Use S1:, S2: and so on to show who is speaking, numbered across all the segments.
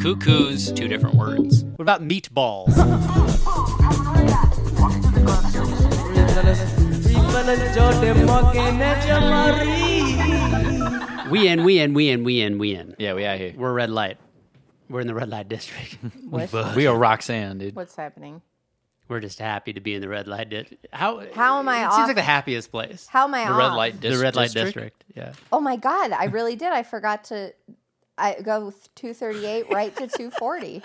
S1: Cuckoo's two different words.
S2: What about meatballs? we in, we in, we in, we in, we in.
S3: Yeah, we out here.
S2: We're red light. We're in the red light district.
S4: What?
S3: We are Roxanne, dude.
S4: What's happening?
S2: We're just happy to be in the red light district. How?
S4: How am I
S2: It
S4: off-
S2: seems like the happiest place.
S4: How am I
S3: The
S4: off?
S3: red light
S2: the
S3: dis-
S2: red light district.
S3: district.
S2: Yeah.
S4: Oh my god, I really did. I forgot to. I go two thirty eight right to two forty.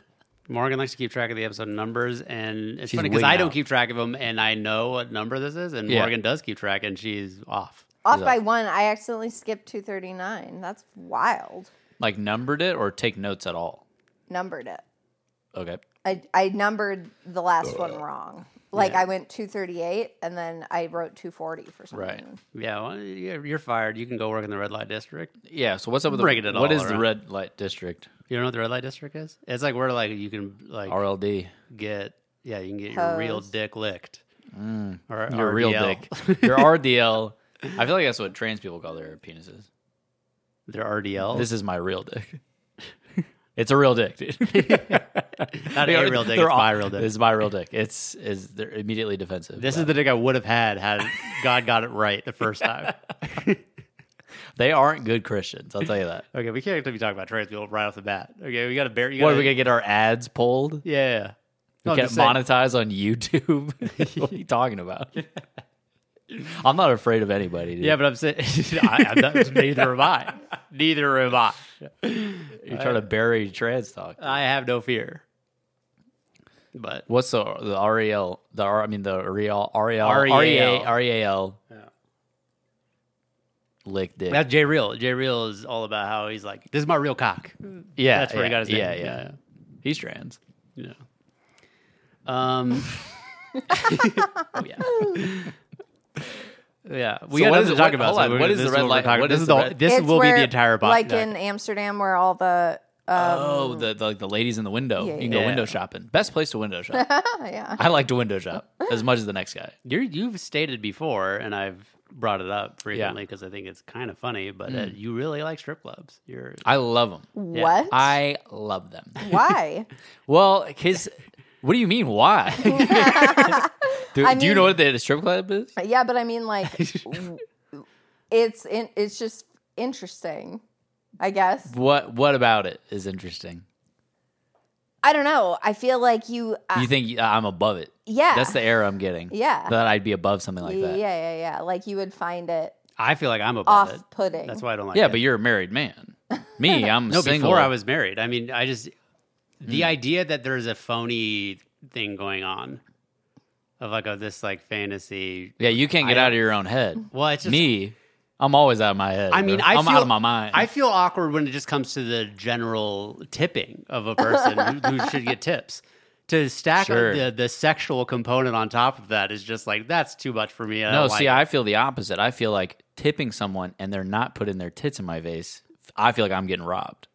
S2: Morgan likes to keep track of the episode numbers, and it's
S3: She's
S2: funny because
S3: way
S2: I don't
S3: out.
S2: keep track of them, and I know what number this is, and
S3: Yeah.
S2: Morgan does keep track, and she's off.
S4: Off by one. I accidentally skipped two thirty nine. That's wild.
S3: Like numbered it or take notes at all.
S4: Numbered it.
S3: Okay.
S4: I I numbered the last one wrong. Like I went two thirty eight, and then I wrote two forty for some
S3: Right.
S4: reason.
S2: Yeah, well, you're you're fired. You can go work in the red light district.
S3: Yeah. So what's up with
S2: Breaking
S3: the
S2: it
S3: what
S2: all
S3: is the
S2: around.
S3: red light district?
S2: You don't know what the red light district is? It's like where like you can like
S3: RLD.
S2: get yeah, you can get your real
S4: Hose.
S2: dick licked. Or
S3: Mm. Your real
S2: RDL.
S3: dick. Your RDL. I feel like that's what trans people call their penises.
S2: Their RDL.
S3: This is my real dick. It's a real dick, dude.
S2: not a real dick. It's
S3: They're all-
S2: my real dick.
S3: It's my real dick. It's is they're immediately defensive.
S2: This
S3: But
S2: is the dick I would have had had God got it right the first time.
S3: they aren't good Christians. I'll tell you that.
S2: okay, we can't be talking about trans people right off the bat. Okay, we got to bear. You
S3: What
S2: gotta,
S3: are we gonna get our ads pulled?
S2: Yeah. No,
S3: We
S2: I'm
S3: can't
S2: just saying-
S3: monetize on YouTube. what are you talking about? I'm not afraid of anybody. Dude.
S2: Yeah, but I'm saying I, I'm not, neither am I. Neither am I.
S3: you're trying to bury trans talk.
S2: I have no fear. But
S3: Uh, What's the the REL? The R, E I mean the real REL
S2: REL.
S3: REL REL. Lick dick.
S2: that's Jay Real. Jay Real is all about how he's like, this is my real cock. You
S3: yeah,
S2: that's where he
S3: Mm-hmm. yeah,
S2: got his name.
S3: Yeah, yeah, He's trans.
S2: know. Um. oh, yeah. Yeah, we got nothing to
S3: So what is it-
S2: talk
S3: what-
S2: about.
S3: hold
S2: so
S3: on,
S2: we're-
S3: what is
S2: this
S3: the red
S2: what we're
S3: light-
S2: talking-
S3: what
S2: This
S3: is
S2: is
S3: the
S2: the
S3: red-
S2: this
S4: It's
S2: will be
S4: where,
S2: the entire podcast.
S4: Like in Amsterdam, where all the um,
S3: Oh, the, the like the ladies in the window.
S4: Yeah,
S3: you can
S2: yeah.
S3: go window shopping. Best place to window shop.
S4: yeah.
S3: I like to window shop as much as the next guy.
S2: You're, you've stated before, and I've brought it up frequently because I think it's kind of funny. But uh,
S3: Mm.
S2: you really like strip clubs. You're
S3: I love them.
S4: What?
S3: I love them.
S4: Why?
S3: Well, because what do you mean? Why? do,
S4: I
S3: do you
S4: mean-
S3: know what the strip club is?
S4: Uh, yeah, but I mean, like, w- it's in, it's just interesting. I guess
S3: What What about it is interesting?
S4: I don't know. I feel like you. Uh,
S3: You think uh, I'm above it?
S4: yeah.
S3: That's the error I'm getting.
S4: Yeah.
S3: That I'd be above something like
S4: yeah,
S3: that.
S4: yeah, yeah. Like you would find it
S2: I feel like I'm above it.
S4: off-putting.
S2: That's why I don't like.
S3: Yeah,
S2: it.
S3: but you're a married man. Me, I'm
S2: no.
S3: single. Mm.
S2: Before I was married. I mean, I just the idea that there's a phony thing going on of like of this like fantasy.
S3: Yeah, you can't get out of your own head.
S2: Well, it's just
S3: Me, I'm always out of my head.
S2: I mean,
S3: bro.
S2: I
S3: I'm
S2: feel,
S3: out of my mind.
S2: I feel awkward when it just comes to the general tipping of a person who, who should get tips. To stack
S3: Sure.
S2: the, the sexual component on top of that is just like that's too much for me. I
S3: no,
S2: don't
S3: see,
S2: like
S3: I feel the opposite. I feel like tipping someone and they're not putting their tits in my face. I feel like I'm getting robbed.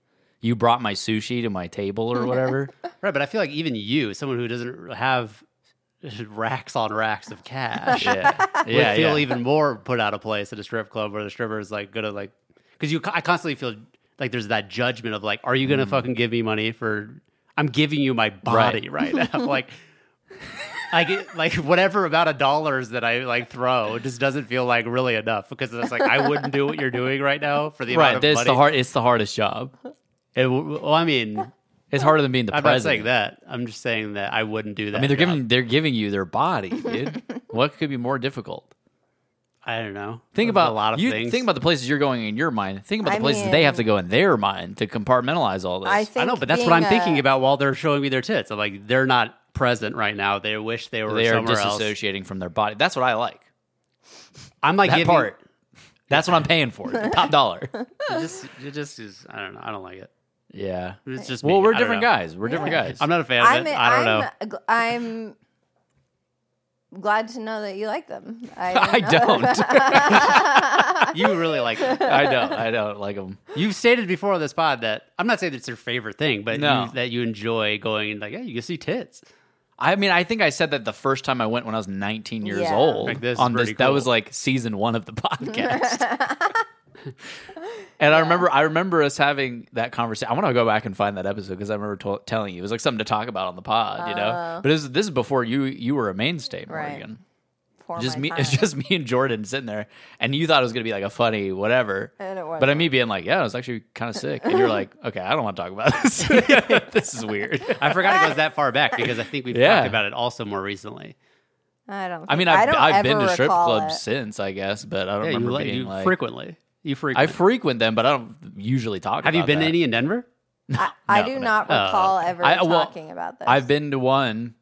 S3: You brought my sushi to my table or whatever.
S2: it. right, but I feel like even you, someone who doesn't have racks on racks of cash,
S3: yeah,
S2: would
S3: yeah,
S2: feel
S3: yeah.
S2: even more put out of place at a strip club where the stripper is like gonna like because you I constantly feel like there's that judgment of like are you
S3: Mm.
S2: gonna fucking give me money for I'm giving you my body right, now like like it- like whatever amount of dollars that I like throw just doesn't feel like really enough because it's like I wouldn't do what you're doing right now for the amount
S3: right.
S2: of
S3: That's
S2: money.
S3: the hard. It's the hardest job.
S2: It w- well, I mean
S3: It's harder than being the
S2: I'm not
S3: president.
S2: saying that I'm just saying that I wouldn't do that
S3: I mean, they're
S2: job.
S3: giving they're giving you their body, dude. what could be more difficult?
S2: I don't know
S3: Think
S2: There's
S3: about
S2: a lot of
S3: you,
S2: things
S3: Think about the places you're going in your mind. Think about the
S4: I
S3: places they have to
S4: mean-
S3: go in their mind to compartmentalize all this.
S4: I think.
S2: I know, but that's what I'm
S4: being
S2: thinking
S4: a-
S2: about while they're showing me their tits. I'm like, they're not present right now. They wish they were
S3: they are
S2: somewhere else.
S3: disassociating from their body. That's what I like.
S2: I'm like
S3: That
S2: giving,
S3: part. That's what I'm paying for. the top dollar.
S2: It just, it just is. I don't know. I don't like it.
S3: Yeah.
S2: It's just.
S3: Well,
S2: me.
S3: we're
S2: I don't
S3: different
S2: know.
S3: guys. We're different guys.
S2: I'm not a fan of
S4: I'm.
S2: it. I don't know.
S4: I'm, I'm glad to know that you like them.
S3: I
S4: didn't know that.
S3: don't.
S2: You really like. it. Uh,
S3: I don't. I don't like them.
S2: You've stated before on this pod that I'm not saying it's your favorite thing, but
S3: No.
S2: you, that you enjoy going and like, hey, you can see tits.
S3: I mean, I think I said that the first time I went when I was 19 years
S4: Yeah.
S3: old.
S2: Like, this is
S3: on
S2: pretty
S3: that
S2: cool.
S3: was like season one of the podcast. And I remember, I remember us having that conversation. I want to go back and find that episode because I remember to- telling you it was like something to talk about on the pod, you know. But this, is- this is before you you were a mainstay,
S4: Oh. Right.
S3: Morgan.
S4: Pour
S3: Just
S4: my
S3: me, it's
S4: time.
S3: just me and Jordan sitting there, and you thought it was gonna be like a funny whatever.
S4: And it
S3: But I
S4: wasn't.
S3: me being like, yeah, it was actually kind of sick, and you're like, okay, I don't want to talk about this. this is weird.
S2: I forgot it goes that far back because I think we've
S3: Yeah.
S2: talked about it also more recently.
S4: I don't. Think,
S3: I mean, I've,
S4: don't
S3: I've been
S4: ever
S3: to strip
S4: recall
S3: clubs
S4: it.
S3: since, I guess, but I don't
S2: Yeah, you,
S3: remember
S2: like,
S3: being
S2: you
S3: like.
S2: frequently. You
S3: I
S2: frequently.
S3: frequent them, but I don't usually talk.
S2: Have you
S3: about
S2: been
S3: that.
S2: to any in Denver?
S4: I, I
S3: No,
S4: do
S3: no.
S4: not
S2: Oh,
S4: recall ever
S3: I- well,
S4: talking about this.
S3: I've been to one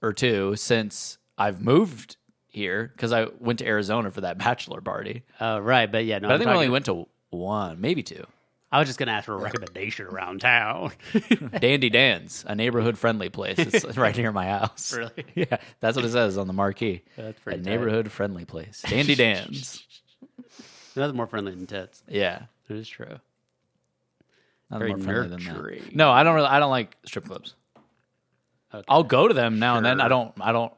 S3: or two since I've moved here because I went to Arizona for that bachelor party.
S2: Oh, right. But yeah, no.
S3: But i
S2: I'm
S3: think I only
S2: talking-
S3: went to one, maybe two.
S2: I was just going to ask for a recommendation around town.
S3: Dandy Dan's, a neighborhood friendly place. It's right near my house.
S2: Really?
S3: Yeah, that's what it says on the marquee.
S2: That's
S3: a
S2: pretty tight.
S3: neighborhood friendly place. Dandy Dan's.
S2: Nothing more friendly than tits.
S3: Yeah.
S2: It is true.
S3: Nothing
S2: Very
S3: more friendly than that.
S2: nurturing.
S3: No, I don't really I don't like strip clubs.
S2: Okay.
S3: I'll go to them now and then. I
S2: Sure.
S3: don't I don't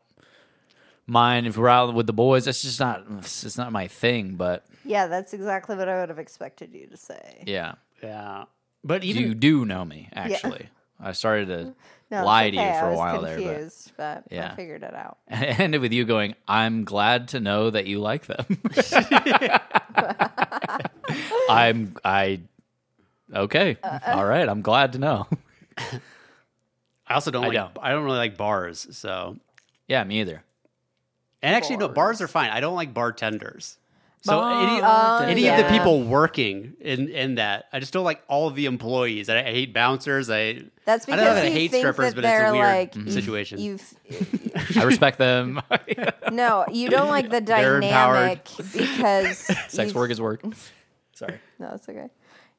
S3: mind if we're out with the boys. That's just not it's it's not my thing, but
S4: yeah, that's exactly what I would have expected you to say.
S3: yeah.
S2: Yeah. But even
S3: you do know me, actually. I started to
S4: No, it's
S3: lie to you
S4: okay,
S3: for
S4: I
S3: a
S4: was
S3: while there,
S4: confused, there, but,
S3: Yeah.
S4: I figured it out.
S3: but it ended with you going, I'm glad to know that you like them. I'm I okay. All right. I'm glad to know.
S2: I also don't
S3: I
S2: like
S3: don't.
S2: I don't really like bars, so
S3: yeah, me either.
S2: and actually no bars are fine. I don't like bartenders. So any,
S4: Bartenders.
S2: any of
S4: Yeah.
S2: the people working in in that, I just don't like all of the employees. I, I hate bouncers. I
S4: That's
S2: I don't
S4: because
S2: know that I
S4: you
S2: hate
S4: think
S2: strippers,
S4: that
S2: but it's
S4: they're
S2: a weird
S4: like
S3: Mm-hmm.
S2: situation.
S4: You've
S3: I respect them.
S4: no, you don't like the
S2: They're empowered.
S4: dynamic because
S3: Sex
S4: you've-
S3: work is work. Sorry.
S4: No, it's okay.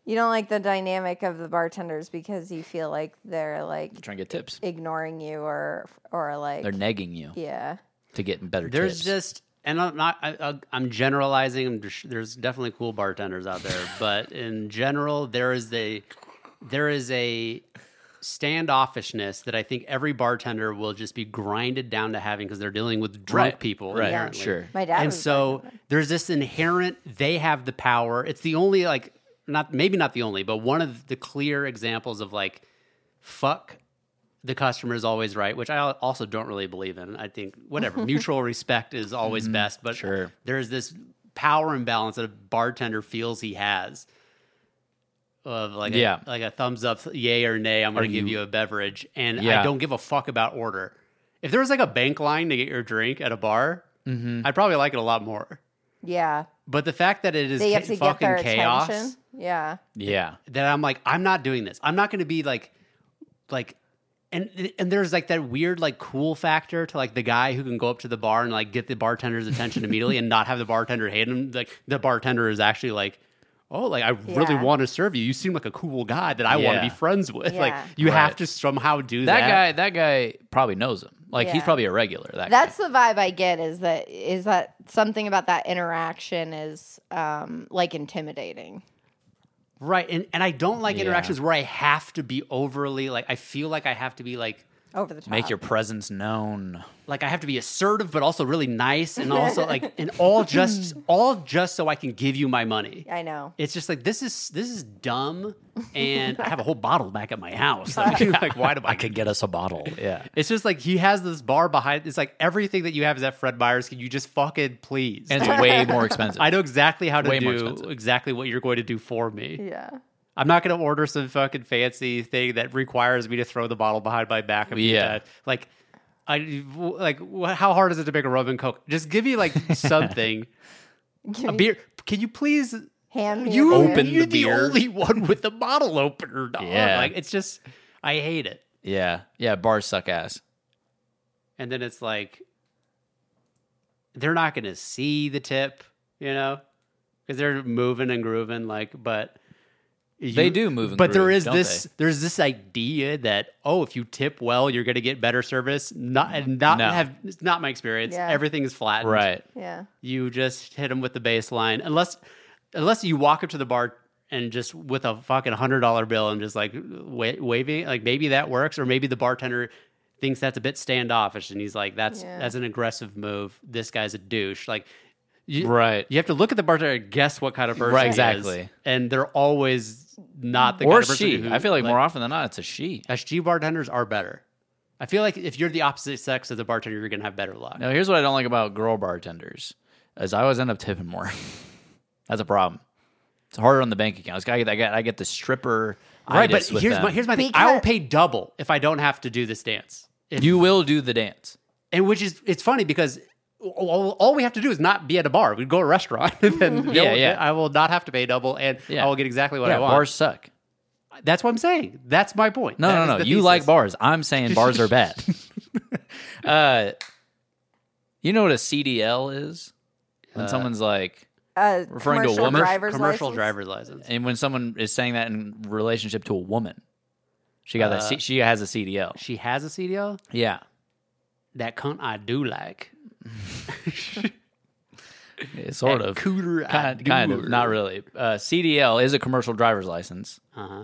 S4: You don't like the dynamic of the bartenders because you feel like they're like
S3: Trying to get tips.
S4: ignoring you or or like
S3: They're negging you
S4: yeah.
S3: to get better
S2: There's
S3: tips.
S2: just, and I'm not, I, I, I'm generalizing. I'm just- There's definitely cool bartenders out there, but in general, there is the, there is a standoffishness that I think every bartender will just be grinded down to having because they're dealing with drunk
S3: Right,
S2: people.
S3: right,
S2: inherently.
S3: sure.
S4: My dad
S2: And
S4: was a
S2: so there's this inherent. They have the power. It's the only like, not maybe not the only, but one of the clear examples of like, fuck the customer is always right, which I al- also don't really believe in. I think whatever mutual respect is always best, but
S3: Mm-hmm. sure.
S2: there's this power imbalance that a bartender feels he has of like a,
S3: Yeah.
S2: like a thumbs up, yay or nay. I'm going to give
S3: you-
S2: you a beverage, and
S3: Yeah.
S2: I don't give a fuck about order. If there was like a bank line to get your drink at a bar,
S3: Mm-hmm.
S2: I'd probably like it a lot more.
S4: Yeah.
S2: But the fact that it is
S4: They
S2: ca-
S4: have to get
S2: fucking
S4: their
S2: chaos
S4: attention. Yeah.
S3: yeah.
S2: that I'm like, I'm not doing this. I'm not going to be like, like, and and there's like that weird like cool factor to like the guy who can go up to the bar and like get the bartender's attention immediately and not have the bartender hate him. Like the bartender is actually like, oh, like I really
S4: Yeah.
S2: want to serve you. You seem like a cool guy that I want
S3: Yeah.
S2: to be friends with. Like
S4: Yeah.
S2: you have
S3: Right.
S2: to somehow do
S3: That
S2: that.
S3: guy that guy probably knows him. Like he's
S4: Yeah.
S3: probably a regular. That guy.
S4: That's the vibe I get is that is that something about that interaction is um like intimidating.
S2: right? And and I don't like
S3: Yeah.
S2: interactions where I have to be overly like. I feel like I have to be like.
S4: Over the top.
S3: Make your presence known.
S2: like I have to be assertive, but also really nice, and also like, and all just all just so I can give you my money.
S4: I know.
S2: It's just like this is this is dumb, and I have a whole bottle back at my house. Like, like, why do I?
S3: I could get us a bottle. Yeah.
S2: It's just like he has this bar behind. It's like everything that you have is at Fred Meyer's. Can you just fucking please?
S3: And it's way more expensive.
S2: I know exactly how to
S3: Way more
S2: do
S3: expensive.
S2: exactly what you're going to do for me.
S4: Yeah.
S2: I'm not going to order some fucking fancy thing that requires me to throw the bottle behind my back. And be
S3: Yeah.
S2: dead. like I like wh- how hard is it to make a rum and coke? Just give me like something, a beer. Can you please?
S4: Hand me
S2: You
S4: a beer.
S3: Open-
S2: you're
S3: the beer.
S2: only one with the bottle opener. Dog.
S3: Yeah.
S2: like it's just I hate it.
S3: Yeah. Yeah. Bars suck ass.
S2: And then it's like they're not going to see the tip, you know, because they're moving and grooving. Like, but
S3: They do move and
S2: but there
S3: groove,
S2: is
S3: don't
S2: this there's this idea that oh, if you tip well, you're going to get better service. Not and not
S3: No.
S2: have it's not my experience.
S4: Yeah.
S2: Everything is flattened.
S3: Right.
S4: Yeah.
S2: You just hit them with the baseline, unless unless you walk up to the bar. And just with a fucking hundred dollar bill and just like wa- waving, like maybe that works, or maybe the bartender thinks that's a bit standoffish, and he's like, "That's
S4: Yeah.
S2: that's an aggressive move. This guy's a douche." Like, You,
S3: Right.
S2: You have to look at the bartender and guess what kind of person.
S3: Right,
S2: he is,
S3: exactly.
S2: and they're always not the
S3: or
S2: kind of person
S3: she.
S2: who-
S3: I feel like, more often than not, it's a she.
S2: SG bartenders are better. I feel like if you're the opposite sex of the bartender, you're gonna have better luck.
S3: Now, here's what I don't like about girl bartenders is I always end up tipping more. That's a problem. It's harder on the bank account. It's gotta get, I get I get the stripper.
S2: Right, but
S3: itis with
S2: here's
S3: them.
S2: my here's my thing. I will
S4: Because-
S2: pay double if I don't have to do this dance. If,
S3: you will do the dance.
S2: and which is it's funny because all, all we have to do is not be at a bar. We go to a restaurant, and
S4: Mm-hmm.
S2: then
S3: Yeah,
S2: they'll-
S3: yeah.
S2: I will not have to pay double, and
S3: Yeah.
S2: I will get exactly what
S3: yeah,
S2: I want.
S3: bars suck.
S2: That's what I'm saying. That's my point.
S3: No,
S2: That is
S3: no, no.
S2: the
S3: You
S2: thesis.
S3: like bars. I'm saying bars are bad. uh, you know what a CDL is? When someone's like,
S4: Uh,
S3: Referring to a
S4: commercial
S3: woman?
S4: driver's
S2: commercial
S4: license?
S2: driver's license.
S3: and when someone is saying that in relationship to a woman, she got that.
S2: Uh,
S3: C- she has a CDL.
S2: She has a CDL.
S3: Yeah,
S2: That cunt I do like.
S3: Yeah, sort
S2: That
S3: of.
S2: Cooter I
S3: kind, kind of,
S2: do.
S3: not really. Uh, CDL is a commercial driver's license,
S2: Uh-huh.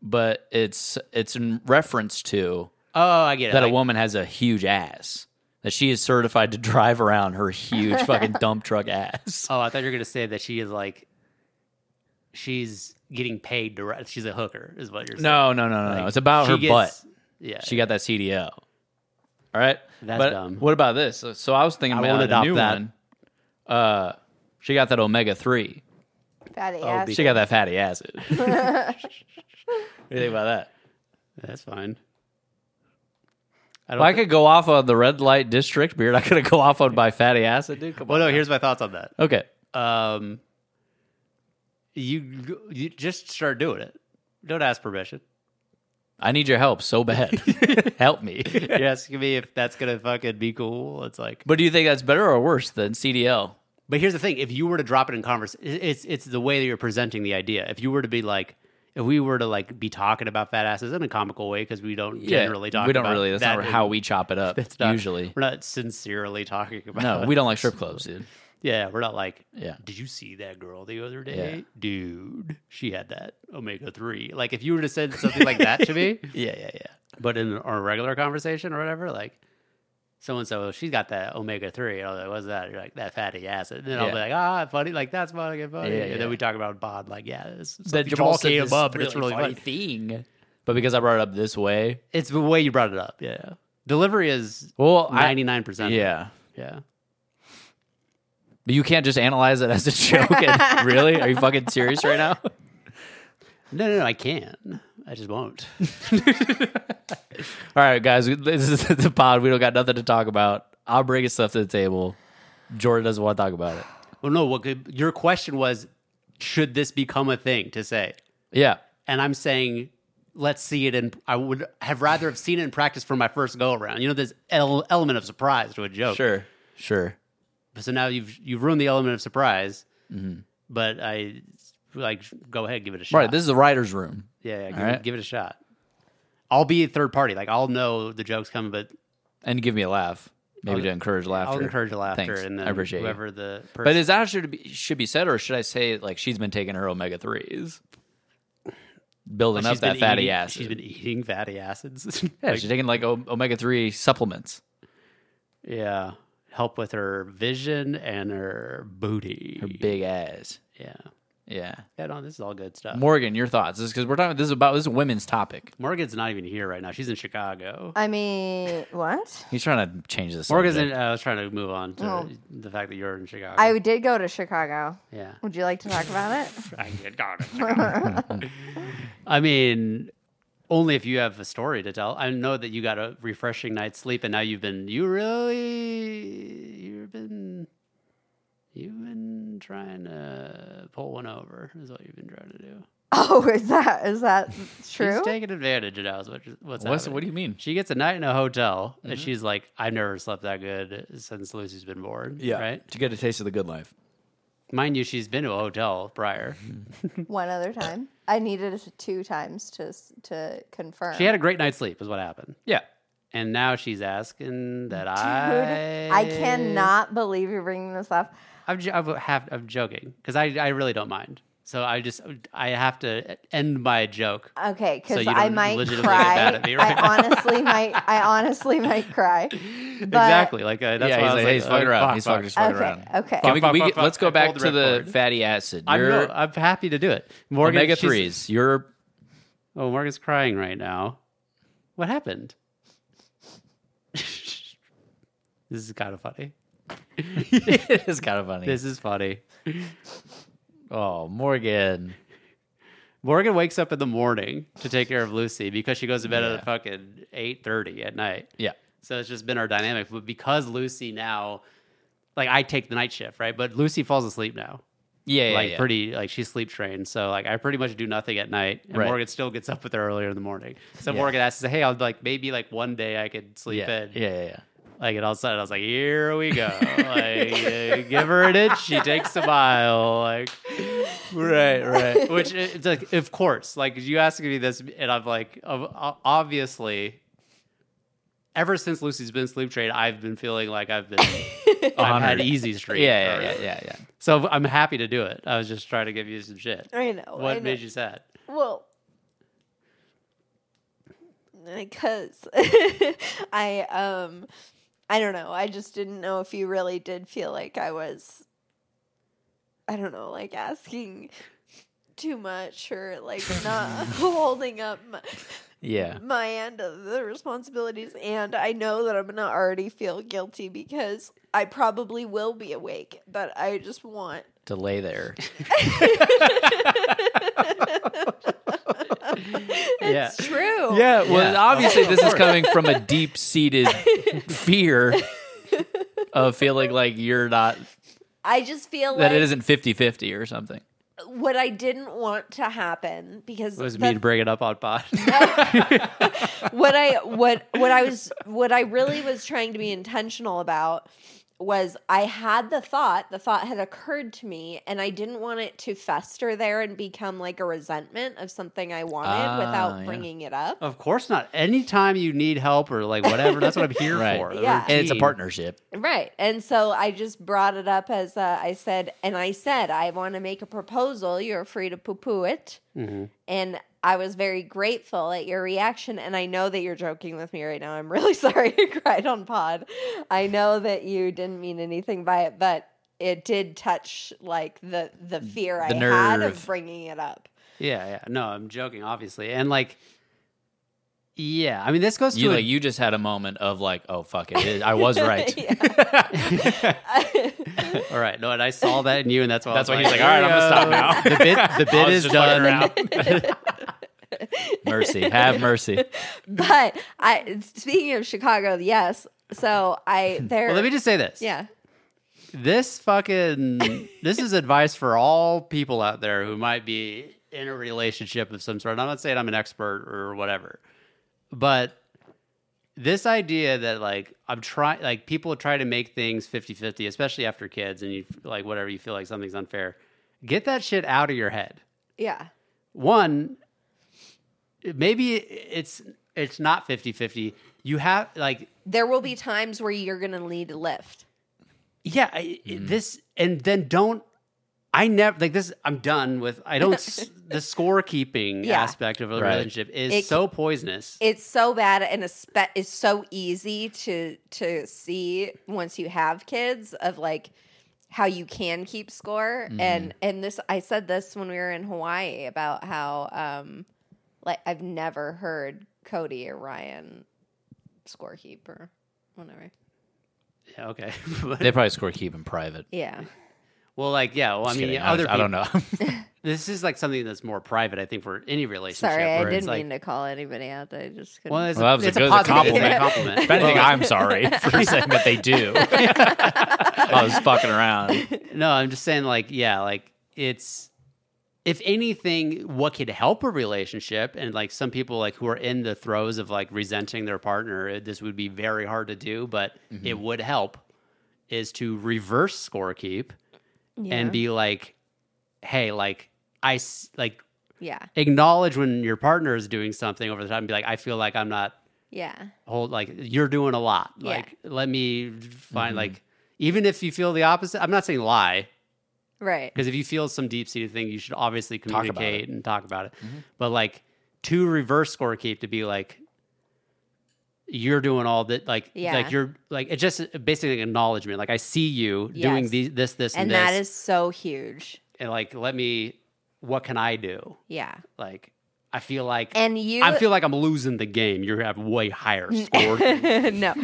S3: but it's it's in reference to
S2: Oh, I get it.
S3: that
S2: Like,
S3: a woman has a huge ass that she is certified to drive around her huge fucking dump truck ass.
S2: Oh, I thought you were gonna say that she is like she's getting paid to ride. She's a hooker, is what you're saying.
S3: No, no, no, no, no. It's about
S2: She
S3: her
S2: gets-
S3: butt.
S2: Yeah,
S3: She got that CDL. All right,
S2: That's
S3: but
S2: dumb.
S3: What about this? So, so I was thinking
S2: I
S3: about
S2: won't
S3: a
S2: adopt
S3: new
S2: that.
S3: one. Uh, she got that omega three.
S4: Fatty
S2: Oh,
S4: ass.
S3: She got that fatty acid. what do you think about that?
S2: that's fine. I
S3: If I could go off of the red light district beard, I could go off on my fatty acid, dude. Come
S2: Well,
S3: on.
S2: no. Here's my thoughts on that.
S3: Okay.
S2: Um, you you just start doing it. Don't ask permission.
S3: I need your help so bad. help me.
S2: You're asking me if that's gonna fucking be cool. It's like,
S3: But do you think that's better or worse than CDL?
S2: but here's the thing: if you were to drop it in converse, it- it's it's the way that you're presenting the idea. If you were to be like, if we were to like be talking about fat asses in a comical way because we don't generally talk,
S3: we don't
S2: about
S3: really. That's
S2: that
S3: not
S2: in-
S3: how we chop it up.
S2: it's not-
S3: usually,
S2: we're not sincerely talking about.
S3: no,
S2: it.
S3: we don't like strip clubs, dude.
S2: Yeah, we're not like.
S3: Yeah.
S2: Did you see that girl the other day, dude? She had that omega three. Like, if you were to say something like that to me,
S3: Yeah, yeah, yeah.
S2: but in our regular conversation or whatever, like so and so, she's got that omega three. And I was like, "What's that?" You're like, "That fatty acid." And then I'll
S3: Yeah.
S2: be like, "Ah, funny." Like that's fucking funny.
S3: Yeah,
S2: and
S3: yeah.
S2: then we talk about Bod. Like, yeah, this,
S3: That
S2: something Jamal came up, and it's really funny.
S3: thing. But because I brought it up this way,
S2: It's the way you brought it up. Yeah, delivery is
S3: well, I,
S2: ninety nine percent.
S3: yeah.
S2: yeah.
S3: But you can't just analyze it as a joke. and- really? Are you fucking serious right now?
S2: No, no, no. I can. I just won't.
S3: All right, guys, we- this is the pod. We don't got nothing to talk about. I'll bring his stuff to the table. Jordan doesn't want to talk about it.
S2: well, no. What could, your question was? Should this become a thing to say?
S3: Yeah.
S2: and I'm saying let's see it in I would have rather have seen it in practice for my first go around. You know, there's el- element of surprise to a joke.
S3: Sure. Sure.
S2: So now you've you've ruined the element of surprise. But I like go ahead, give it a shot.
S3: All Mm-hmm. right. This is the writer's room.
S2: yeah, yeah give,
S3: right.
S2: it, give it a shot. I'll be a third party. Like I'll know the joke's coming, but
S3: And give me a laugh. Maybe to encourage laughter.
S2: I'll encourage the laughter
S3: Thanks.
S2: and then
S3: I appreciate you.
S2: whoever the person
S3: But is that should be should be said, or should I say like she's been taking her omega threes, building
S2: She's
S3: up that
S2: been
S3: fatty
S2: eating-
S3: acid?
S2: She's been eating fatty acids.
S3: yeah,
S2: Like,
S3: she's taking like omega three supplements.
S2: yeah. Help with her vision and her booty.
S3: Her big ass.
S2: yeah.
S3: Yeah.
S2: Yeah, no, this is all good stuff.
S3: Morgan, your thoughts? This because we're talking. This is about this is a women's topic.
S2: Morgan's not even here right now. She's in Chicago.
S4: I mean, what?
S3: He's trying to change this.
S2: Morgan's
S3: subject.
S2: in. uh, I was trying to move on to the fact that you're in Chicago.
S4: I did go to Chicago.
S2: yeah.
S4: Would you like to talk about it?
S2: I did go to Chicago. I mean, only if you have a story to tell. I know that you got a refreshing night's sleep, and now you've been. You really. You've been. You've been trying to pull one over. Is what you've been trying to do.
S4: Oh, is that is that true?
S2: She's taking advantage of that. Is what, what's
S3: What's,
S2: happening.
S3: what do you mean?
S2: She gets a night in a hotel,
S3: Mm-hmm.
S2: and she's like, "I've never slept that good since Lucy's been born." right.
S3: To get a taste of the good life.
S2: Mind you, she's been to a hotel prior.
S3: Mm-hmm.
S4: One other time. I needed it two times to s- to confirm.
S2: She had a great night's sleep, is what happened,
S3: Yeah.
S2: and now she's asking that I.
S4: Dude, I cannot believe you're bringing this up.
S2: I'm, jo- I'm, half, I'm joking because I, I really don't mind. So I just I have to end my joke.
S5: Okay,
S2: So
S5: because
S2: you
S5: I
S2: don't
S5: might
S2: legitimately get
S5: cry.
S2: mad at me right now.
S5: I honestly might. I honestly might cry.
S2: exactly. Like uh, that's
S3: yeah,
S2: why
S3: he's
S2: I
S3: like,
S2: was
S3: hey, he's
S2: uh,
S3: fucking around.
S2: fuck,
S3: He's
S2: fuck.
S3: fucking just fucking
S5: Okay,
S3: around.
S5: okay.
S3: Can we,
S2: Fuck,
S3: we
S2: fuck,
S3: get,
S2: fuck,
S3: let's go
S2: fuck.
S3: back
S2: Hold the
S3: to the
S2: record.
S3: fatty acid.
S2: I'm,
S3: Your
S2: no, I'm happy to do it. Morgan,
S3: omega
S2: she's-
S3: threes. Your
S2: Oh, Morgan's crying right now. What happened? this is kind of funny.
S3: it's kind of funny.
S2: This is funny.
S3: oh, Morgan.
S2: Morgan wakes up in the morning to take care of Lucy because she goes to bed at fucking eight thirty at night.
S3: Yeah.
S2: So it's just been our dynamic. But because Lucy now, like I take the night shift, right? But Lucy falls asleep now.
S3: Yeah, yeah,
S2: like
S3: yeah.
S2: pretty, like she's sleep trained. So like I pretty much do nothing at night, and
S3: Right.
S2: Morgan still gets up with her earlier in the morning. So
S3: Yeah.
S2: Morgan asks, "Hey, I'll like maybe like one day I could sleep
S3: Yeah,
S2: in."
S3: yeah, yeah, yeah.
S2: Like and all of a sudden I was like, "Here we go!" like uh, give her an inch, she takes a mile. Like
S3: Right, right.
S2: which uh, it's like, of course, like you asking me this, and I'm like, ob- o- obviously, ever since Lucy's been sleep trained, I've been feeling like I've been, I've had
S3: 100.
S2: easy street.
S3: yeah, yeah, yeah, yeah, yeah.
S2: So I'm happy to do it. I was just trying to give you some shit.
S5: I know. Oh, I
S2: What
S5: know.
S2: made you sad?
S5: Well, because I um I don't know. I just didn't know if you really did feel like I was I don't know, like asking too much or like not holding up my,
S3: Yeah.
S5: my end of the responsibilities and I know that I'm going to already feel guilty because I probably will be awake, but I just want
S3: To lay there.
S5: It's true.
S3: Yeah, well,
S2: Yeah.
S3: obviously,
S2: Oh,
S3: this
S2: of course.
S3: is coming from a deep seated fear of feeling like you're not,
S5: I just feel
S3: that
S5: like
S3: it isn't 50 50 or something.
S5: what I didn't want to happen because
S2: It was
S5: the-
S2: me to bring it up on pod.
S5: what I what what I was what I really was trying to be intentional about was I had the thought, the thought had occurred to me, and I didn't want it to fester there and become like a resentment of something I wanted
S3: Ah,
S5: without
S3: yeah.
S5: bringing it up.
S2: of course not. Anytime you need help or like whatever, that's what I'm here
S3: Right.
S2: for.
S5: Yeah.
S3: And it's a
S2: Routine.
S3: partnership.
S5: Right. And so I just brought it up as uh, I said, and I said, I want to make a proposal. You're free to poo poo it.
S2: Mm-hmm.
S5: And I was very grateful at your reaction. And I know that you're joking with me right now. I'm really sorry I cried on pod. I know that you didn't mean anything by it, but it did touch like the the fear I
S3: The
S5: had
S3: nerve.
S5: of bringing it up.
S2: Yeah, yeah. No, I'm joking, obviously. And like, yeah, I mean, this goes to
S3: You,
S2: a-
S3: like, you just had a moment of, like, oh, fuck it. it I was right.
S2: All right, no, and I saw that in you, and that's why I
S3: That's
S2: was
S3: why he's like, "All right, I'm gonna stop now."
S2: The bit, the bit is done.
S3: Mercy. Have mercy.
S5: but I speaking of Chicago, yes. So I there.
S2: Well, let me just say this.
S5: yeah.
S2: This fucking this is advice for all people out there who might be in a relationship of some sort. And I'm not saying I'm an expert or whatever, but this idea that like I'm trying, like people try to make things 50-50, especially after kids, and you like whatever you feel like something's unfair. Get that shit out of your head.
S5: Yeah.
S2: one maybe it's it's not 50-50 you have like
S5: there will be times where you're going to need a lift.
S2: yeah I,
S5: Mm-hmm.
S2: this and then don't i never like this i'm done with i don't s- the scorekeeping
S5: Yeah.
S2: aspect of a
S3: Right.
S2: relationship is
S5: It-
S2: so poisonous
S5: It's so bad and espe- it's so easy to to see once you have kids of like how you can keep score
S2: Mm-hmm.
S5: and and this I said this when we were in Hawaii about how um like I've never heard Cody or Ryan score keep or whatever.
S2: yeah, okay But-
S3: They probably score keep in private.
S5: Yeah.
S2: well like yeah well i
S3: Just
S2: mean
S3: kidding. I,
S2: other
S3: I don't
S2: peop-
S3: know.
S2: this is like something that's more private i think for any relationship
S5: Sorry,
S2: where
S5: I
S2: it's
S5: didn't
S2: like
S5: mean to call anybody out. I just couldn't.
S2: well, it's
S3: Well, that
S2: a,
S3: was a
S2: it's
S3: good- it
S2: a
S3: was a
S2: positive compliment.
S3: compliment.
S2: compliment.
S3: If anything, I'm sorry for saying that they do. I was fucking around.
S2: No, I'm just saying, like, yeah, like it's if anything, what could help a relationship, and like some people like who are in the throes of like resenting their partner, it- this would be very hard to do, but it would help is to reverse scorekeep and be like, hey, like I s- like
S5: yeah.
S2: acknowledge when your partner is doing something over the top and be like, I feel like I'm not
S5: Yeah.
S2: hold like you're doing a lot
S5: Yeah.
S2: like let me find like even if you feel the opposite i'm not saying lie
S5: Right.
S2: Because if you feel some deep seated thing, you should obviously
S3: about it. Mm-hmm.
S2: communicate and talk about it. But like to reverse scorekeep to be like, you're doing all that, like,
S5: Yeah.
S2: like you're like it's just basically acknowledgement. Like I see you doing
S5: Yes.
S2: these, this, this, and,
S5: And
S2: this,
S5: that is so huge.
S2: and like let me. What can I do?
S5: Yeah.
S2: Like I feel like
S5: And you Mm.
S2: I feel like I'm losing the game. You have way higher score.
S5: no.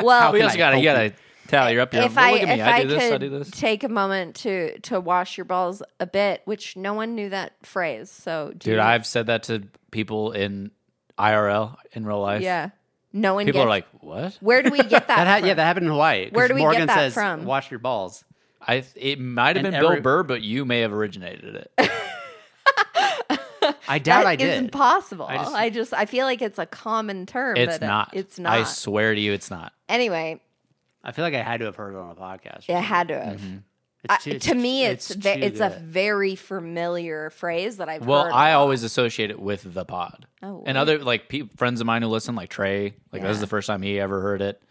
S5: Well,
S3: We
S2: can
S3: also
S2: I
S3: got to you
S2: Oh, help
S3: got to tally up your.
S5: if
S3: well,
S5: I
S3: look at me,
S5: if
S3: I,
S5: I
S3: do this, I
S5: could
S3: do this.
S5: take a moment to to wash your balls a bit, which no one knew that phrase. So, do
S3: Dude,
S5: you-
S3: I've said that to people in IRL in real life.
S5: yeah, no one.
S3: people
S5: gets,
S3: are like, "What?"
S5: where do we get that?
S2: That ha-
S5: from?
S2: yeah, that happened in Hawaii. 'cause
S5: Where do we get
S2: Morgan
S5: that
S2: says,
S5: from?
S2: Wash your balls.
S3: I th- it might have
S2: And
S3: been
S2: every-
S3: Bill Burr, but you may have originated it.
S2: I doubt
S5: That
S2: I
S5: is
S2: did.
S5: impossible.
S2: I
S5: I
S2: just-
S5: just, I feel like it's a common term.
S3: It's
S5: but uh,
S3: not.
S5: It's
S3: I
S5: not.
S3: swear to you, it's not.
S5: anyway,
S2: I feel like I had to have heard it on a podcast.
S5: it had to have.
S2: It's
S5: I-
S2: too-
S5: to me, it's it's,
S2: too
S5: it's a
S2: good.
S5: very familiar phrase that I've
S3: Well,
S5: heard.
S3: I always associate it with the pod.
S5: Oh,
S3: and
S5: wow.
S3: other like pe- friends of mine who listen, like Trey, like this is
S5: Yeah.
S3: the first time he ever heard it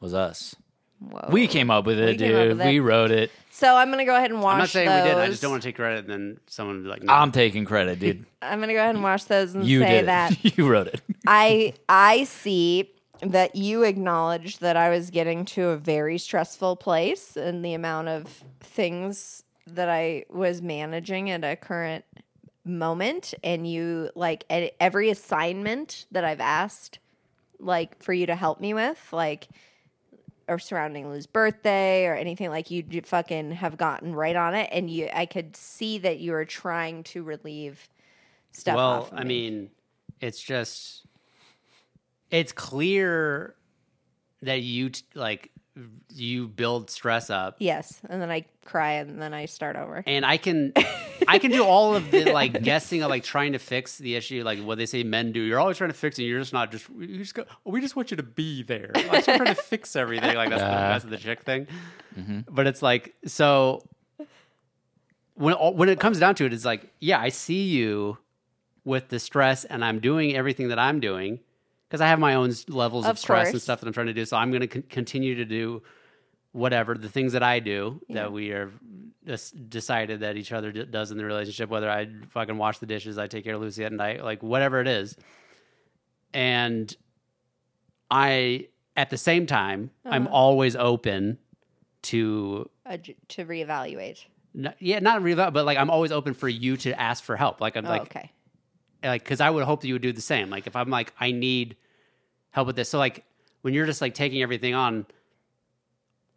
S3: was us.
S5: Whoa.
S3: We came up with it,
S5: We came up
S3: dude.
S5: with it.
S3: We wrote it.
S5: So I'm gonna go ahead and wash.
S2: I'm not saying
S5: those.
S2: we did. I just don't want to take credit. And then someone would be like, no.
S3: I'm taking credit, dude.
S5: I'm gonna go ahead and wash those and
S3: You
S5: say
S3: did
S5: that
S3: it. you wrote it.
S5: I I see that you acknowledged that I was getting to a very stressful place and the amount of things that I was managing at a current moment and you like at every assignment that I've asked like for you to help me with like or surrounding Lou's birthday or anything like you j- fucking have gotten right on it and you I could see that you were trying to relieve stuff
S2: well,
S5: off of
S2: I
S5: me.
S2: mean, it's just, it's clear that you, t- like, you build stress up.
S5: Yes, and then I cry and then I start over.
S2: And I can, I can do all of the like guessing of like trying to fix the issue, like what they say men do. You're always trying to fix it. You're just not just. You just go. We just want you to be there. I'm just trying to fix everything. Like that's, the,
S3: Yeah.
S2: that's the chick thing.
S5: Mm-hmm.
S2: But it's like so. When all- when it comes down to it, it's like yeah, I see you with the stress, and I'm doing everything that I'm doing because I have my own s- levels of,
S5: Of
S2: stress and
S5: course.
S2: stuff that I'm trying to do. So I'm going to con- continue to do whatever the things that I do that we are just decided that each other d- does in the relationship, whether I fucking wash the dishes, I take care of Lucy at night, like whatever it is. And I, at the same time, I'm always open to,
S5: Uh, j- to reevaluate.
S2: n- yeah, not really, but like I'm always open for you to ask for help. Like I'm
S5: Oh,
S2: like,
S5: okay.
S2: like because I would hope that you would do the same. Like if I'm like I need help with this, so like when you're just like taking everything on,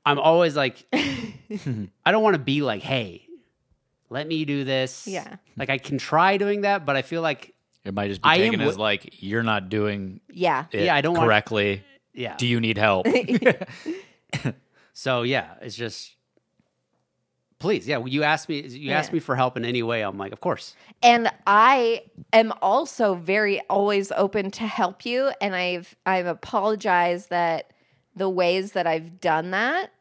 S2: I'm always like I don't want to be like, hey, let me do this.
S5: Yeah.
S2: like I can try doing that, but I feel like
S3: It might just be
S2: I am
S3: taken as
S2: wi-
S3: like you're not doing
S5: Yeah.
S3: it
S2: Yeah, I don't want-
S3: correctly.
S2: yeah.
S3: Do you need help?
S2: so yeah, it's just please, yeah. You ask me, you ask
S5: Yeah.
S2: me for help in any way. I'm like, of course.
S5: And I am also very always open to help you and I've I've apologized that the ways that I've done that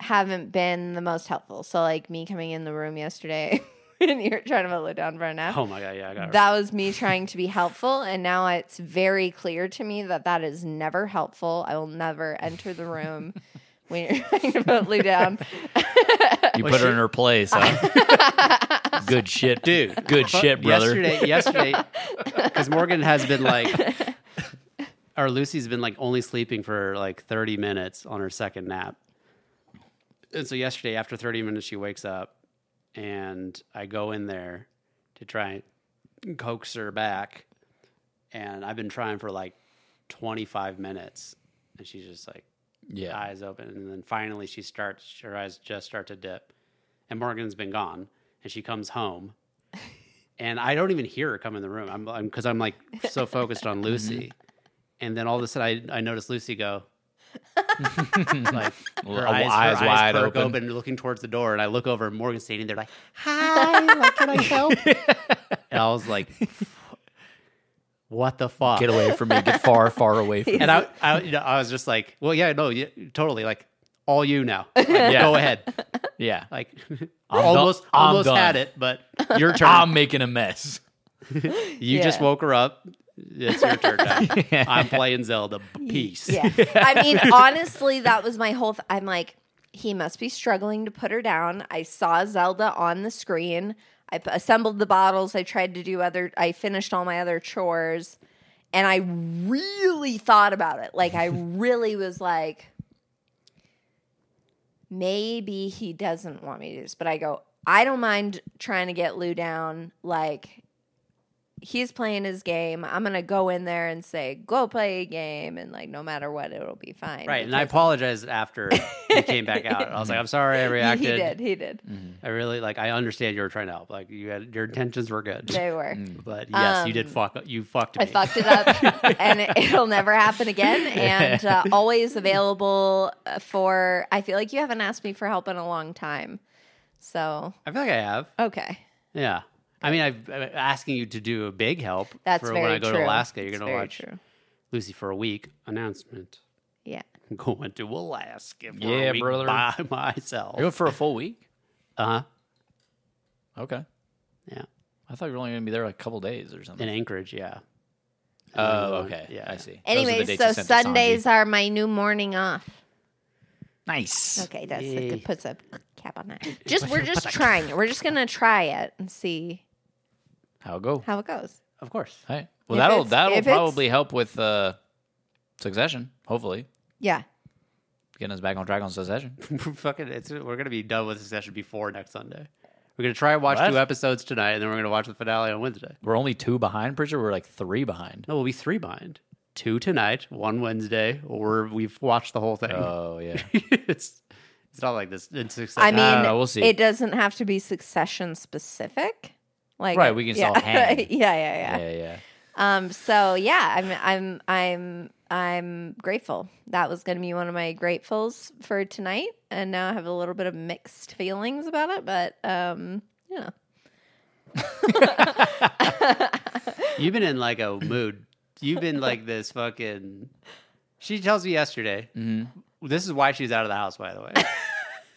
S5: haven't been the most helpful. So like me coming in the room yesterday and you're trying to look down for a nap.
S2: Oh my god, yeah, I got it.
S5: that was me trying to be helpful and now it's very clear to me that that is never helpful i will never enter the room when you're trying to put lou down Oh,
S3: You
S2: Well,
S3: put her
S2: she-
S3: in her place, huh? Good shit,
S2: dude.
S3: Good
S2: Fu-
S3: shit, brother.
S2: Yesterday, yesterday, because Morgan has been like, or Lucy's been like only sleeping for like 30 minutes on her second nap. And so yesterday, after 30 minutes, she wakes up and I go in there to try and coax her back. And I've been trying for like 25 minutes and she's just like,
S3: Yeah.
S2: eyes open, and then finally she starts. Her eyes just start to dip, and Morgan's been gone, and she comes home, and I don't even hear her come in the room. I'm because I'm, like so focused on Lucy, and then all of a sudden I I notice Lucy go. like
S3: Well,
S2: her
S3: uh,
S2: eyes, her
S3: eyes
S2: eyes
S3: wide
S2: perk
S3: open.
S2: looking towards the door, and I look over, and Morgan's standing there, like, "Hi, what can I help?" and I was like, "What the fuck?
S3: Get away from me. Get far, far away from me.
S2: and I, I, you know, I was just like, well, yeah, no, yeah, totally, like all you now. Like, Go ahead.
S3: Yeah.
S2: Like
S3: done-
S2: almost,
S3: I'm
S2: almost
S3: done.
S2: had it, but your turn.
S3: I'm making a mess.
S2: you just
S5: Yeah.
S2: woke her up. It's your turn. Now. I'm playing Zelda. Peace.
S5: yeah i mean honestly that was my whole th- i'm like He must be struggling to put her down. I saw Zelda on the screen. I p- assembled the bottles. I tried to do other, I finished all my other chores. And I really thought about it. Like, I really was like, maybe he doesn't want me to do this. But I go, I don't mind trying to get Lou down. Like, he's playing his game. I'm going to go in there and say, go play a game. And, like, no matter what, it'll be fine.
S2: Right, and I apologized after he came back out. I was like, "I'm sorry, I
S5: Because-
S2: reacted.
S5: He did. He did.
S3: Mm.
S2: I really like. I understand you were trying to help. Like you had your intentions were good,
S5: They were.
S3: Mm.
S2: but yes, you did
S5: Um,
S2: fuck. You fucked me.
S5: I fucked it up, and it, it'll never happen again. And uh, always available uh, for. I feel like you haven't asked me for help in a long time, so
S2: I feel like I have.
S5: okay,
S2: Yeah. I mean, I've, I'm asking you to do a big help
S5: that's
S2: for
S5: very
S2: when I go
S5: true.
S2: to Alaska. You're
S5: It's
S2: going to
S5: very
S2: watch
S5: true.
S2: Lucy for a week. Announcement.
S5: Yeah,
S2: I'm going to Alaska for
S3: Yeah,
S2: a week
S3: brother.
S2: by myself.
S3: You're for a full week.
S2: Uh-huh.
S3: Okay.
S2: Yeah.
S3: I thought you were only going to be there like a couple days or something.
S2: In Anchorage, yeah.
S3: oh,
S2: Another one.
S3: okay.
S2: Yeah.
S3: I see. Those are the
S5: Anyway,
S3: dates
S5: so
S3: you sent to Sanji.
S5: Sundays are my new morning off.
S3: Nice.
S5: Okay, that's
S2: Yay.
S5: that puts a cap on that. Just we're just trying it. We're just gonna try it and see
S3: How go?
S5: how it goes.
S2: Of course.
S3: All right. Well,
S5: If
S3: that'll
S5: it's-
S3: that'll
S5: if it's-
S3: probably help with uh, Succession. Hopefully,
S5: Yeah,
S3: getting us back on track on Succession.
S2: we're fucking, it's, we're going to be done with the session before next Sunday. We're going to try and watch
S3: What?
S2: two episodes tonight, and then we're going to watch the finale on Wednesday.
S3: We're only two behind. Pretty sure we're like three behind.
S2: No, we'll be three behind. Two tonight, one Wednesday, or we've watched the whole thing.
S3: Oh yeah.
S2: it's, it's not like this. It's
S5: I mean,
S3: know, we'll see.
S5: it doesn't have to be succession specific. Like,
S3: Right, we can
S5: yeah.
S3: still hang.
S5: yeah, yeah, yeah.
S3: yeah, yeah.
S5: Um, so yeah, I'm I'm I'm I'm grateful. That was going to be one of my gratefuls for tonight, and now I have a little bit of mixed feelings about it, but um, you know,
S2: You've been in like a mood. You've been like this fucking. She tells me yesterday. This is why she's out of the house, by the way.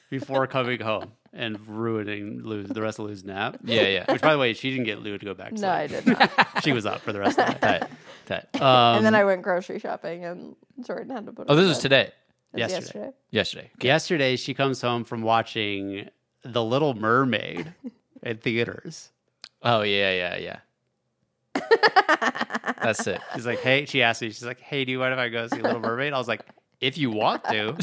S2: Before coming home and ruining Lou's, the rest of Lou's nap.
S3: Yeah, yeah.
S2: Which, by the way, she didn't get Lou to go back. To
S5: no, I
S2: sleep.
S5: did not.
S2: She was up for the rest of the night.
S3: Tight, tight.
S2: Um,
S5: and then I went grocery shopping, and Jordan had to put.
S3: Oh,
S5: him
S3: this
S5: to
S3: was
S5: bed.
S3: today.
S5: It was
S2: yesterday.
S3: Yesterday.
S2: yesterday, she comes home from watching The Little Mermaid at theaters.
S3: Oh yeah, yeah, yeah. That's it.
S2: She's like, "Hey," she asked me. She's like, "Hey, do you mind if I go see Little Mermaid?" I was like, "If you want to."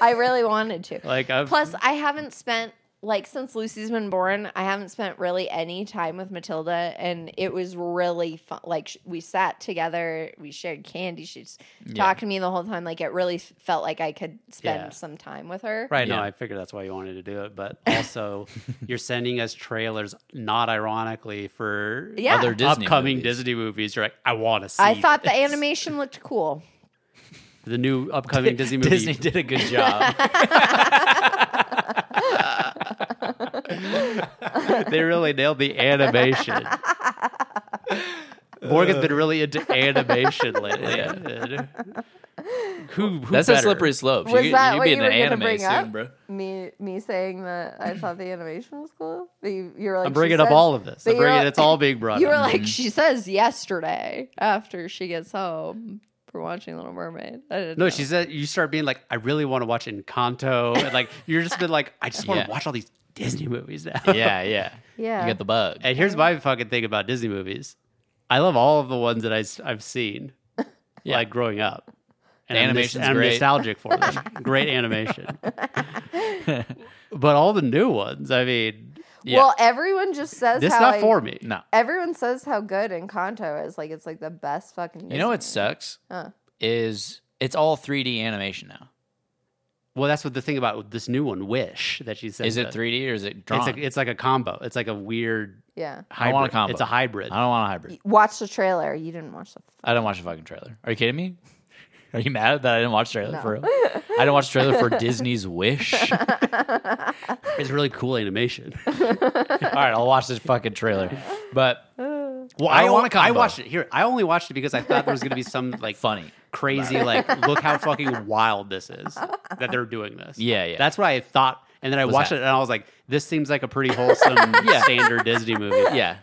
S5: I really wanted to.
S2: Like, I've,
S5: Plus, I haven't spent like since Lucy's been born, I haven't spent really any time with Matilda, and it was really fun. Like sh- we sat together, we shared candy. She's talked to me the whole time. Like it really f- felt like I could spend
S2: Yeah.
S5: some time with her.
S2: Right. No,
S3: Yeah.
S2: I figured that's why you wanted to do it. But also, you're sending us trailers, not ironically, for
S5: Yeah.
S3: Other Disney
S2: upcoming
S3: movies.
S2: Disney movies. You're like, I want to see.
S5: I thought the
S2: this."
S5: animation looked cool.
S2: the new upcoming Disney movie.
S3: Disney did a good job.
S2: they really nailed the animation. Uh. Morgan's been really into animation lately.
S3: Yeah.
S2: And Who, who
S3: That's a
S2: better?
S3: slippery slope.
S5: Was
S3: you,
S5: that
S3: would
S5: what
S3: be
S5: you
S3: in
S5: were
S3: the
S5: gonna
S3: anime
S5: bring
S3: soon,
S5: up?
S3: bro.
S5: Me, me saying that I thought the animation was cool. But you, you were like,
S2: I'm
S5: she
S2: bringing up
S5: said-
S2: all of this.
S5: but
S2: I'm
S5: you were
S2: bringing
S5: like-
S2: it's all being brought.
S5: You were
S2: up.
S5: like, she says yesterday after she gets home for watching Little Mermaid. I didn't
S2: No,
S5: know.
S2: she said you start being like, I really want to watch Encanto, and like you're just been like, I just want
S3: Yeah.
S2: to watch all these Disney movies now.
S3: Yeah, yeah.
S5: Yeah.
S3: You got the bug.
S2: And here's my fucking thing about Disney movies. I love all of the ones that I, have seen,
S3: Yeah.
S2: like growing up. And
S3: The
S2: I'm nos-
S3: animation's
S2: I'm
S3: great.
S2: nostalgic for them. great animation. but all the new ones, I mean,
S3: Yeah.
S5: Well, everyone just says
S2: this
S5: how
S2: not
S5: I-
S2: for me.
S3: no.
S5: Everyone says how good Encanto is. Like it's like the best fucking.
S3: You know what sucks
S5: Huh.
S3: is it's all 3D animation now.
S2: Well, that's what the thing about this new one, Wish, that she said.
S3: Is it
S2: that-
S3: 3D or is it drawn?
S2: It's, a, it's like a combo. It's like a weird
S5: Yeah.
S2: hybrid.
S3: want a combo.
S2: It's a hybrid.
S3: I don't want a hybrid.
S5: Watch the trailer. You didn't watch the.
S3: I didn't watch the fucking trailer. Are you kidding me? Are you mad that I didn't watch the trailer
S5: No.
S3: for real? I didn't watch the trailer for Disney's Wish. All
S2: It's really cool animation.
S3: right, I'll watch this fucking trailer. But
S2: Well,
S3: I
S2: I,
S3: don't want a
S2: I
S3: combo.
S2: watched it here. I only watched it because I thought there was going to be some like
S3: funny.
S2: crazy like look how fucking wild this is that they're doing this.
S3: Yeah, yeah.
S2: That's what I thought, and then I watched
S3: that?
S2: it and I was like, this seems like a pretty wholesome standard Disney movie.
S3: Yeah.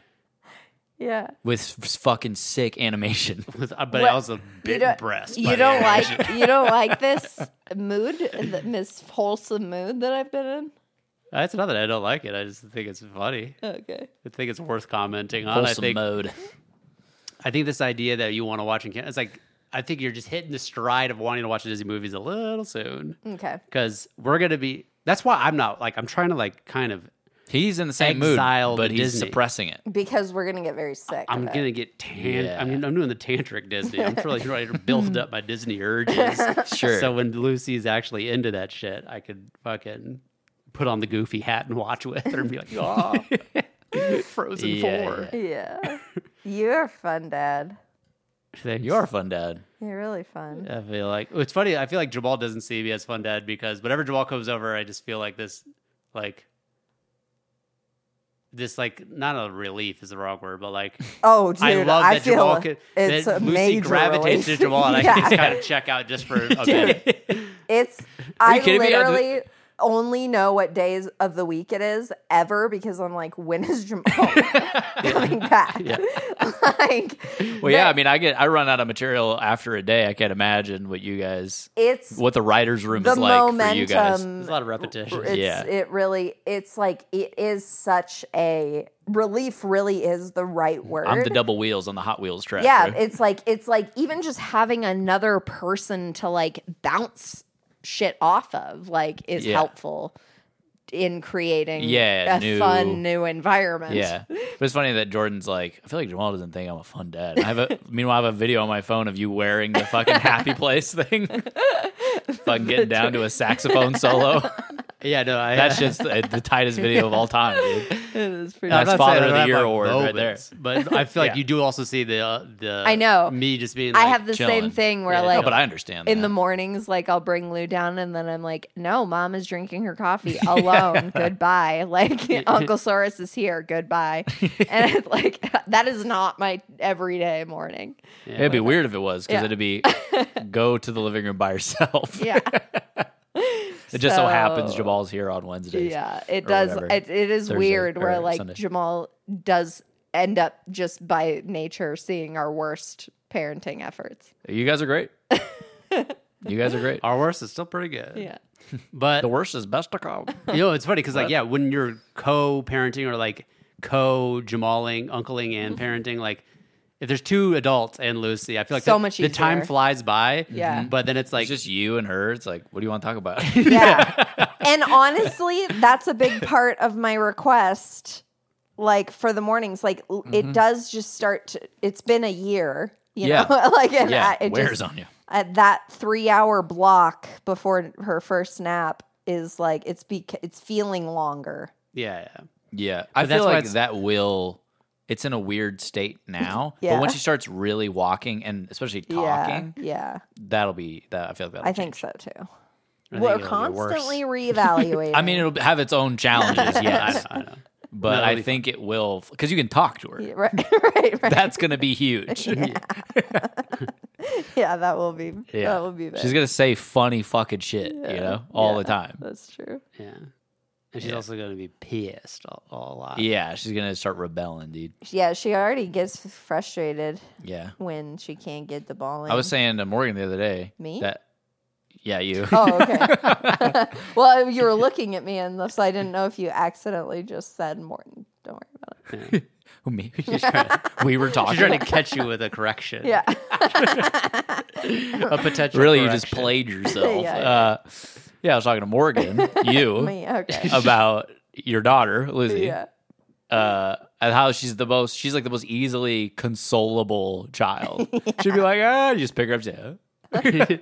S5: Yeah.
S3: with s- fucking sick animation.
S2: With, uh, but
S5: What-
S2: also big
S5: don't-
S2: breast. by
S5: You
S2: the end.
S5: don't like you don't like this mood, th- this wholesome mood that I've been in.
S2: That's not that I don't like it. I just think it's funny.
S5: Okay.
S2: I think it's worth commenting on. I
S3: Wholesome
S2: think
S3: mode.
S2: I think this idea that you want to watch in Canada, it's like I think you're just hitting the stride of wanting to watch the Disney movies a little soon
S5: Okay.
S2: because we're gonna be. That's why I'm not like I'm trying to like kind of.
S3: He's in the same
S2: Exile
S3: mood, but
S2: to
S3: he's
S2: Disney.
S3: suppressing it.
S5: Because we're gonna get very sick.
S2: I'm
S5: of it.
S2: gonna get tan.
S3: Yeah.
S2: I mean, I'm doing the tantric Disney. I'm really trying to build up my Disney urges.
S3: Sure.
S2: So when Lucy's actually into that shit, I could fucking put on the goofy hat and watch with her and be like, oh, Frozen
S3: Yeah,
S2: Four.
S3: yeah.
S5: Yeah. You're fun, Dad.
S2: Thanks.
S3: you are fun, Dad.
S5: You're really fun.
S2: I feel like it's funny. I feel like Jamal doesn't see me as fun dad because whenever Jamal comes over, I just feel like this, like this, like not a relief is the wrong word, but like
S5: Oh, dude,
S2: I love that
S5: feel
S2: Jamal can,
S5: it's
S2: that
S5: a
S2: Lucy
S5: major
S2: gravitates to
S5: relief.
S2: Jamal, and I
S5: Yeah.
S2: can just kind of check out just for a minute.
S5: It's
S3: Are
S5: I
S3: you kidding me? I did-
S5: literally only know what days of the week it is ever because I'm like, when is Jamal coming back? like,
S3: Well, yeah, I mean, I get I run out of material after a day. I can't imagine what you guys,
S5: it's
S3: what the writers' room
S5: the
S3: is like for you guys.
S5: momentum.
S2: There's a lot of repetition.
S5: It's,
S3: Yeah.
S5: It really, it's like, it is such a relief, really is the right word.
S3: I'm the double wheels on the Hot Wheels track.
S5: yeah
S3: right?
S5: it's like it's like even just having another person to like bounce shit off of like is
S3: Yeah.
S5: helpful in creating
S3: Yeah,
S5: a
S3: new-
S5: fun new environment
S3: yeah. But it's funny that Jordan's like, I feel like Jamal doesn't think I'm a fun dad. I have a meanwhile, I have a video on my phone of you wearing the fucking happy place thing, fucking getting down to a saxophone solo.
S2: Yeah, no, I,
S3: That's just the, the tightest video of all time. dude.
S5: it is pretty
S3: That's
S2: I'm not saying
S3: Father
S2: I
S3: of
S2: don't
S3: the
S2: have,
S3: Year
S2: like,
S3: award right there.
S2: moments, But I feel like
S3: Yeah.
S2: you do also see the uh, the
S5: I know.
S2: me just being. Like,
S5: i have the
S3: chilling.
S5: same thing where
S2: Yeah,
S5: like
S3: No, but I understand.
S5: in
S3: that.
S5: the mornings like i'll bring lou down and then i'm like no mom is drinking her coffee alone goodbye like uncle Soros is here goodbye and it's like that is not my everyday morning
S2: Yeah,
S3: It'd be
S2: like,
S3: weird if it was because
S5: Yeah.
S3: it'd be go to the living room by yourself.
S5: yeah
S3: It just so, happens
S5: So-
S3: Jamal's here on Wednesdays.
S5: Yeah, it
S3: or
S5: does.
S3: whatever,
S5: It, it is
S3: Thursday
S5: weird where
S3: or
S5: like
S3: Sunday.
S5: Jamal does end up just by nature seeing our worst parenting efforts.
S3: You guys are great. you guys are great.
S2: Our worst is still pretty good.
S5: Yeah.
S2: But
S3: The worst is best to come.
S2: you know, it's funny because like yeah, when you're co-parenting or like co-Jamaling, uncling, and
S5: Mm-hmm.
S2: parenting, like if there's two adults and Lucy, I feel like
S5: So
S2: the,
S5: much
S2: the time
S5: easier.
S2: flies by.
S5: Yeah.
S2: but then it's like
S3: It's just you and her. It's like, what do you want to talk about?
S5: Yeah. and honestly, that's a big part of my request like for the mornings like l- it does just start to, it's been a year, you
S3: Yeah.
S5: know, like and
S3: yeah,
S5: I, it
S3: wears
S5: just,
S3: on you.
S5: at that three hour block before her first nap is like it's be it's feeling longer.
S2: yeah, yeah.
S3: Yeah, I
S2: that's
S3: feel
S2: why
S3: like
S2: it's-
S3: that will. It's in a weird state now,
S5: Yeah.
S3: but once she starts really walking and especially talking,
S5: Yeah. Yeah.
S3: that'll be that. I feel like that.
S5: I think so too.
S2: I think
S5: We're
S2: it'll get
S5: constantly
S2: worse.
S5: reevaluating.
S3: I mean, it'll have its own challenges,
S2: I
S3: yes,
S2: know, I know.
S3: but
S2: No,
S3: I
S2: it'll be
S3: think it will because you can talk to her.
S5: Yeah, right, right, right.
S3: That's gonna be huge.
S5: yeah, that will be.
S3: Yeah.
S5: that will be. Big.
S3: She's gonna say funny fucking shit, you know, all the
S5: Yeah,
S3: time.
S5: That's true.
S2: Yeah, and she's also going to be pissed a, a lot.
S3: Yeah, she's gonna start rebelling, dude.
S5: Yeah, she already gets frustrated
S3: Yeah,
S5: when she can't get the ball in.
S3: I was saying to Morgan the other day
S5: Me?
S3: that. Yeah, you.
S5: Oh, okay. well, you were looking at me, and thus I didn't know if you accidentally just said Morton. Don't worry about it.
S3: Me. we were talking.
S2: She's trying to catch you with a correction.
S5: Yeah.
S2: a potential.
S3: really you just
S2: correction.
S3: played yourself
S5: Yeah.
S3: uh, yeah i was talking to morgan you
S5: me. Okay.
S3: about your daughter lizzie
S5: yeah.
S3: uh, and how she's the most she's like the most easily consolable child she'd be like ah you just pick her up and, say, "Huh?"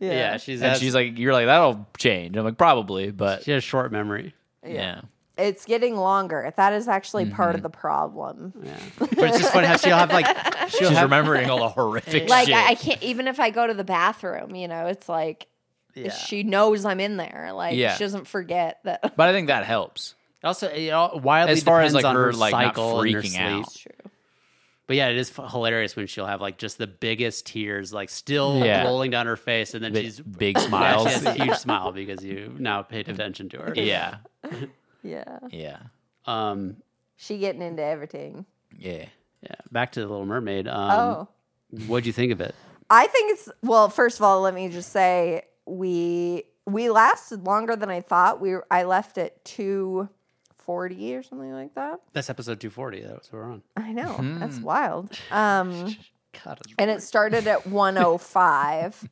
S5: Yeah.
S2: Yeah, she's
S3: and she's like you're like that'll change i'm like probably but
S2: she has short memory.
S3: yeah
S5: It's getting longer. That is actually part of the problem.
S2: Yeah, but it's just funny how she'll have like she'll
S3: she's
S2: have
S3: remembering all the horrific
S5: like
S3: shit
S5: I, I can't even if I go to the bathroom, you know, it's like she knows I'm in there. Like
S3: Yeah.
S5: she doesn't forget that.
S3: but i think that helps
S2: Also, it all wildly
S3: As far as,
S2: depends
S3: like,
S2: on
S3: her,
S2: her,
S3: like, not
S2: cycle and her
S3: freaking
S2: sleep.
S3: out.
S5: That's true.
S2: But yeah, it is f- hilarious when she'll have like just the biggest tears, like still
S3: Yeah.
S2: rolling down her face, and then
S3: Big-
S2: she's
S3: big
S2: Yeah, she
S3: smiles.
S2: has a huge smile because you now paid attention to her.
S3: yeah
S5: Yeah.
S3: yeah
S2: Um.
S5: She getting into everything.
S3: yeah
S2: Yeah, back to the Little Mermaid. Um,
S3: Mm-hmm.
S5: oh.
S2: what'd you think of it?
S5: I think it's well. First of all, let me just say we we lasted longer than I thought. We were- I left at two forty or something like that.
S2: That's episode 240. That's what we're on.
S5: I know Oh, that's
S3: Hmm.
S5: wild. Um,
S2: God,
S5: and it started at one oh five.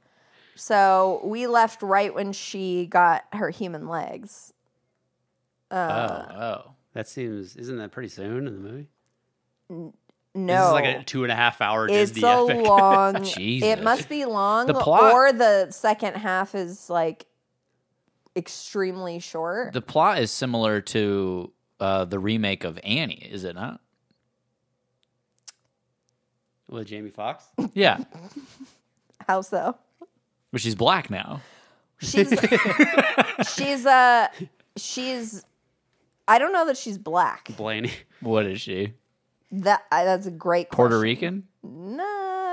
S5: So we left right when she got her human legs. Uh,
S3: oh,
S2: that seems isn't that pretty soon in the movie?
S5: no,
S2: This is like a two and a half hour
S5: it's
S2: Disney
S5: a
S2: epic.
S3: Uh,
S5: long.
S3: Jesus.
S5: It must be long,
S3: The plot-
S5: or the second half is like extremely short.
S3: the plot is similar to uh, the remake of Annie, is it not?
S2: with Jamie Foxx.
S3: Yeah,
S5: How so?
S3: but she's black now.
S5: She's she's uh she's I don't know that she's black.
S2: Blaney.
S3: What is she?
S5: That I, that's a great
S3: Puerto
S5: question.
S3: Rican?
S5: No,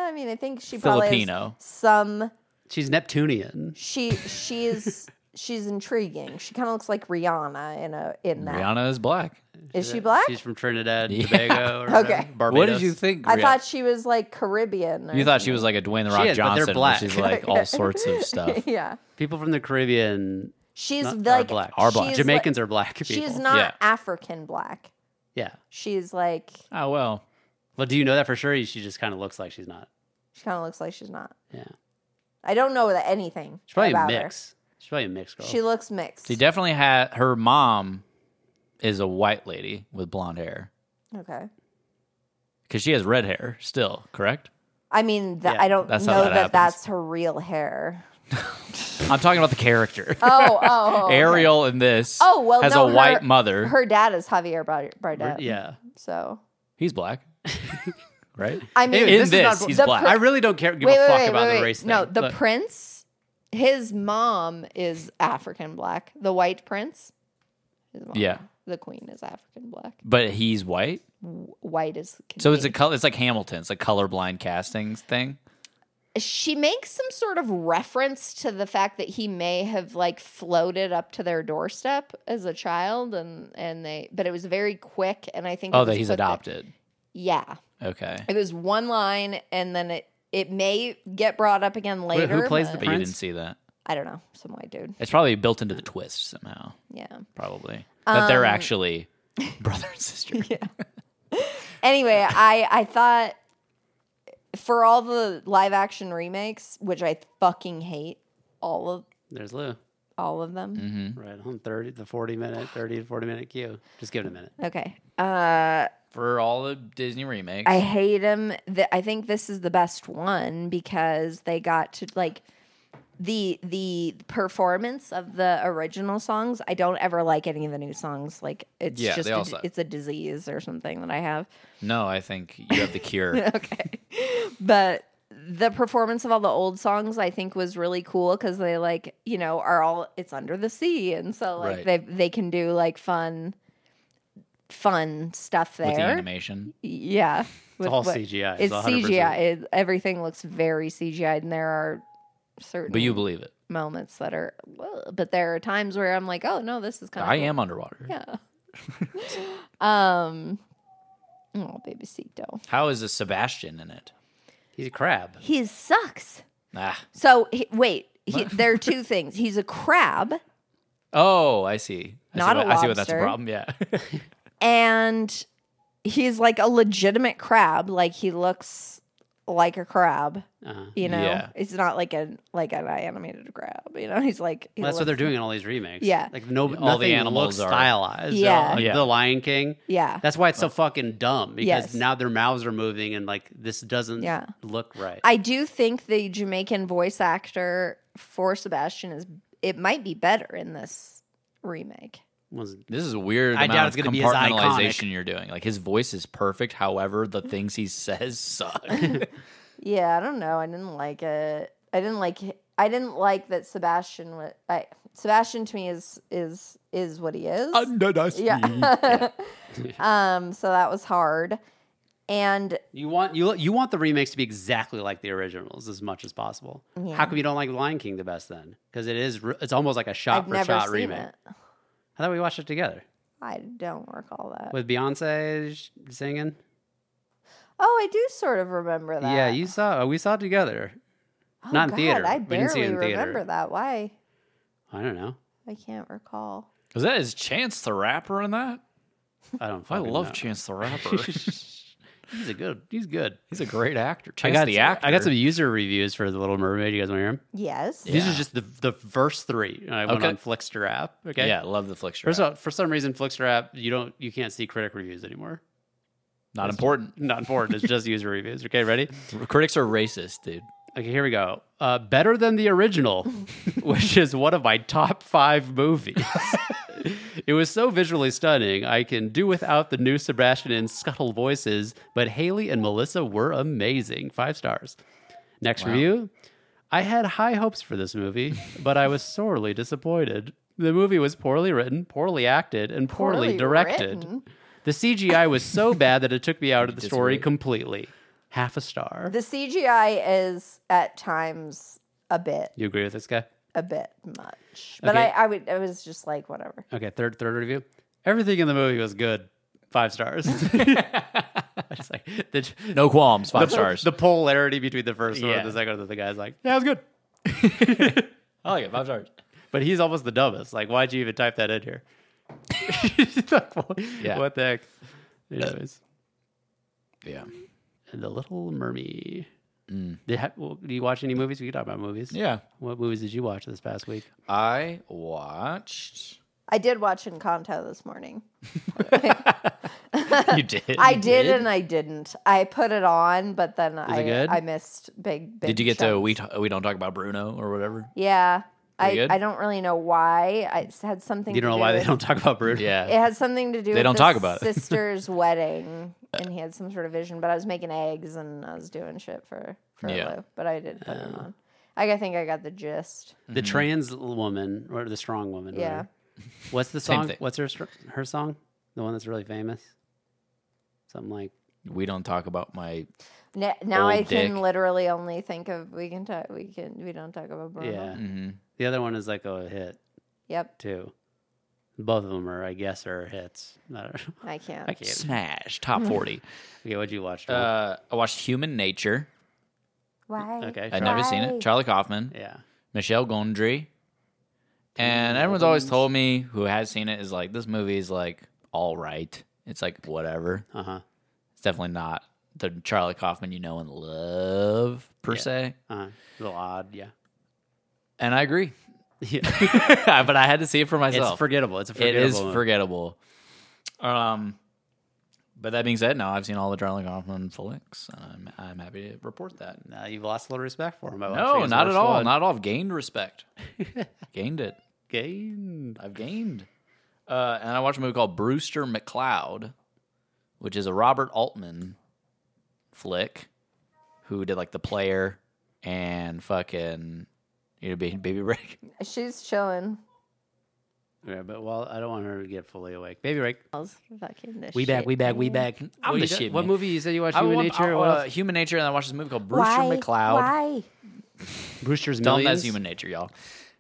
S5: I mean I think she probably
S3: Filipino.
S5: has some
S2: She's Neptunian.
S5: she she's she's intriguing. She kind of looks like Rihanna in a in that. Is
S3: Rihanna is black.
S5: she black?
S2: She's from Trinidad,
S3: Yeah.
S2: Tobago. Or
S5: Okay.
S2: whatever, Barbados.
S3: What did you think?
S5: I
S3: Rih-
S5: thought she was like Caribbean. or
S3: you thought she was like a Dwayne the Rock
S2: is, but they're
S3: Johnson. where
S2: black.
S3: She's like all sorts of stuff.
S5: yeah.
S2: People from the Caribbean
S5: She's
S2: not,
S5: like
S2: are black.
S3: Are black.
S5: she's
S2: Jamaicans are black people.
S5: Like, she's not
S3: Yeah.
S5: African black.
S2: Yeah.
S5: She's like
S3: Oh well,
S2: Well, do you know that for sure? She just kind of looks like she's not.
S5: she kind of looks like she's not.
S2: Yeah.
S5: I don't know that anything.
S2: She's probably a
S5: about her.
S2: mix. She's probably a mixed girl.
S5: She looks mixed.
S3: she definitely had her mom is a white lady with blonde hair
S5: okay.
S3: because she has red hair still. Correct?
S5: I mean, th-
S2: Yeah,
S5: I don't
S3: that's how
S5: know
S3: that
S5: that,
S3: happens.
S5: that's her real hair.
S3: I'm talking about the character.
S5: Oh, oh, okay.
S3: Ariel in this.
S5: Oh, well,
S3: has
S5: no,
S3: a
S5: her-
S3: white mother.
S5: Her dad is Javier Bard- Bardem.
S2: yeah.
S5: So
S3: He's black, right?
S5: I mean,
S2: Anyway,
S3: In
S2: this
S3: this,
S2: is not-
S3: he's
S5: the
S3: black.
S5: pr-
S2: I really don't care. Give
S5: wait,
S2: a
S5: wait,
S2: fuck
S5: wait,
S2: about
S5: wait,
S2: the
S5: wait.
S2: race
S5: No,
S2: thing.
S5: the
S2: Look,
S5: prince, his mom is African black. The white prince. His mom.
S3: Yeah.
S5: The queen is African black.
S3: but he's white.
S5: W- White is.
S3: So it's a
S5: Canadian.
S3: color. It's like Hamilton. It's a colorblind castings thing.
S5: she makes some sort of reference to the fact that he may have like floated up to their doorstep as a child and and they but it was very quick and i think it
S3: Oh, that
S5: was
S3: he's
S5: put there-
S3: adopted.
S5: yeah
S3: Okay.
S5: it was one line and then it it may get brought up again
S2: who
S5: later
S2: plays the
S3: But
S5: but
S3: you didn't
S2: Prince?
S3: see that.
S5: i don't know some white dude
S3: It's probably built into the twist somehow.
S5: yeah
S3: Probably that they're
S5: Um,
S3: actually brother and sister.
S5: anyway i i thought for all the live action remakes which i fucking hate all of
S2: there's Lou.
S5: all of them
S3: hmm
S2: Right on 30, the 40 minute, 30 to 40 minute queue. Just give it a minute.
S5: okay uh
S3: For all the Disney remakes,
S5: I hate him. The, I think this is the best one because they got to like the the performance of the original songs. I don't ever like any of the new songs. Like it's
S3: Yeah,
S5: just
S3: they
S5: a
S3: all
S5: d-
S3: suck.
S5: it's a disease or something that I have.
S3: no, I think you have the cure.
S5: okay, but the performance of all the old songs I think was really cool because they like you know are all it's under the sea and so like
S3: Right.
S5: they they can do like fun fun stuff there.
S3: with the animation.
S5: Yeah.
S2: It's all CGI.
S5: It's
S2: 100%.
S5: CGI. It, everything looks very CGI, and there are certain
S3: But you believe it.
S5: moments that are. "Whoa," But there are times where I'm like, oh no, this is kind of.
S3: I am underwater.
S5: Yeah. um. Oh, baby Sito.
S3: How is a Sebastian in it?
S2: He's a crab.
S5: He sucks.
S3: Ah.
S5: So he, wait, he, there are two things. He's a crab,
S3: Oh, I see. I
S5: Not
S3: see what,
S5: a
S3: I see what that's a
S5: lobster.
S3: problem. Yeah.
S5: and he's like a legitimate crab. Like he looks like a crab.
S2: Uh,
S5: You know,
S3: Yeah.
S5: it's not like an like an animated crab. You know, he's like he
S2: well, that's what
S5: looks-
S2: they're doing in all these remakes.
S5: Yeah.
S2: Like no,
S3: the
S2: all the animals looks
S3: animals are-
S2: stylized.
S5: Yeah.
S2: Like,
S3: Yeah. Oh.
S2: The Lion King.
S5: Yeah.
S2: That's why it's so fucking dumb because
S5: Yes.
S2: now their mouths are moving and like this doesn't
S5: Yeah.
S2: look right.
S5: I do think the Jamaican voice actor for Sebastian is it might be better in this remake.
S2: Was-
S3: This is a weird
S2: I
S3: amount
S2: doubt
S3: of
S2: it's gonna be as
S3: compartmentalization you're doing. Like his voice is perfect. However, the things he says suck.
S5: Yeah, I don't know. I didn't like it. I didn't like I didn't like that Sebastian was I, Sebastian to me is is is what he is. yeah. um so that was hard. And
S2: you want you you want the remakes to be exactly like the originals as much as possible.
S5: Yeah.
S2: How come you don't like Lion King the best then? Because it is re- it's almost like a shot
S5: I've
S2: for
S5: never
S2: shot
S5: seen
S2: remake.
S5: it.
S2: I thought we watched it together
S5: I don't recall that.
S2: with Beyonce sh- singing.
S4: Oh, I do sort of remember that.
S2: Yeah, you saw. uh, We saw it together.
S4: Oh,
S2: not in
S4: God,
S2: theater.
S4: I
S2: We
S4: barely
S2: didn't see it in theater.
S4: remember that. Why?
S2: I don't know.
S4: I can't recall.
S3: Was that his Chance the Rapper in that?
S2: I don't.
S3: I
S2: fucking
S3: love
S2: know.
S3: Chance the Rapper.
S2: He's a good. He's good.
S3: He's a great actor.
S2: I
S3: Chance
S2: got
S3: the actor.
S2: I got some user reviews for the Little Mermaid. You guys want to hear them?
S4: Yes.
S2: These
S3: Yeah.
S2: are just the the first three. I went
S3: Okay.
S2: on Flickster app. Okay.
S3: Yeah, love the flick
S2: First of all, for some reason, Flickster app you don't you can't see critic reviews anymore.
S3: Not important.
S2: Not important. it's just user reviews. Okay, ready?
S3: Critics are racist, dude.
S2: Okay, here we go. Uh, better than the original, which is one of my top five movies. it was so visually stunning. I can do without the new Sebastian and Scuttle voices, but Haley and Melissa were amazing. Five stars. Next review. I had high hopes for this movie, but I was sorely disappointed. The movie was poorly written, poorly acted, and poorly,
S4: Poorly
S2: directed.
S4: written?
S2: The CGI was so bad that it took me out of the story
S3: disagree?
S2: completely. Half a star.
S4: The CGI is at times a bit,
S2: you agree with this guy?
S4: a bit much. But
S2: Okay.
S4: I, I would, I was just like, whatever.
S2: Okay, third third review. Everything in the movie was good. Five stars. It's like the,
S3: No qualms. Five
S2: the-
S3: stars.
S2: The polarity between the first one
S3: Yeah.
S2: and the second one, the guy's like, "Yeah, it was good,"
S3: I like it. Five stars.
S2: but he's almost the dumbest. Like, why'd you even type that in here? Like, what,
S3: Yeah.
S2: what the heck? Anyways,
S3: Yeah.
S2: Uh, and the Little Mermaid. Did ha- well, do you watch any movies? We can talk about movies.
S3: Yeah.
S2: What movies did you watch this past week?
S3: I watched.
S4: I did watch Encanto this morning.
S3: You did.
S4: I did, and I didn't. I put it on, but then I
S2: good?
S4: I missed big. big
S3: Did you get
S4: chunks.
S3: to we t- we don't talk about Bruno or whatever?
S4: Yeah, I
S3: good?
S4: I don't really know why. I it had something.
S2: You don't know
S4: to do
S2: why they
S4: with-
S2: don't talk about Bruno.
S4: It
S3: Yeah.
S4: had something to do.
S3: They
S4: with
S3: don't
S4: his
S3: talk about it.
S4: sister's wedding, and he had some sort of vision. But I was making eggs and I was doing shit for for
S3: Yeah.
S4: Lou, but I did put it on. I, I think I got the gist.
S3: Mm-hmm.
S2: The trans woman or the strong woman.
S4: Yeah.
S2: rather. What's the
S3: Same
S2: song?
S3: thing.
S2: What's her str- her song? The one that's really famous. Something like
S3: We don't talk about my.
S4: N- now I
S3: Old
S4: can
S3: dick.
S4: literally only think of we can talk we can we don't talk about Bruno.
S2: yeah.
S3: Mhm.
S2: The other one is like a hit
S4: Yep.
S2: too. Both of them are, I guess, are hits. I don't know.
S4: I can't.
S2: I can't.
S3: Smash top forty.
S2: Okay, what'd you watch? Joel?
S3: uh, I watched Human Nature.
S4: Why?
S2: okay,
S3: I'd never seen
S4: Why?
S3: it. Charlie Kaufman,
S2: yeah.
S3: Michelle Gondry, and everyone's always told me who has seen it is like this movie is like all right. It's like whatever.
S2: Uh huh.
S3: It's definitely not the Charlie Kaufman you know and love per
S2: Yeah.
S3: se.
S2: Uh huh. A little odd. Yeah.
S3: And I agree,
S2: Yeah.
S3: but I had to see it for
S2: it's
S3: myself.
S2: forgettable. It's a
S3: It
S2: forgettable.
S3: is
S2: movie.
S3: forgettable. Um, but that being said, now I've seen all the Charlie Kaufman flicks, and I'm I'm happy to report that.
S2: Now you've lost a little respect for him. by watching
S3: No,
S2: his
S3: not at
S2: worst
S3: all.
S2: one.
S3: Not at all. I've gained respect. gained it.
S2: Gained.
S3: I've gained. Uh, and I watched a movie called Brewster McCloud, which is a Robert Altman flick, who did like The Player and fucking you know Ba- Baby Break.
S4: She's chilling.
S2: Yeah, but well, I don't want her to get fully awake. Baby, break.
S4: Fucking the
S2: We back,
S4: shit
S2: we back, we
S4: man.
S2: back. What
S3: I'm the
S2: you got-
S3: shit,
S2: What
S3: man.
S2: movie you said you watched?
S3: I
S2: Human
S3: want-
S2: Nature.
S3: uh,
S2: What else?
S3: Human Nature, and I watched this movie called Brewster
S4: Why?
S3: McCloud.
S4: Why?
S2: Brewster's
S3: Dumb
S2: Millions.
S3: as Human Nature, y'all.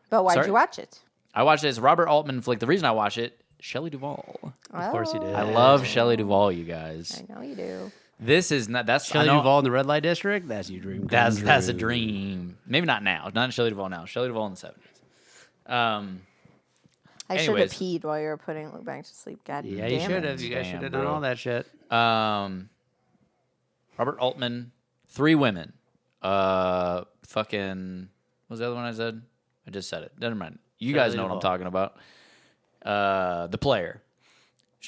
S4: But why'd
S3: Sorry?
S4: you watch it?
S3: I watched this Robert Altman flick. The reason I watch it, Shelley Duvall.
S2: Of course you did.
S3: I love Shelley Duvall, you guys.
S4: I know you do.
S3: This is not that's
S2: Shelley
S3: I know-
S2: Duvall in the Red Light District. That's your dream. come
S3: That's
S2: true.
S3: that's a dream. Maybe not now. Not Shelley Duvall now. Shelley Duvall in the seventies. Um,
S4: I should have
S3: Anyways.
S4: peed while you were putting Luke back to sleep. God
S2: Yeah, you
S4: damn
S2: should
S4: it.
S2: have. You guys
S3: Damn,
S2: should have done
S3: bro.
S2: all that shit.
S3: um, Robert Altman, three women. Uh, fucking. What was the other one I said? I just said it. Never mind. You guys
S2: Shelley
S3: know what I'm
S2: Duvall.
S3: talking about. Uh, the player.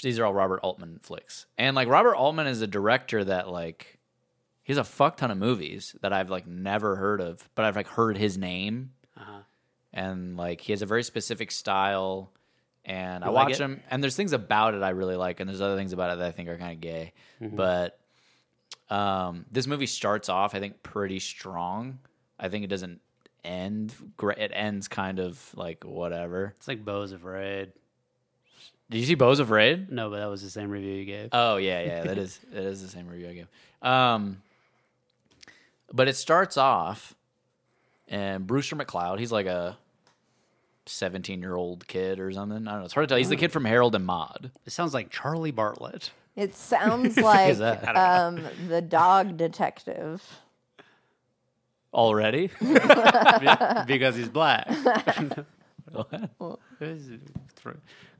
S3: These are all Robert Altman flicks, and like Robert Altman is a director that like. He's a fuck ton of movies that I've like never heard of, but I've like heard his name
S2: Uh-huh.
S3: and like he has a very specific style and i
S2: like
S3: watch
S2: it?
S3: him and there's things about it i really like and there's other things about it that i think are kind of gay
S2: Mm-hmm.
S3: but um this movie starts off i think pretty strong i think it doesn't end great it ends kind of like whatever
S2: It's like Bo's Afraid.
S3: did you see bo's afraid
S2: No, but that was the same review you gave.
S3: Oh yeah, yeah, that is that is the same review I gave. Um, but it starts off, and Brewster McLeod, he's like a seventeen year old kid or something. I don't know. It's hard to tell. He's the kid from Harold and Maude.
S2: It sounds like Charlie Bartlett.
S4: It sounds like
S3: that?
S4: um, the dog detective.
S3: Already?
S2: Be- because he's black.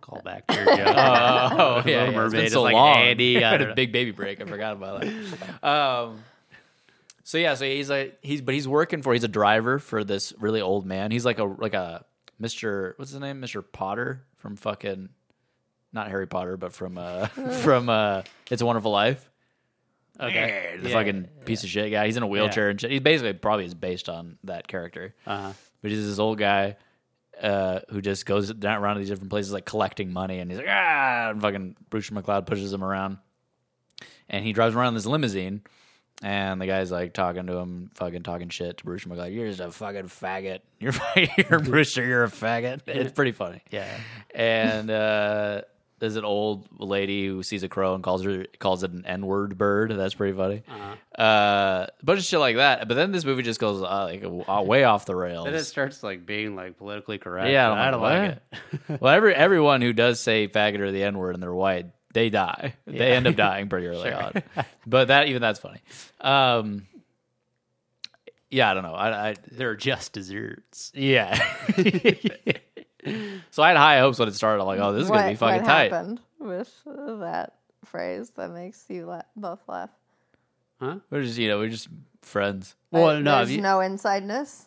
S2: Call back. There you go.
S3: Oh, yeah, yeah. It's
S2: Mermaid
S3: been
S2: is
S3: so
S2: like
S3: long.
S2: Andy, I
S3: I had
S2: don't
S3: a
S2: know.
S3: big baby break. I forgot about that. Um, so yeah, so he's like he's but he's working for he's a driver for this really old man. He's like a like a Mr. What's his name? Mr. Potter from fucking not Harry Potter, but from uh from uh It's a Wonderful Life. Okay, the fucking piece of shit guy. He's in a wheelchair and shit. He basically probably is based on that character.
S2: Uh-huh.
S3: But he's this old guy uh, who just goes down around to these different places like collecting money and he's like ah and fucking Bruce McLeod pushes him around and he drives around in this limousine and the guy's like talking to him fucking talking shit to Bruce McLeod you're just a fucking faggot you're you're Brewster you're a faggot it's pretty funny
S2: Yeah.
S3: and uh, there's an old lady who sees a crow and calls her calls it an N-word bird. That's pretty funny.
S2: Uh-huh.
S3: uh bunch of shit like that. But then this movie just goes uh, like uh, way off the rails.
S2: Then it starts like being like politically correct.
S3: Yeah,
S2: and
S3: I'm
S2: I don't
S3: like,
S2: like it.
S3: what? well, every everyone who does say faggot or the N word and they're white, they die. They end up dying pretty early on. But that even that's funny. Um, yeah, I don't know. I, I
S2: They're just desserts.
S3: yeah. so I had high hopes when it started. I'm like, oh, this is gonna be fucking
S4: what
S3: tight.
S4: happened with that phrase that makes you la- both laugh?
S3: We're just you know we're just friends.
S2: Well,
S4: Uh,
S2: no,
S4: there's
S2: if you-
S4: no insideness.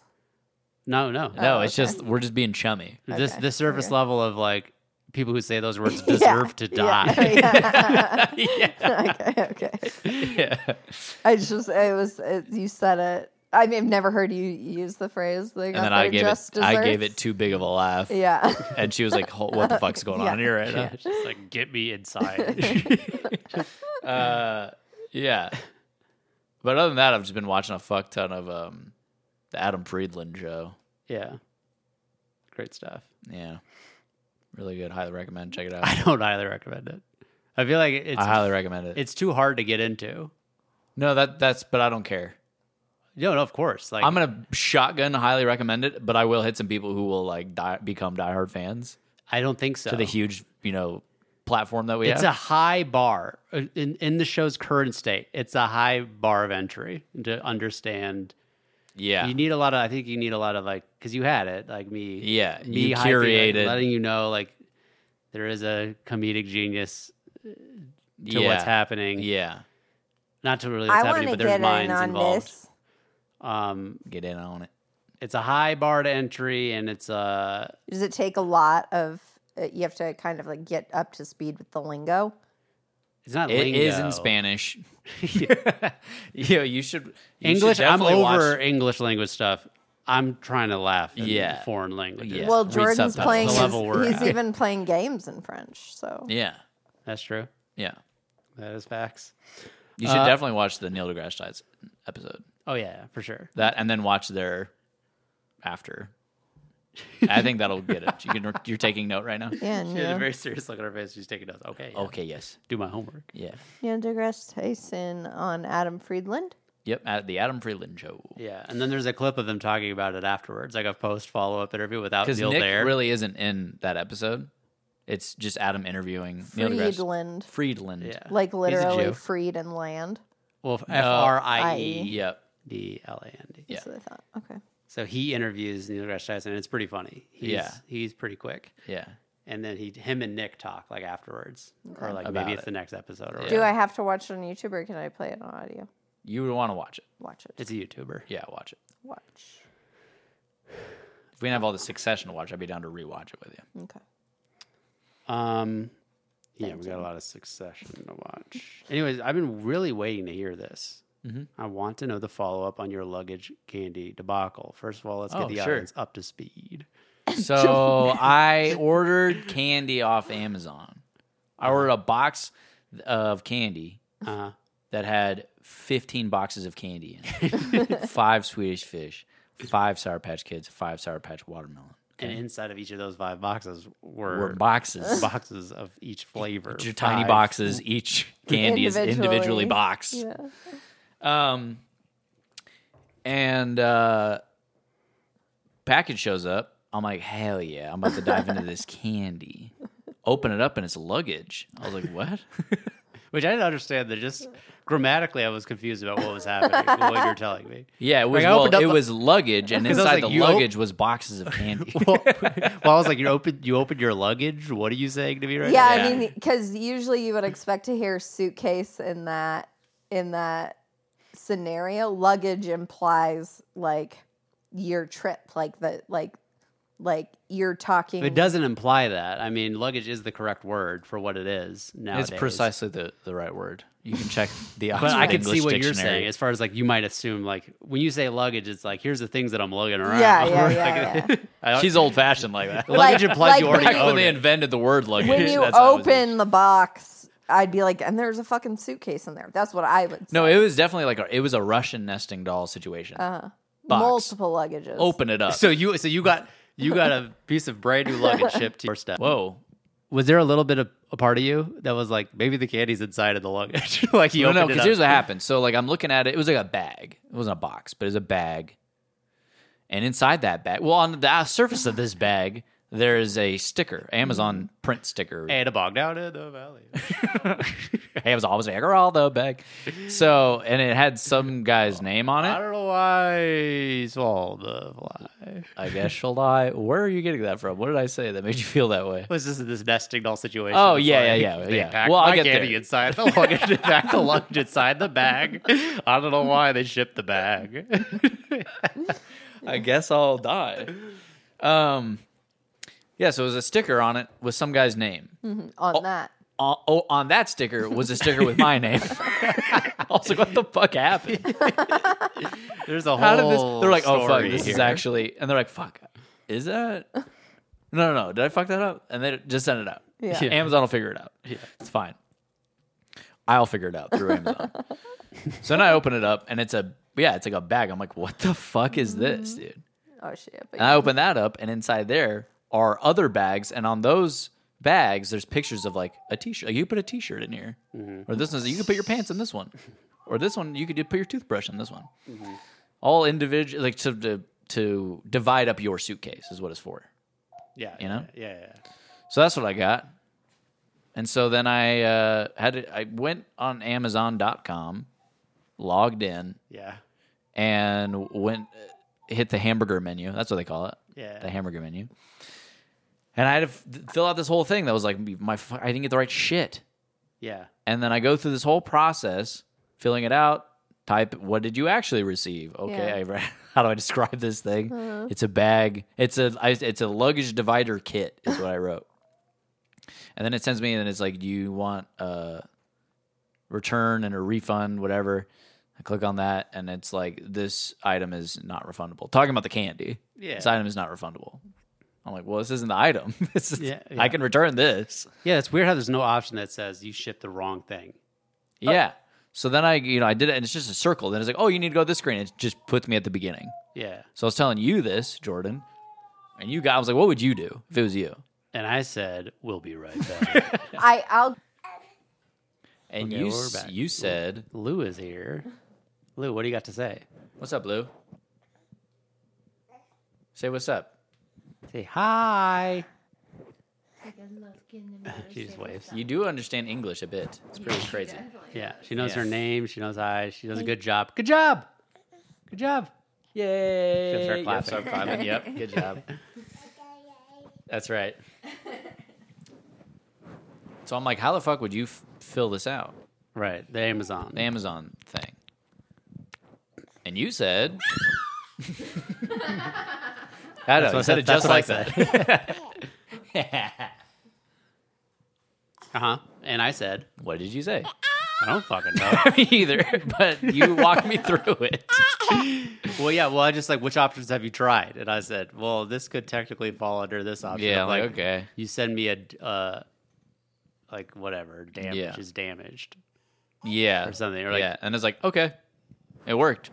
S2: no, no,
S3: No,
S4: Oh,
S3: it's
S4: okay.
S3: just we're just being chummy.
S2: This
S4: Okay,
S2: this surface
S4: okay.
S2: level of like people who say those words
S4: Yeah,
S2: deserve to
S4: yeah,
S2: die.
S4: yeah.
S2: yeah.
S4: okay, okay.
S3: yeah.
S4: I just, it was, it, you said it. I mean, I've never heard you use the phrase. They got
S3: And then I
S4: their
S3: gave it
S4: just
S3: I gave it
S4: desserts.
S3: too big of a laugh.
S4: Yeah.
S3: And she was like, "Ho- "What the fuck's going on
S4: Yeah.
S3: here right now?"
S2: It's just like get me inside.
S3: uh, yeah. But other than that, I've just been watching a fuck ton of um, the Adam Friedland show.
S2: yeah, great stuff.
S3: Yeah, really good. Highly recommend. Check it out.
S2: I don't highly recommend it. I feel like it's
S3: I highly recommend it.
S2: it's too hard to get into.
S3: no, that that's. But I don't care.
S2: No, no, of course. Like
S3: I'm gonna shotgun highly recommend it, but I will hit some people who will like die, become diehard fans
S2: I don't think so.
S3: to the huge, you know, platform that we
S2: It's a
S3: have.
S2: high bar uh, in in the show's current state. It's a high bar of entry to understand.
S3: yeah,
S2: You need a lot of. I think you need a lot of like because you had it like me.
S3: Yeah,
S2: me
S3: you
S2: hyping it,
S3: curated-
S2: letting you know like there is a comedic genius to
S3: yeah,
S2: what's happening.
S3: Yeah,
S2: Not to really what's
S4: I want
S2: happening,
S4: to
S2: but there's
S4: get in
S2: minds
S4: on
S2: involved.
S4: this.
S2: Um,
S3: get in on it.
S2: it's a high bar to entry, and it's uh
S4: Does it take a lot of, uh, you have to kind of like get up to speed with the lingo?
S2: it's not.
S3: It
S2: lingo.
S3: is in Spanish. yeah, you should you should
S2: English. I'm
S3: definitely watch-
S2: over English language stuff. I'm trying to laugh. In
S3: Yeah.
S2: foreign languages.
S3: Yeah.
S4: Well,
S3: read
S4: Jordan's
S3: subtitles.
S4: playing.
S2: The
S4: his-
S2: level we're
S4: he's
S2: at.
S4: even playing games in French. So
S3: Yeah,
S2: That's true.
S3: yeah.
S2: That is facts.
S3: You
S2: Uh,
S3: should definitely watch the Neil deGrasse Tyson episode.
S2: Oh yeah, for sure.
S3: That and then watch their after. I think that'll get it. You can, you're taking note right now.
S4: yeah,
S2: She had a
S4: Neil,
S2: very serious look on her face. She's taking notes. Okay. yeah.
S3: Okay. Yes.
S2: Do my homework.
S3: Yeah.
S4: Neil deGrasse Tyson on Adam Friedland.
S3: Yep. At the Adam Freeland show.
S2: Yeah. And then there's a clip of them talking about it afterwards, like a post follow up interview without
S3: Because
S2: Neil
S3: Nick
S2: there.
S3: really isn't in that episode. It's just Adam interviewing Neil deGrasse
S4: Friedland,
S3: Friedland.
S2: yeah.
S4: like literally
S2: Jew.
S4: freed and land.
S2: Well, F R I E
S3: Yep.
S2: D L A N D.
S3: Yeah.
S4: So I thought, okay,
S2: So he interviews Neil deGrasse Tyson, and it's pretty funny. He's,
S3: Yeah.
S2: He's pretty quick.
S3: Yeah.
S2: And then he, him and Nick talk like afterwards, or like
S3: About
S2: maybe it's
S3: it.
S2: the next episode or
S4: do
S2: whatever.
S4: I have to watch it on YouTube or can I play it on audio?
S3: You would want to watch it.
S4: Watch it.
S2: It's a YouTuber.
S3: Yeah. Watch it.
S4: Watch.
S3: If we didn't have all the succession to watch, I'd be down to rewatch it with you.
S4: Okay.
S2: Um, yeah, we got a lot of Succession to watch. Anyways, I've been really waiting to hear this.
S3: Mm-hmm.
S2: I want to know the follow up on your luggage candy debacle. First of all, let's
S3: Oh,
S2: get the
S3: sure.
S2: audience up to speed.
S3: So I ordered candy off Amazon. I ordered a box of candy
S2: Uh,
S3: that had 15 boxes of candy in it. five Swedish fish, five Sour Patch Kids, five Sour Patch Watermelon.
S2: And inside of each of those five boxes were,
S3: Were boxes.
S2: boxes of each flavor.
S3: They're tiny
S2: Five.
S3: boxes. Each candy is individually
S4: Individually.
S3: boxed.
S4: Yeah.
S3: Um, and uh, package shows up. I'm like, hell yeah, I'm about to dive into this candy. Open it up and it's luggage. I was like, what?
S2: Which I didn't understand. That just grammatically, I was confused about what was happening. what you're telling me.
S3: Yeah, it was
S2: Like, I
S3: well,
S2: opened up
S3: it
S2: the-
S3: was luggage, and
S2: 'Cause I was
S3: inside
S2: like,
S3: the
S2: you op-
S3: luggage was boxes of candy.
S2: Well, well, I was like, you open, you open your luggage. What are you saying to me right
S4: yeah,
S2: now?
S4: I mean, because usually you would expect to hear suitcase in that in that scenario. Luggage implies like your trip, like the like like you're talking.
S2: It doesn't imply that. I mean, luggage is the correct word for what it is nowadays.
S3: it's precisely the, the right word. You can check the Oxford
S2: But I can
S3: English
S2: see what
S3: dictionary.
S2: you're saying as far as like you might assume like when you say luggage, it's like here's the things that I'm lugging around.
S4: Yeah, yeah, yeah,
S2: Like, I don't-
S3: She's old fashioned like that.
S2: luggage
S4: Like-
S2: implies you
S4: like
S2: already
S3: Back when
S2: own
S3: they
S2: it.
S3: invented the word luggage,
S4: When you
S3: that's how it was used.
S4: open the box, I'd be like, and there's a fucking suitcase in there. That's what I would. Say.
S3: No, it was definitely like a, it was a Russian nesting doll situation.
S4: Uh-huh.
S3: box.
S4: multiple luggages.
S3: Open it up.
S2: So you so you got you got a piece of brand new luggage shipped to your step.
S3: Whoa.
S2: Was there a little bit of a part of you that was like maybe the candy's inside of the luggage? like you
S3: No,
S2: opened
S3: no,
S2: it
S3: because
S2: up.
S3: here's what happened. So like I'm looking at it. It was like a bag. It wasn't a box, but it was a bag. And inside that bag, well, on the uh, surface of this bag, there is a sticker, Amazon print sticker.
S2: and a bog down in the valley.
S3: Hey, I was always like, all the bag. So, and it had some guy's name on
S2: I
S3: it.
S2: don't know why he swallowed the fly.
S3: I guess she'll die. Where are you getting that from? What did I say that made you feel that way?
S2: Was this this nesting doll situation?
S3: Oh,
S2: It's
S3: yeah,
S2: like,
S3: yeah, yeah,
S2: They
S3: yeah.
S2: packed
S3: Well, I'll
S2: my
S3: get
S2: candy
S3: there.
S2: inside the luggage, they packed the luggage inside the bag. I don't know why they shipped the bag.
S3: I guess I'll die. Um, yeah. So it was a sticker on it with some guy's name.
S4: on that.
S3: on, oh, on that sticker was a sticker with my name. I was like, what the fuck happened?
S2: There's a whole.
S3: How did this? They're like, oh fuck,
S2: story
S3: this is
S2: here.
S3: actually, and they're like, fuck, is that? No, no, no. Did I fuck that up? And they just send it out.
S4: Yeah. Yeah.
S3: Amazon will figure it out. It's fine. I'll figure it out through Amazon. so then I open it up, and it's a yeah, it's like a bag. I'm like, what the fuck is this, dude?
S4: Oh shit! But
S3: And I open that up, and inside there are other bags, and on those bags, there's pictures of like a t-shirt. Like you put a t-shirt in here, or this one's you can put your pants in this one, or this one you could do- put your toothbrush in this one. All individual, like to, to to divide up your suitcase is what it's for.
S2: yeah,
S3: you know?
S2: yeah, yeah, yeah.
S3: So that's what I got. And so then I uh, had to, I went on Amazon.com, logged in,
S2: yeah.
S3: and went hit the hamburger menu. That's what they call it.
S2: Yeah.
S3: the hamburger menu. And I had to f- fill out this whole thing that was like my fu- I didn't get the right shit.
S2: Yeah.
S3: And then I go through this whole process, filling it out. Type what did you actually receive? Okay,
S4: Yeah.
S3: I re- how do I describe this thing?
S2: Uh-huh.
S3: It's a bag. It's a I, it's a luggage divider kit is what I wrote. And then it sends me and it's like, do you want a return and a refund, whatever? I click on that and it's like this item is not refundable. Talking about the candy,
S2: Yeah.
S3: this item is not refundable. I'm like, well, this isn't the item. this is,
S2: Yeah,
S3: I
S2: yeah.
S3: can return this.
S2: Yeah, it's weird how there's no option that says you shipped the wrong thing. Oh.
S3: Yeah. so then I, you know, I did it, and it's just a circle. Then it's like, oh, you need to go this screen. It just puts me at the beginning.
S2: Yeah.
S3: So I was telling you this, Jordan, and you got. I was like, what would you do if it was you?
S2: And I said, we'll be right back.
S4: I I'll
S3: And
S2: Okay,
S3: you,
S2: we're
S3: s-
S2: back.
S3: you said,
S2: Lou is here. Lou, what do you got to say?
S3: what's up, Lou? Say what's up.
S2: Say hi. She
S6: She's
S2: just waves.
S3: You do understand English a bit. It's pretty crazy.
S2: Yeah, she knows
S3: Yeah.
S2: her name. She knows I. She does a good job. Good job. Good job.
S3: Yay!
S2: She'll start
S3: Yeah,
S2: clapping.
S3: start clapping. Yep, good job. That's right. So I'm like, how the fuck would you f- fill this out?
S2: Right, the Amazon.
S3: the Amazon thing. And you said, I
S2: That's what
S3: know, you
S2: I
S3: said it
S2: that's
S3: just
S2: what I
S3: like that.
S2: uh huh. And I said,
S3: What did you say?
S2: I don't fucking know.
S3: Me either, but you walked me through it.
S2: well, yeah. Well, I just like, which options have you tried? And I said, well, this could technically fall under this option.
S3: Yeah,
S2: I'm
S3: like, okay.
S2: You send me a, uh, like whatever damage
S3: Yeah.
S2: is damaged.
S3: Yeah. Or
S2: something, or like-
S3: yeah. And it's like, okay, it worked.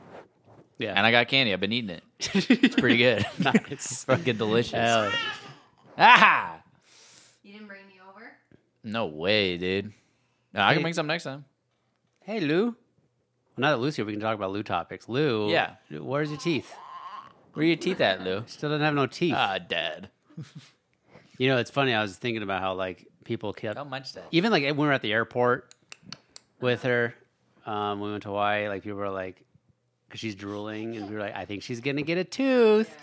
S2: Yeah.
S3: And I got candy. I've been eating it. It's pretty good. it's fucking delicious.
S2: Hell
S3: Ah!
S6: You didn't bring me over?
S3: No way, dude. No, I can bring some next time.
S2: Hey, Lou. Well, now that Lou's here, we can talk about Lou topics. Lou,
S3: Yeah.
S2: where's your teeth?
S3: Where are your teeth at, Lou?
S2: Still doesn't have no teeth.
S3: Ah, dead.
S2: you know, it's funny. I was thinking about how like people kept
S3: Don't munch that.
S2: even like when we were at the airport with her, um, we went to Hawaii. Like people were like, because she's drooling, and we were like, I think she's gonna get a tooth.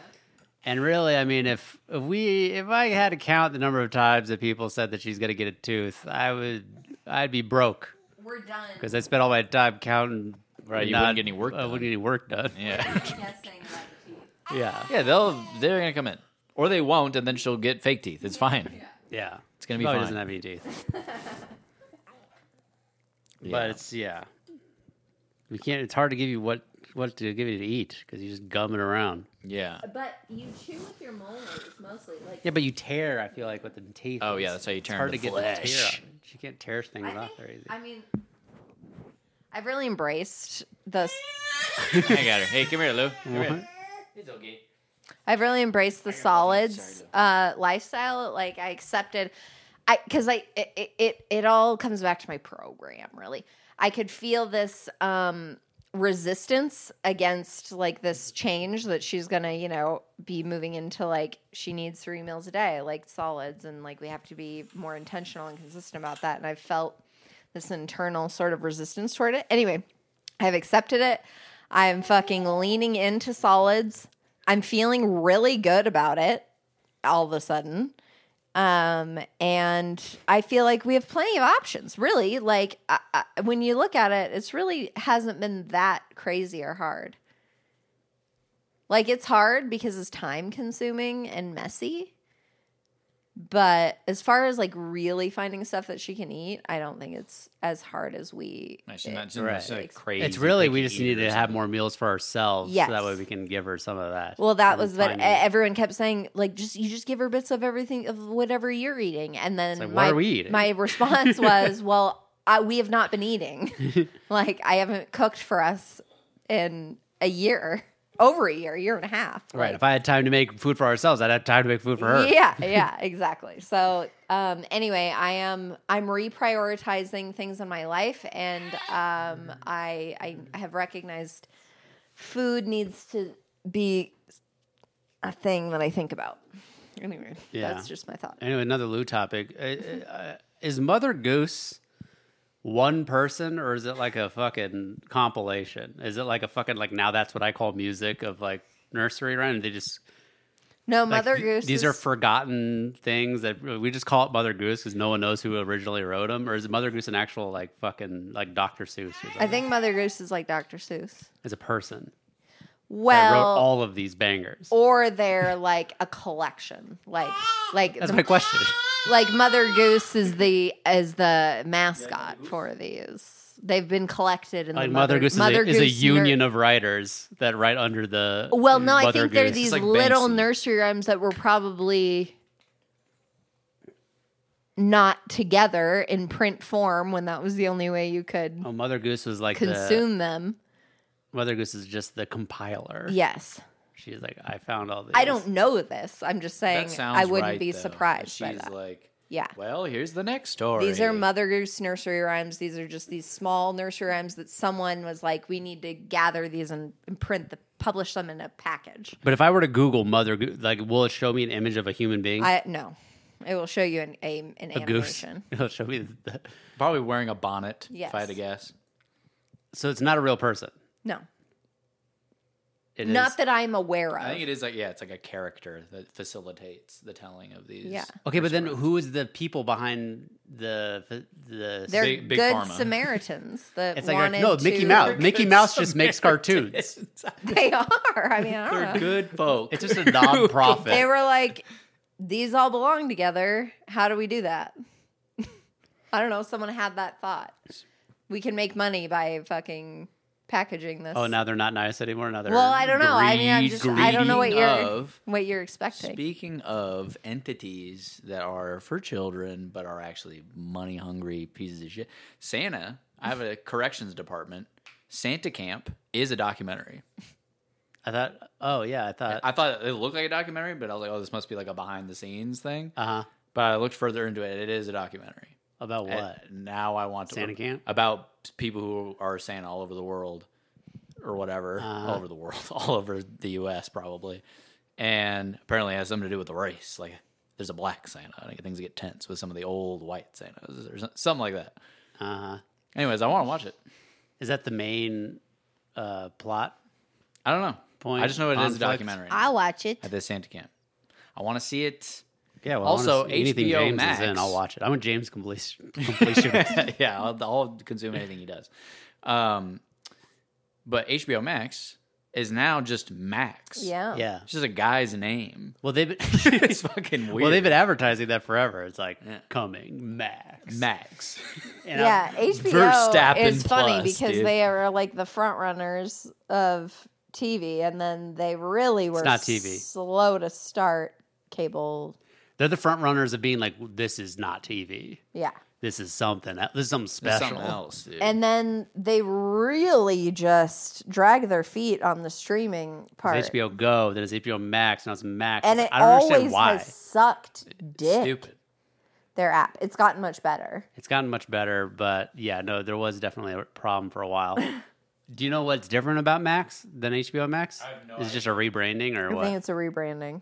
S2: And really, I mean, if, if we if I had to count the number of times that people said that she's gonna get a tooth, I would I'd be broke
S6: We're done.
S2: because I spent all my time counting.
S3: Right, you wouldn't get any work
S2: I
S3: done.
S2: wouldn't get any work done.
S3: Yeah.
S6: Guessing about the teeth.
S2: Yeah,
S3: yeah, they'll they're gonna come in. Or they won't, and then she'll get fake teeth. It's fine.
S2: yeah.
S3: It's gonna be
S2: Probably
S3: fine.
S2: doesn't have any teeth,
S3: Yeah.
S2: but it's yeah. We can't. It's hard to give you what what to give you to eat because you just gum it around.
S3: yeah.
S6: But you chew with your molars mostly. Like
S2: Yeah, but you tear. I feel like with the teeth.
S3: Oh,
S2: It's-
S3: yeah, that's how you tear
S2: It's hard
S3: the
S2: to get the tear.
S3: flesh.
S2: Out. You can't tear things
S6: I
S2: off
S6: think,
S2: very easy.
S6: I mean,
S4: I've really embraced the
S3: I got her. Hey, come here, Lou. Come here. It's okay.
S4: I've really embraced the solids uh, lifestyle. Like I accepted, I because I it, it- it it all comes back to my program. Really, I could feel this um, resistance against like this change that she's gonna you know be moving into like she needs three meals a day, like solids, and like we have to be more intentional and consistent about that. And I felt this internal sort of resistance toward it. Anyway, I've accepted it. I'm fucking leaning into solids. I'm feeling really good about it all of a sudden. Um, and I feel like we have plenty of options, really. Like, I, I, when you look at it, it's really hasn't been that crazy or hard. Like, it's hard because it's time consuming and messy. But as far as like really finding stuff that she can eat, I don't think it's as hard as we.
S3: Nice. She's not, she's
S2: Right.
S3: not so crazy.
S2: it's really we
S3: picky
S2: just need
S3: eater or
S2: to have more meals for ourselves.
S4: Yes.
S2: so that way we can give her some of that.
S4: Well, that
S2: And
S4: was what e,
S2: find-
S4: everyone kept saying. Like, just you just give her bits of everything of whatever you're eating, and then
S2: like, what
S4: my
S2: are we eating?
S4: my response was, "Well, I, we have not been eating. like, I haven't cooked for us in a year, over a year, year and a half.
S2: right. If I had time to make food for ourselves, I'd have time to make food for her.
S4: Yeah, yeah, exactly. So, um, anyway, I am I'm reprioritizing things in my life, and um, I I have recognized food needs to be a thing that I think about. Anyway,
S2: Yeah.
S4: that's just my thought.
S2: Anyway, another Lou topic. Uh, uh, Is Mother Goose one person or is it like a fucking compilation? Is it like a fucking like now that's what I call music of like nursery rhyme? They just
S4: No,
S2: like,
S4: Mother
S2: th-
S4: Goose.
S2: These
S4: is-
S2: are forgotten things that we just call it Mother Goose because no one knows who originally wrote them. Or is Mother Goose an actual like fucking like Dr. Seuss? Or something?
S4: I think Mother Goose is like Dr. Seuss.
S2: as a person that wrote
S4: Well,
S2: all of these bangers.
S4: or they're like a collection, like like
S2: That's
S4: the-
S2: my question.
S4: like Mother Goose is the is the mascot for these. They've been collected in
S2: Like
S4: the
S2: Mother, Goose, is, a, is a
S4: Goose nur-
S2: union of writers that write under the
S4: well, no, I
S2: Mother
S4: think they're
S2: Goose.
S4: these
S3: like
S4: little
S3: Banksy.
S4: nursery rhymes that were probably not together in print form when that was the only way you could
S2: Oh, Mother Goose was like the
S4: consume them.
S2: Mother Goose is just the compiler.
S4: Yes.
S2: she's like I found all these.
S4: I don't know this. I'm just saying
S3: something. That sounds
S4: I wouldn't
S3: right,
S4: be
S3: though.
S4: surprised
S3: She's
S4: by that.
S3: like,
S4: yeah.
S3: well, here's the next story.
S4: These are Mother Goose nursery rhymes. These are just these small nursery rhymes that someone was like, we need to gather these and, and print the publish them in a package.
S2: But if I were to Google Mother Goose, like, will it show me an image of a human being?
S4: I no, it will show you an a, an
S2: a goose.
S4: animation.
S2: It'll show me. The,
S3: Probably wearing a bonnet,
S4: Yes.
S3: if I had to guess.
S2: so it's not a real person.
S4: No,
S2: It is
S4: not that I'm aware
S3: I think
S2: Oh.
S3: it
S4: of.
S3: is like, yeah, it's like a character that facilitates the telling of these.
S4: Yeah.
S2: Okay, but then who is the people behind the the?
S4: They're
S3: Big- big
S4: good
S3: pharma.
S4: Samaritans that
S2: it's like
S4: wanted
S2: no, Mickey
S4: to-
S2: Mouse. Uh, Mickey Mouse just makes cartoons.
S4: They are. I mean, I don't know.
S2: Good folk. It's just a
S4: They
S2: nonprofit.
S4: were like, these all belong together. How do we do that? I don't know. Someone had that thought. We can make money by fucking packaging this.
S2: oh, now they're not nice anymore. Now they're
S4: Well, I don't know. I mean, I'm just- I don't know what
S3: Speaking
S4: you're-
S3: of-
S4: what you're expecting.
S3: Speaking of entities that are for children but are actually money hungry pieces of shit, Santa, I have a corrections department. Santa Camp is a documentary.
S2: I thought. Oh yeah, I thought.
S3: I thought it looked like a documentary, but I was like, oh, this must be like a behind the scenes thing.
S2: Uh huh.
S3: But I looked further into it. It is a documentary.
S2: About what?
S3: And now I want to
S2: Santa Camp?
S3: about people who are Santa all over the world. or whatever
S2: Uh-huh.
S3: all over the world, all over the U.S. probably, and apparently it has something to do with the race. Like there's a black Santa, and things get tense with some of the old white Santas or so- something like that.
S2: Uh,
S3: Anyways, I want to watch it.
S2: is that the main uh, plot?
S3: I don't know.
S2: Point,
S3: I just know what it is. A
S2: conflict.
S3: documentary
S4: I'll watch it.
S3: at the Santa camp. I want to see it.
S2: Yeah. Well,
S3: Also,
S2: honestly, anything
S3: HBO
S2: James
S3: Max.
S2: is in, I'll watch it. I'm a James completion. completion.
S3: yeah, I'll, I'll consume anything he does. Um, but HBO Max is now just Max.
S4: Yeah.
S2: yeah.
S3: It's just a guy's name.
S2: Well, they've been,
S3: it's fucking weird.
S2: well they've been advertising that forever. It's like
S3: Yeah.
S2: coming Max.
S3: Max.
S2: And I'm-
S4: Yeah, HBO
S3: Verstappen
S4: is funny
S3: plus,
S4: because
S3: dude.
S4: they are like the front runners of TV, and then they really were
S2: not TV.
S4: slow to start cable.
S2: They're the front runners of being like, this is not TV.
S4: Yeah,
S2: This is something. This is something
S3: There's
S2: special.
S3: Something else, dude.
S4: and then they really just drag their feet on the streaming part,
S2: It's HBO Go, then it's HBO Max, now it's Max.
S4: and it
S2: I don't
S4: always
S2: understand why.
S4: has sucked dick.
S3: Stupid.
S4: Their app, it's gotten much better.
S2: It's gotten much better, but yeah, no, there was definitely a problem for a while. Do you know what's different about Max than HBO Max? I have no Is it just a rebranding or
S4: I think
S2: what?
S4: it's a rebranding.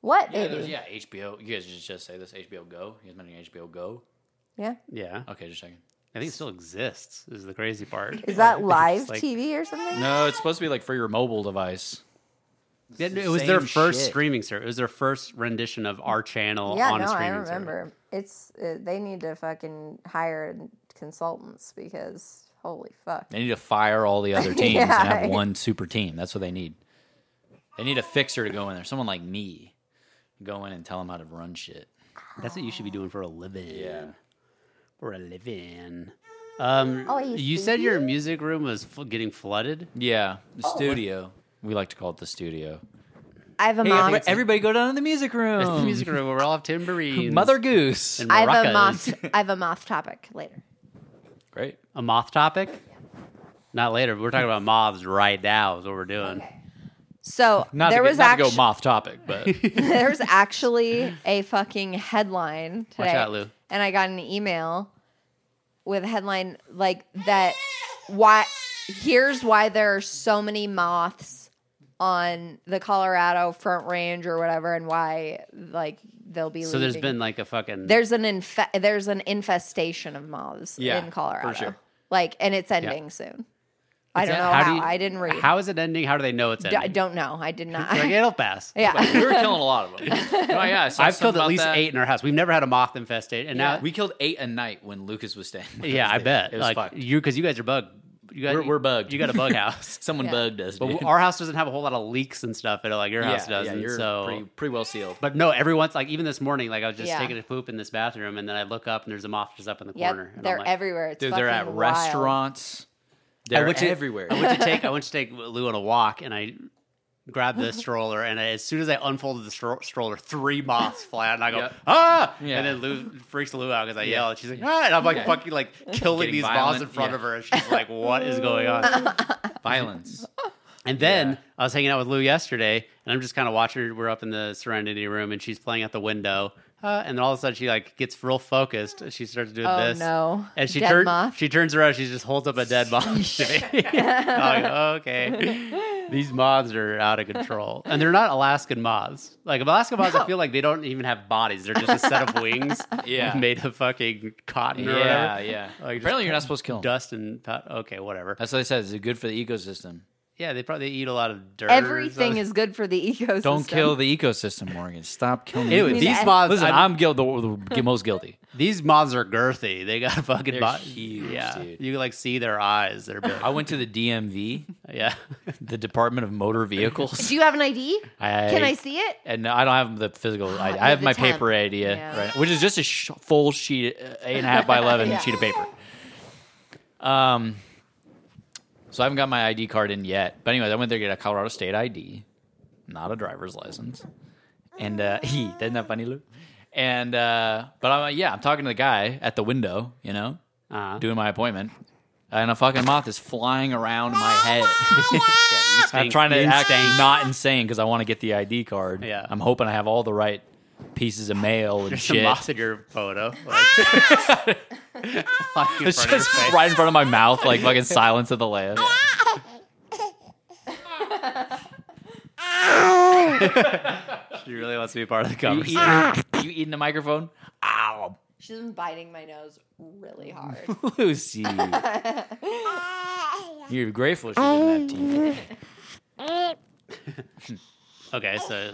S4: What?
S3: Yeah,
S4: Amy?
S3: there's, yeah, HBO. You guys should just say this HBO Go. You guys mentioning HBO Go?
S4: yeah.
S2: Yeah.
S3: Okay, just checking.
S2: I think it still exists, is the crazy part.
S4: Is that
S2: Like,
S4: live
S2: it's like-
S4: TV or something?
S3: No, it's supposed to be like for your mobile device.
S2: Yeah,
S3: the
S2: it was their
S3: same
S2: first
S3: shit.
S2: streaming service. It was their first rendition of our channel
S4: Yeah,
S2: on a
S4: no, I
S2: streaming service.
S4: remember. It's uh, they need to fucking hire consultants because holy fuck.
S3: They need to fire all the other teams and
S4: Yeah.
S3: have one super team. That's what they need. They need a fixer to go in there. Someone like me, go in and tell them how to run shit.
S2: That's what you should be doing for a living.
S3: Yeah.
S2: For a living. Um,
S4: Oh,
S2: you
S4: you
S2: said your music room was fl- getting flooded.
S3: Yeah, the
S4: Oh.
S3: studio. We like to call it the studio.
S4: I have a
S3: Hey,
S4: mom.
S3: everybody, everybody go down to the music room.
S2: It's the music room where we all have tambourines.
S3: Mother Goose.
S2: and
S4: Um. I have a
S2: maracas.
S4: moth. I have a moth topic later.
S3: Great.
S2: A moth topic? Not later. We're talking about moths right now. Is what we're doing.
S4: So
S3: Not,
S4: there
S3: to,
S4: was
S3: not to
S4: actually
S3: go moth topic, but
S4: there was actually a fucking headline today,
S2: Watch out, Lou.
S4: and I got an email with a headline like that. Why? Here's why there are so many moths on the Colorado Front Range or whatever, and why like they'll be.
S2: So there's
S4: leaving.
S2: been like a fucking.
S4: there's an infe- there's an infestation of moths
S3: Yeah,
S4: in Colorado.
S3: for sure.
S4: Like, and it's ending soon. I
S2: Is
S4: don't
S2: that-
S4: know how.
S2: do you-
S4: I didn't read.
S2: How is it ending? How do they know it's
S4: D-
S2: ending?
S4: I don't know. I did not.
S2: They're like, it'll pass.
S4: yeah.
S3: we were killing a lot of them. Oh, yeah, I saw
S2: I've killed at
S3: something about
S2: least
S3: that.
S2: eight in our house. We've never had a moth infestation, and now
S3: We killed eight a night when Lucas was staying. with
S2: yeah,
S3: us.
S2: I bet.
S3: It was
S2: like
S3: fucked.
S2: you, because you guys are bug. You guys,
S3: We're- we're bugged.
S2: You got a bug house,
S3: Someone
S4: Yeah.
S3: bugged us.
S2: but
S3: dude.
S2: our house doesn't have a whole lot of leaks and stuff. And like your
S3: yeah,
S2: house doesn't.
S3: Yeah, you're
S2: so
S3: pretty, pretty well sealed.
S2: But no, every once, like even this morning, like I was just
S4: Yeah.
S2: taking a poop in this bathroom, and then I look up and there's a moth just up in the
S4: Yep,
S2: corner. And
S4: they're
S2: I'm like,
S4: everywhere. It's
S3: Dude, they're at
S4: fucking wild.
S3: restaurants. They're
S2: went to-
S3: everywhere.
S2: I went to take I went to take Lou on a walk, and I grabbed the stroller, and I, as soon as I unfolded the stro- stroller, three moths fly out, and I go
S3: Yep.
S2: ah,
S3: Yeah.
S2: and then Lou freaks Lou out because I yell, and she's like ah, and I'm like fucking like killing
S3: Getting
S2: these moths
S3: violent,
S2: in front
S3: yeah.
S2: of her, and she's like, what is going on?
S3: Violence.
S2: And then
S3: Yeah.
S2: I was hanging out with Lou yesterday, and I'm just kind of watching her. We're up in the Serenity room, and she's playing at the window. Uh, and then all of a sudden, she like gets real focused. and She starts doing
S4: Oh
S2: this.
S4: no!
S2: And she
S4: Dead
S2: turns
S4: moth.
S2: she turns around, she just holds up a dead moth to me. I'm like, okay. These moths are out of control. And they're not Alaskan moths. Like Alaskan moths, I feel like they don't even have bodies. They're just a set of wings
S3: Yeah.
S2: made of fucking cotton or
S3: Yeah,
S2: whatever.
S3: yeah.
S2: Like,
S3: Apparently,
S2: just
S3: you're not supposed to kill them.
S2: Dust and pot. okay, whatever.
S3: That's what they said. It's good for the ecosystem.
S2: Yeah, they probably eat a lot of dirt. or
S4: Everything
S2: something.
S4: is good for the ecosystem.
S3: Don't kill the ecosystem, Morgan. Stop killing.
S2: Anyway,
S3: the
S4: mean,
S3: ecosystem.
S2: these
S4: I-
S2: moths.
S3: Listen,
S2: I'm-
S3: I'm, guilty. The, the most guilty.
S2: these moths are girthy. They got fucking.
S3: They're
S2: bo-
S3: huge,
S2: yeah,
S3: dude.
S2: you can like see their eyes. They're big.
S3: I went to the DMV,
S2: yeah.
S3: the Department of Motor Vehicles.
S4: Do you have an ID?
S3: I,
S4: Can I see it?
S3: And no, I don't have the physical. I,
S4: you
S3: I
S4: have
S3: have
S4: Ah, the
S3: my
S4: temp.
S3: paper idea,
S4: Yeah.
S3: right, which is just a sh- full sheet, uh, eight and a half by eleven
S4: Yeah.
S3: sheet of paper. Um, so I haven't got my ID card in yet. But anyways, I went there to get a Colorado State ID, not a driver's license. And uh, he, isn't that funny, Lou? And uh, but I'm like, yeah, I'm talking to the guy at the window, you know,
S2: Uh-huh.
S3: doing my appointment, and a fucking moth is flying around my head.
S2: Yeah, you
S3: I'm
S2: stink.
S3: trying to
S2: You
S3: act not insane because I want to get the ID card.
S2: Yeah.
S3: I'm hoping I have all the right pieces of mail and
S2: There's some
S3: shit.
S2: moss in your photo. Like, like in
S3: It's
S2: front of your
S3: just
S2: face.
S3: right in front of my mouth, like fucking Silence of the Lambs.
S2: She really wants to be a part of the
S3: You
S2: conversation.
S3: eating, you eating the microphone? Ow,
S4: She's been biting my nose really hard.
S3: Lucy. You're grateful she didn't have teeth.
S2: Okay, so uh,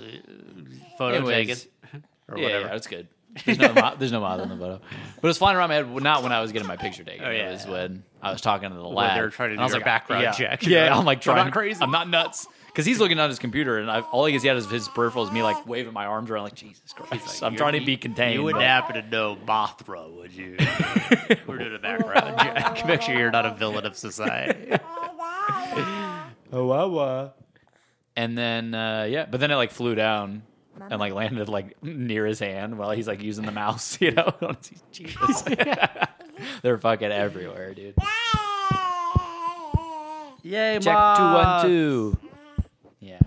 S2: photo
S3: Anyways.
S2: taken or
S3: yeah,
S2: whatever.
S3: yeah, it's good. There's no, mo- there's no mouth on the photo, but it's flying around my head. Not when I was getting my picture taken.
S2: Oh, yeah,
S3: it was
S2: yeah.
S3: when I was talking to the
S2: When
S3: lab.
S2: they're trying to
S3: and
S2: do
S3: I was
S2: your
S3: like,
S2: background
S3: yeah,
S2: check. You're
S3: Yeah,
S2: like,
S3: I'm like
S2: "I'm
S3: trying.
S2: not crazy."
S3: I'm not nuts because he's looking at his computer, and I've, all he can see out of his peripheral is me like waving my arms around, like Jesus Christ.
S2: like,
S3: I'm
S2: "You're-
S3: trying to be contained.
S2: You wouldn't
S3: but-
S2: happen to know Mothra, would you? We're doing a background check. Make sure you're not a villain of society.
S3: And then uh, yeah, but then it like flew down and like landed like near his hand while he's like using the mouse, you know. Jesus. They're fucking everywhere, dude.
S2: Yay,
S3: Check two one two. Yeah.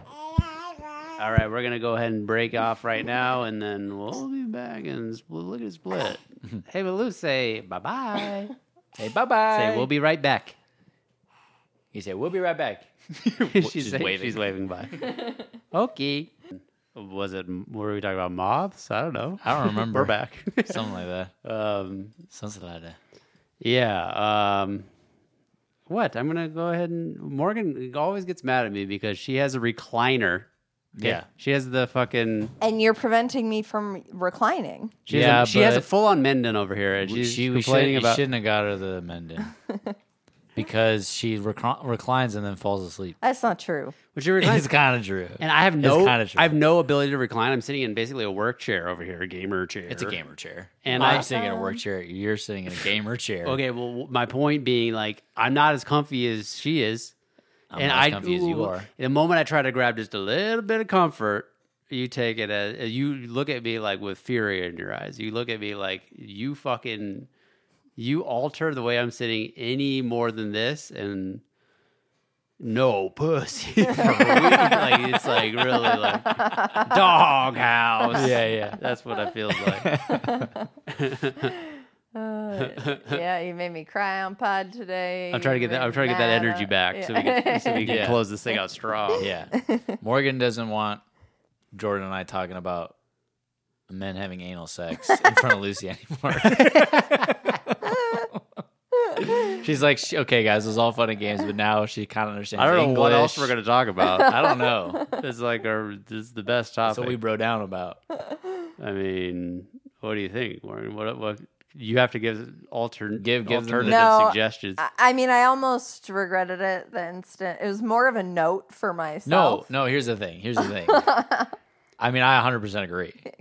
S2: All right, we're gonna go ahead and break off right now, and then we'll be back and spl- look at split. hey, Malou, say bye bye.
S3: Hey, bye bye.
S2: Say we'll be right back.
S3: He said we'll be right back.
S2: she's,
S3: She's
S2: saying-
S3: waving.
S2: She's waving bye. okay. Was it? What were we talking about? Moths? I don't know.
S3: I don't remember.
S2: We're back.
S3: Something like that.
S2: um,
S3: Something like that.
S2: Yeah. Um, what? I'm gonna go ahead and Morgan always gets mad at me because she has a recliner. Okay?
S3: Yeah.
S2: She has the fucking.
S4: and you're preventing me from reclining.
S2: She yeah.
S3: Yeah,
S2: Has a, she has a
S3: but-
S2: full on Menden over here, and she's
S3: She, we
S2: complaining
S3: should,
S2: about.
S3: shouldn't have got her the Menden because she recli- reclines and then falls asleep.
S4: That's not true.
S2: But she reclines-
S3: It's kind of true.
S2: and I have no,
S3: kinda true.
S2: I have no ability to recline. I'm sitting in basically a work chair over here, a gamer chair.
S3: It's a gamer chair.
S2: And
S3: And Um, I'm
S2: I-
S3: sitting in a work chair. You're sitting in a gamer chair.
S2: Okay, well, w- my point being, like, I'm not as comfy as she is,
S3: I'm not as comfy as you
S2: ooh,
S3: are.
S2: The moment I try to grab just a little bit of comfort, you take it as you look at me like with fury in your eyes. You look at me like you fucking you alter the way I'm sitting any more than this, and no pussy. for a week. like it's like really like doghouse.
S3: Yeah, yeah.
S2: That's what I feel like.
S4: yeah, you made me cry on pod today.
S2: I'm trying to
S4: You
S2: get that.
S4: made
S2: I'm
S4: me
S2: trying to get that
S4: mad.
S2: energy back, so we
S4: Yeah.
S2: can, so we can
S3: Yeah.
S2: close this thing out strong.
S3: Yeah. Morgan doesn't want Jordan and I talking about men having anal sex in front of Lucy anymore. She's like, "Sh- okay, guys, it was all fun and games, but now she kind of understands.
S2: I don't know what
S3: English."
S2: else we're gonna talk about.
S3: I don't know.
S2: it's like our this is the best
S3: That's what we
S2: topic.
S3: bro down about.
S2: I mean, what do you think, Warren? What what you have to give altern
S3: Give- give them-
S2: alternative
S4: No,
S2: suggestions?
S4: I- I mean, I almost regretted it the instant. It was more of a note for
S3: No,
S4: myself.
S3: no. Here's the thing. Here's the thing. I mean, I 100% agree.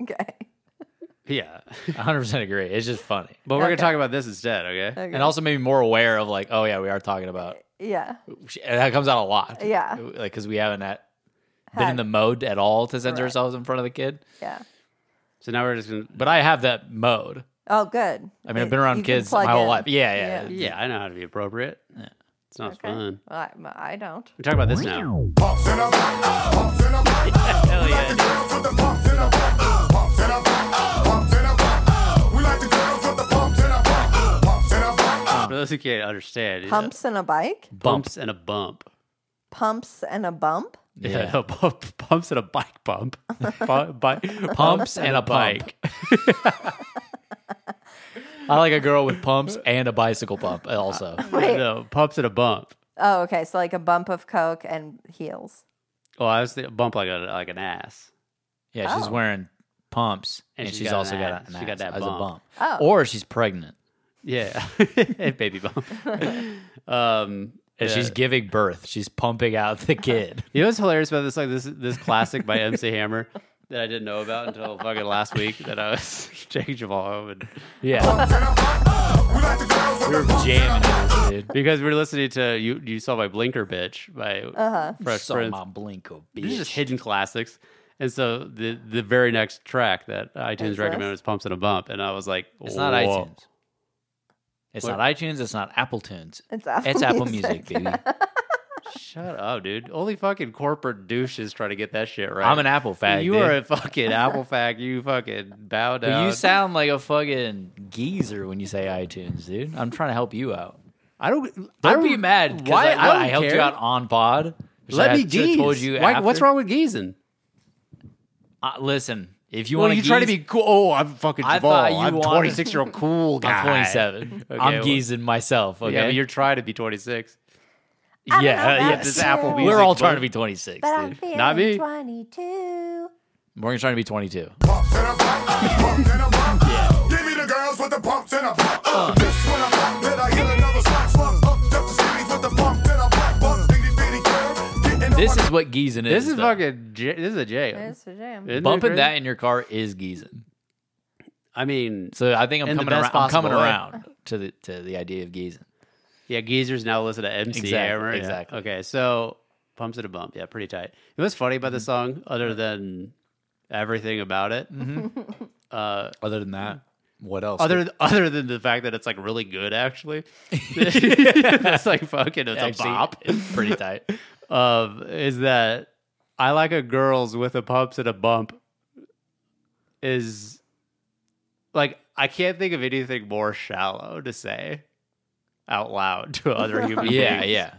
S4: Okay.
S2: yeah,
S3: 100% agree. It's just funny,
S2: but we're
S4: Okay.
S2: gonna talk about this instead. Okay.
S4: okay.
S3: and also maybe more aware of like, oh yeah, we are talking about.
S4: yeah.
S3: And that comes out a lot.
S4: Yeah.
S3: like because we haven't at, been in
S4: Had-
S3: the mode at all to censor
S4: Right.
S3: ourselves in front of the kid.
S4: Yeah.
S2: So now we're just gonna.
S3: But I have that mode.
S4: Oh, good.
S3: I mean, I've
S4: It-
S3: been around
S4: you can
S3: kids my
S4: plug
S3: whole
S4: in.
S3: life. Yeah, yeah. yeah.
S2: Yeah, I know how to be appropriate. It's not
S4: Okay.
S2: fun.
S4: Well, I, I don't.
S2: We're talking about this now.
S7: Hell yeah.
S2: For those who can't understand,
S4: Pumps and a bike?
S2: yeah, bumps and a bump.
S4: Pumps and a bump?
S2: Yeah, bump- bumps and a bike bump. Bu- bi-
S3: Pumps and a bike. I like a girl with pumps and a bicycle pump. Also,
S4: Wait.
S2: No, pumps and a bump.
S4: Oh, okay. So, like a bump of Coke and heels.
S2: Oh, I was thinking bump like a like an ass.
S3: yeah, she's
S4: Oh.
S3: wearing pumps, and, she's,
S2: got an
S3: also got
S2: ass.
S3: an
S2: She got
S3: ass
S2: that
S3: as
S2: bump.
S3: a bump,
S4: Oh.
S3: or she's pregnant
S2: Yeah, baby bump. um, yeah.
S3: and she's giving birth. She's pumping out the kid.
S2: You know what's hilarious about this? Like this this classic by MC Hammer that I didn't know about until fucking last week that I was taking Jamal home and
S3: yeah, we were jamming to this, dude.
S2: because we were listening to you you saw my blinker bitch by
S4: Uh-huh.
S2: Fresh
S3: Saw
S2: Prince.
S3: my blinko,
S2: These are
S3: bitch.
S2: just hidden classics. And so the the very next track that iTunes
S4: Is
S2: recommended was
S4: this?
S2: Pumps and a Bump, and I was like,
S3: It's not
S2: "Whoa."
S3: iTunes. It's
S2: What?
S3: not iTunes. It's not Apple Tunes.
S4: It's Apple
S3: It's Apple
S4: Music.
S3: Music, baby.
S2: Shut up, dude. Only fucking corporate douches try to get that shit right.
S3: I'm an apple fag.
S2: You
S3: dude.
S2: are a fucking apple fag. You fucking bow
S3: But
S2: down.
S3: you sound like a fucking geezer when you say iTunes, dude. I'm trying to help you out.
S2: I don't. I
S3: Don't be mad. 'cause
S2: Why?
S3: I, what,
S2: I, don't
S3: I helped
S2: care.
S3: you out on pod. Should
S2: Let
S3: I
S2: me
S3: have- should have
S2: geez.
S3: Told you
S2: Why- what's
S3: after?
S2: wrong with geezing?
S3: Uh, listen, if you
S2: Well,
S3: want
S2: you try to be cool. Oh, I'm fucking
S3: I
S2: I
S3: thought you
S2: I'm
S3: wanted-
S2: 26 year old cool guy.
S3: I'm 27.
S2: Okay,
S3: I'm
S2: well-
S3: geezing myself. Okay,
S2: Yeah, but you're trying to be 26.
S4: I don't
S3: Yeah,
S4: know
S3: uh, yeah,
S4: about
S2: this
S4: you,
S2: Apple
S4: but
S2: music
S3: we're all
S2: book.
S3: trying to be 26.
S4: I'm
S3: Dude.
S4: feeling
S2: Not me.
S4: 22.
S3: Morgan's trying to be 22.
S7: Pumps in a pop, pumps in a pop. Give me the girls with the pumps in a pop. This one a pop, then I hit another spot. Swap up, jump the skinnies with the pump in a pop. Bump, bitty, bitty curves. Get in the
S3: This
S7: one-
S3: is what geezing is.
S2: This is
S3: though.
S2: fucking. J- this is a jam.
S4: That's the jam.
S2: Isn't it
S3: bumping
S2: crazy?
S3: that in your car is geezing.
S2: I mean,
S3: So I think I'm
S2: In the
S3: coming
S2: best
S3: around. I'm coming
S2: possible way.
S3: around to the to the idea of geezing.
S2: Yeah, geezers now listen to MC
S3: Exactly,
S2: Hammer. Yeah.
S3: exactly.
S2: Okay, so pumps it a bump. Yeah, pretty tight. You know what's funny about this
S3: Mm-hmm.
S2: song, other than everything about it, uh,
S3: Other than that, what else?
S2: other other than the fact that it's like really good, actually. That's like fucking it's
S3: Actually,
S2: a bop.
S3: it's pretty tight.
S2: Um, is that I like a girls with a pumps and a bump is like I can't think of anything more shallow to say out loud to other human
S3: yeah,
S2: beings
S3: yeah.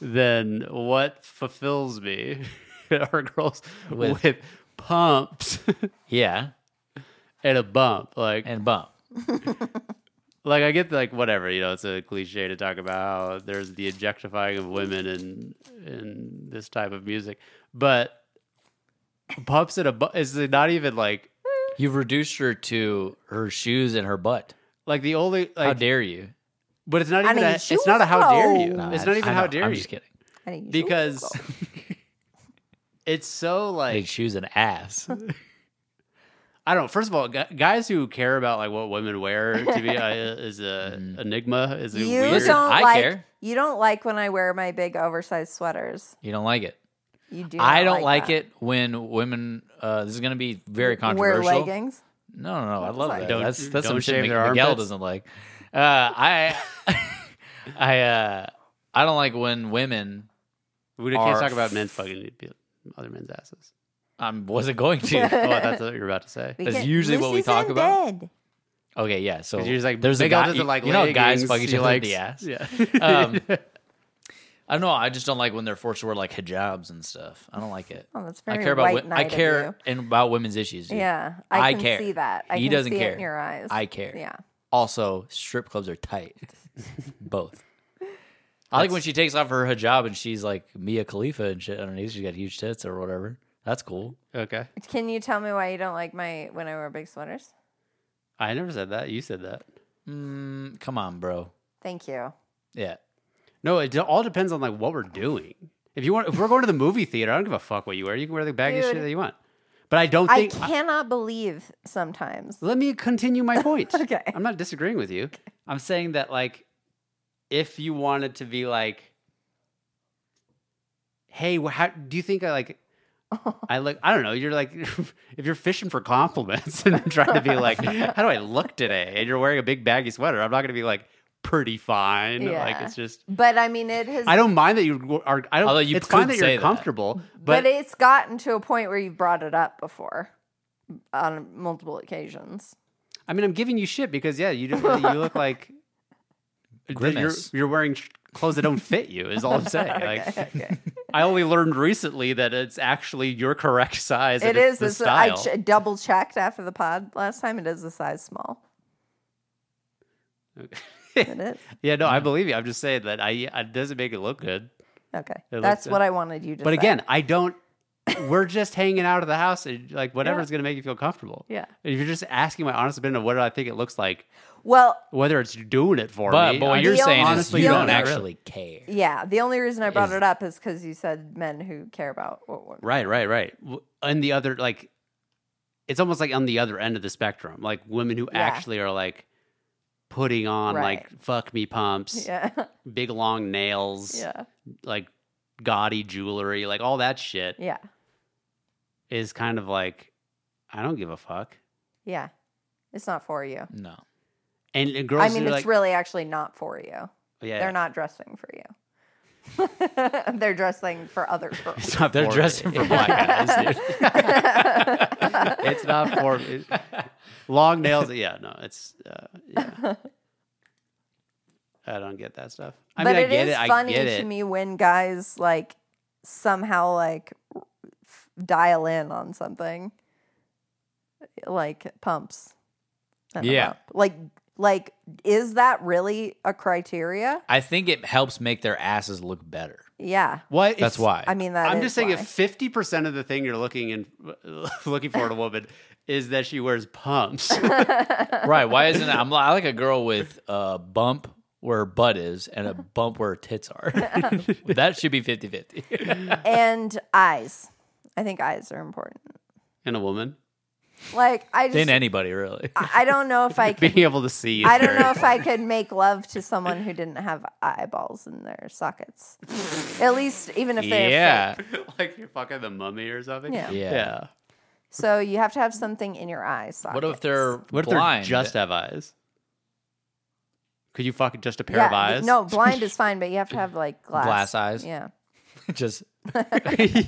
S2: then what fulfills me are girls
S3: With-
S2: with, pumps
S3: Yeah.
S2: and a bump. Like,
S3: And bump.
S2: like I get the, like whatever you know. It's a cliche to talk about how there's the objectifying of women in in this type of music, but pumps and a bump is not even like
S3: You've reduced her to her shoes and her butt.
S2: like the only like.
S3: How dare you?
S2: but it's not
S4: I
S2: even.
S4: need
S2: A,
S4: shoes,
S2: it's not a how dare you.
S4: though.
S2: it's
S3: I-
S2: not even
S3: I
S2: how
S3: know.
S2: dare
S3: I'm
S2: you
S3: just kidding.
S4: I think you should
S2: because
S4: go.
S2: it's so like
S3: Big shoes and ass.
S2: I don't. First of all, gu- guys who care about like what women wear to me I, is a
S3: Mm.
S2: enigma. Is a
S4: you
S2: weird.
S3: Listen,
S4: don't
S3: I
S4: like
S3: care.
S4: you don't like when I wear my big oversized sweaters.
S3: You don't like it.
S4: You do.
S3: I
S4: not
S3: don't like,
S4: that.
S3: it when women. Uh, this is going to be very
S4: Wear
S3: controversial.
S4: leggings.
S3: No, no, no. I love that.
S2: Don't-
S3: that's that's some
S2: don't
S3: shit
S2: shave
S3: Mc-
S2: their
S3: Miguel
S2: armpits.
S3: doesn't like. Uh, I, I, uh, I don't like when women.
S2: we can't
S3: are
S2: talk about men fucking people- other men's asses.
S3: I wasn't going to.
S2: Oh, that's what you're about to say.
S4: We
S3: That's
S4: can-
S3: usually what we
S4: Lucy's
S3: talk
S4: in
S3: about.
S4: Bed.
S3: Okay, yeah. So
S2: You're just like
S3: there's a
S2: Miguel
S3: guy.
S2: doesn't
S3: You,
S2: like
S3: you know, how
S2: leggings,
S3: guys fuck each
S2: he
S3: other in
S2: likes-
S3: the ass.
S2: Yeah.
S3: Um, I don't know. I just don't like when they're forced to wear like hijabs and stuff. I don't like it.
S4: Oh, that's
S3: I
S4: very
S3: care about.
S4: white
S3: wo- I
S4: knight of
S3: care and about women's issues. dude.
S4: Yeah,
S3: I
S4: I, can
S3: care.
S4: see that. I
S3: He
S4: can
S3: doesn't
S4: see
S3: care.
S4: It in your eyes.
S3: I care.
S4: Yeah.
S3: Also, strip clubs are tight. Both. I like when she takes off her hijab and she's like Mia Khalifa and shit underneath. She's got huge tits or whatever. That's cool.
S2: okay.
S4: Can you tell me why you don't like my when I wear big sweaters?
S2: I never said that. You said that.
S3: Mm, come on, bro.
S4: Thank you.
S3: Yeah.
S2: No, it all depends on like what we're doing. If you want, if we're going to the movie theater, I don't give a fuck what you wear. You can wear the baggiest
S4: Dude.
S2: shit that you want. But I don't
S4: I
S2: think.
S4: cannot believe sometimes.
S2: let me continue my point.
S4: Okay.
S2: I'm not disagreeing with you. I'm saying that like if you wanted to be like hey, wh- how do you think I like I look I don't know, you're like if you're fishing for compliments and trying to be like how do I look today and you're wearing a big baggy sweater, I'm not going to be like pretty fine. Like
S4: Yeah.
S2: it's just
S4: But I mean, it has.
S2: I don't mind that you are I don't
S3: Although you
S2: it's fine
S3: could
S2: that
S3: say
S2: you're
S3: that.
S2: comfortable,
S4: but,
S2: but,
S4: it's gotten to a point where you've brought it up before on multiple occasions.
S2: I mean I'm giving you shit because yeah, you do, you look like that you're
S3: Grimace.
S2: you're wearing sh- clothes that don't fit you is all I'm saying. Like
S4: Okay.
S2: I only learned recently that it's actually your correct size.
S4: it
S2: and
S4: is.
S2: it's the
S4: It's, I
S2: style.
S4: ch- double checked after the pod last time. It is a size small. It is.
S2: yeah, no, I believe you. I'm just saying that I it doesn't make it look good.
S4: Okay.
S2: It
S4: That's
S2: looks-
S4: what I wanted you to
S2: But
S4: say.
S2: again, I don't. We're just hanging out of the house and like whatever's going to make you feel comfortable.
S4: Yeah.
S2: If you're just asking my honest opinion of what do I think it looks like,
S4: Well,
S2: whether it's doing it for
S3: But,
S2: me,
S3: but what
S2: I
S3: you're
S4: The
S2: just
S3: saying is
S4: honestly
S3: you
S4: don't
S3: don't
S4: really.
S3: actually care.
S4: yeah. The only reason I brought
S3: Is-
S4: it up is because you said men who care about what women.
S2: Right, right, right. W- And the other, like, it's almost like on the other end of the spectrum, like women who
S4: Yeah.
S2: actually are like putting on
S4: Right.
S2: like fuck me pumps,
S4: Yeah.
S2: big long nails,
S4: Yeah.
S2: like gaudy jewelry, like all that shit
S4: Yeah.
S2: is kind of like, I don't give a fuck.
S4: Yeah. It's not for you.
S3: No.
S2: And, and girls,
S4: I mean,
S2: who are
S4: it's
S2: like,
S4: really actually not for you.
S2: yeah,
S4: They're not dressing for you. They're dressing for other girls.
S2: It's not
S3: They're
S2: for me.
S3: dressing for black guys, dude.
S2: It's not for me. Long nails. Yeah, no, it's. Uh, yeah. I don't get that stuff. I
S4: but
S2: mean, I
S4: it
S2: get
S4: is
S2: it. I
S4: funny
S2: get
S4: to
S2: it.
S4: me when guys like somehow like f- dial in on something like pumps. and a
S3: Yeah.
S4: pump. Like like is that really a criteria?
S3: I think it helps make their asses look better.
S4: Yeah.
S2: What?
S3: That's
S2: why.
S3: why.
S4: I mean that
S2: I'm
S4: is
S2: just saying,
S4: why.
S2: if fifty percent of the thing you're looking in, looking for in a woman is that she wears pumps,
S3: right? Why isn't it? I'm li- I like a girl with a bump where her butt is and a bump where her tits are. that should be 50 50.
S4: and eyes. I think eyes are important.
S2: in a woman
S4: Like I just
S3: Then anybody, really.
S4: I I don't know if I could
S2: being able to see. is
S4: I don't
S2: very-
S4: know if I could make love to someone who didn't have eyeballs in their sockets. At least even if they
S3: Yeah.
S2: like you're fucking the mummy or something.
S4: Yeah.
S3: Yeah.
S2: yeah.
S4: So you have to have something in your eye socket.
S3: What if they're
S2: What if
S3: blind?
S2: they just have eyes? Could you fuck just a pair
S4: yeah,
S2: of eyes?
S4: No, blind is fine, but you have to have like glass.
S3: Glass eyes?
S4: Yeah.
S3: just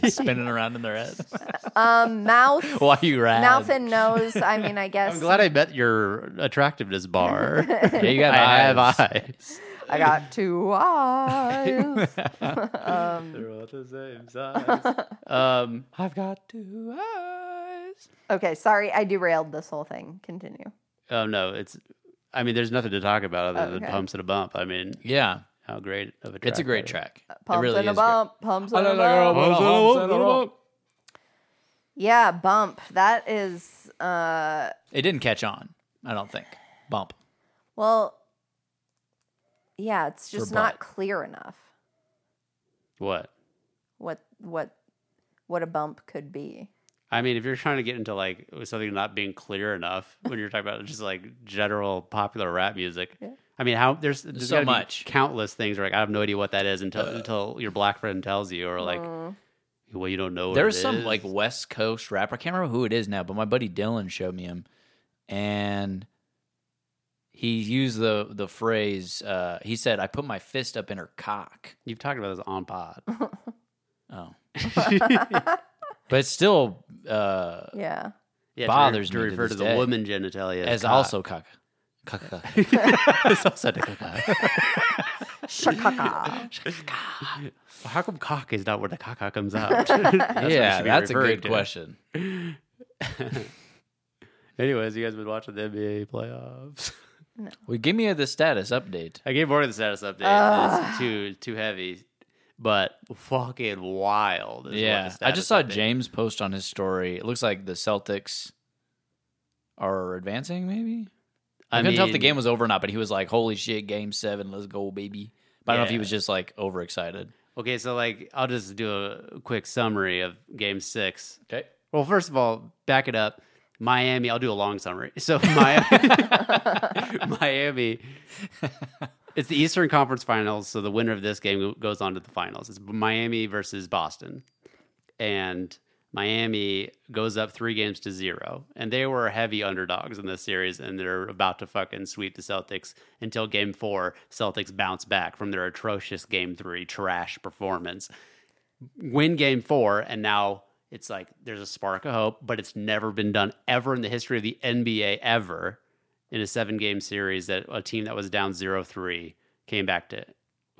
S3: spinning around in their head.
S4: Um, mouth,
S3: Why you rad?
S4: mouth and nose. I mean, I guess
S2: I'm glad I met your attractiveness bar.
S3: Yeah, you got
S2: I have
S3: eyes.
S2: eyes.
S4: I got two ah. eyes.
S2: They're all the same size. um,
S3: I've got two eyes.
S4: Okay, sorry, I derailed this whole thing. Continue.
S2: oh no, it's. I mean, there's nothing to talk about other than
S4: Oh, Okay.
S2: pumps and a bump. I mean,
S3: Yeah.
S2: how great of a track
S3: It's a great
S2: that is.
S3: track.
S4: Uh, Pumps
S3: it really
S4: and a
S3: is great.
S4: bump. Pumps and a
S3: don't know.
S4: bump.
S2: Pumps and a
S3: Pumps
S2: bump,
S3: and a
S2: pump.
S3: bump.
S4: Yeah, bump. That is uh
S3: It didn't catch on, I don't think. Bump.
S4: well yeah, it's just not
S3: butt.
S4: clear enough
S2: What?
S4: what what what a bump could be.
S2: I mean, if you're trying to get into like something not being clear enough when you're talking about just like general popular rap music, I mean, how there's, there's
S3: so
S2: gotta be
S3: much. Uh.
S2: countless things. Where, like I have no idea what that is until until your black friend tells you, or like, well, you don't know. What
S3: There's
S2: it
S3: some
S2: is.
S3: like West Coast rapper. I can't remember who it is now, but my buddy Dylan showed me him, and he used the the phrase. Uh, he said, "I put my fist up in her cock."
S2: you've talked about this on pod.
S3: Oh, but it's still uh,
S4: Yeah.
S2: Yeah,
S3: Bothers
S2: to,
S3: me
S2: re-
S3: to
S2: to refer to,
S3: this
S2: the
S3: day.
S2: woman genitalia
S3: as
S2: cock.
S3: also cock. Cock, cock, cock.
S2: It's also a cock.
S4: Shakaka.
S2: How come cock is not where the caca comes out? That's what it
S3: yeah,
S2: should be
S3: that's a
S2: referring
S3: good
S2: to.
S3: question.
S2: Anyways, you guys been watching the NBA playoffs?
S3: Well, give me the status update.
S2: I gave Morgan the status update. It's too too heavy, but fucking wild. is what the
S3: Yeah, I
S2: status
S3: just saw
S2: update-
S3: James post on his story. It looks like the Celtics are advancing, maybe. I,
S2: I
S3: couldn't tell if the
S2: mean,
S3: game was over or not, but he was like, "Holy shit, game seven, let's go, baby!" But I don't know if he
S2: Yeah.
S3: was just like overexcited.
S2: Okay, so like I'll just do a quick summary of Game Six.
S3: Okay,
S2: Well, first of all, back it up. Miami. I'll do a long summary. So Miami, Miami. It's the Eastern Conference Finals, so the winner of this game go- goes on to the finals. It's Miami versus Boston, and Miami goes up three games to zero, and they were heavy underdogs in this series, and they're about to fucking sweep the Celtics until Game Four. Celtics bounce back from their atrocious Game Three trash performance win game four, and now it's like there's a spark of hope, but it's never been done ever in the history of the NBA ever in a seven game series that a team that was down 0 3 came back to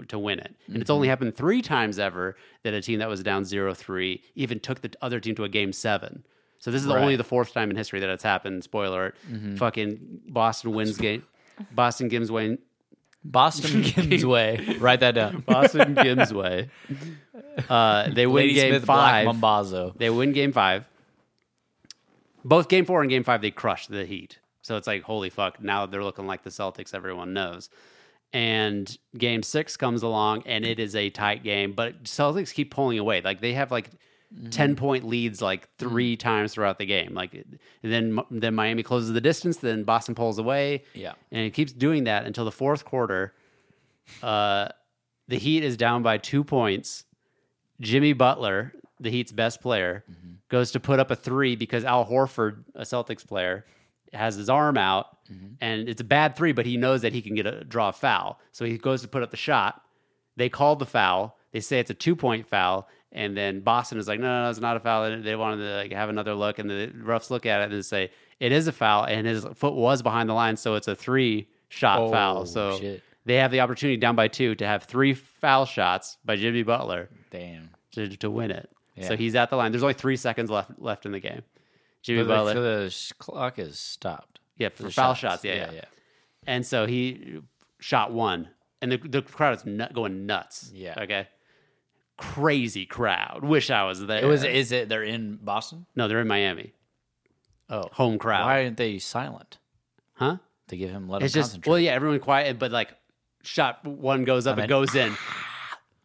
S2: to win it. And
S3: Mm-hmm.
S2: it's only happened three times ever that a team that was down 0 3 even took the other team to a game seven. So this is
S3: Right. Mm-hmm.
S2: only the fourth time in history that it's happened. Spoiler alert. Fucking Boston wins game. Boston Gims win.
S3: Boston Kim's way. Write that down.
S2: Boston Gims way. Uh, they win
S3: Lady
S2: game
S3: Smith,
S2: five.
S3: Black Mombazo.
S2: They win game five. Both game four and game five, they crushed the Heat. So it's like, holy fuck, now they're looking like the Celtics everyone knows. And game six comes along and it is a tight game, but Celtics keep pulling away. Like they have like 10 point leads like three times throughout the game. Like and then, then Miami closes the distance, then Boston pulls away.
S3: Yeah.
S2: And it keeps doing that until the fourth quarter. Uh, the Heat is down by two points. Jimmy Butler, the Heat's best player,
S3: Mm-hmm.
S2: goes to put up a three because Al Horford, a Celtics player, has his arm out
S3: Mm-hmm.
S2: and it's a bad three, but he knows that he can get a draw a foul. So he goes to put up the shot. They call the foul. They say it's a two point foul, and then Boston is like, no, no, no, it's not a foul. And they wanted to like have another look, and the refs look at it and say it is a foul, and his foot was behind the line, so it's a three shot
S3: Oh,
S2: foul. So
S3: shit.
S2: they have the opportunity down by two to have three foul shots by Jimmy Butler
S3: Damn.
S2: to, to win it.
S3: Yeah.
S2: So he's at the line. There's only three seconds left left in the game. Jimmy
S3: So the,
S2: Butler,
S3: so the sh- clock is stopped.
S2: yeah, for foul shots, yeah, yeah, And so he shot one, and the the crowd is nut, going nuts.
S3: Yeah.
S2: okay, crazy crowd. Wish I was there.
S3: It was. Is it? They're in Boston.
S2: no, they're in Miami,
S3: Oh,
S2: home crowd,
S3: why aren't they silent?
S2: huh?
S3: To give him let
S2: It's
S3: him
S2: just
S3: concentrate.
S2: well, yeah, everyone quiet, but like shot one goes up,
S3: And
S2: it
S3: then-
S2: goes in,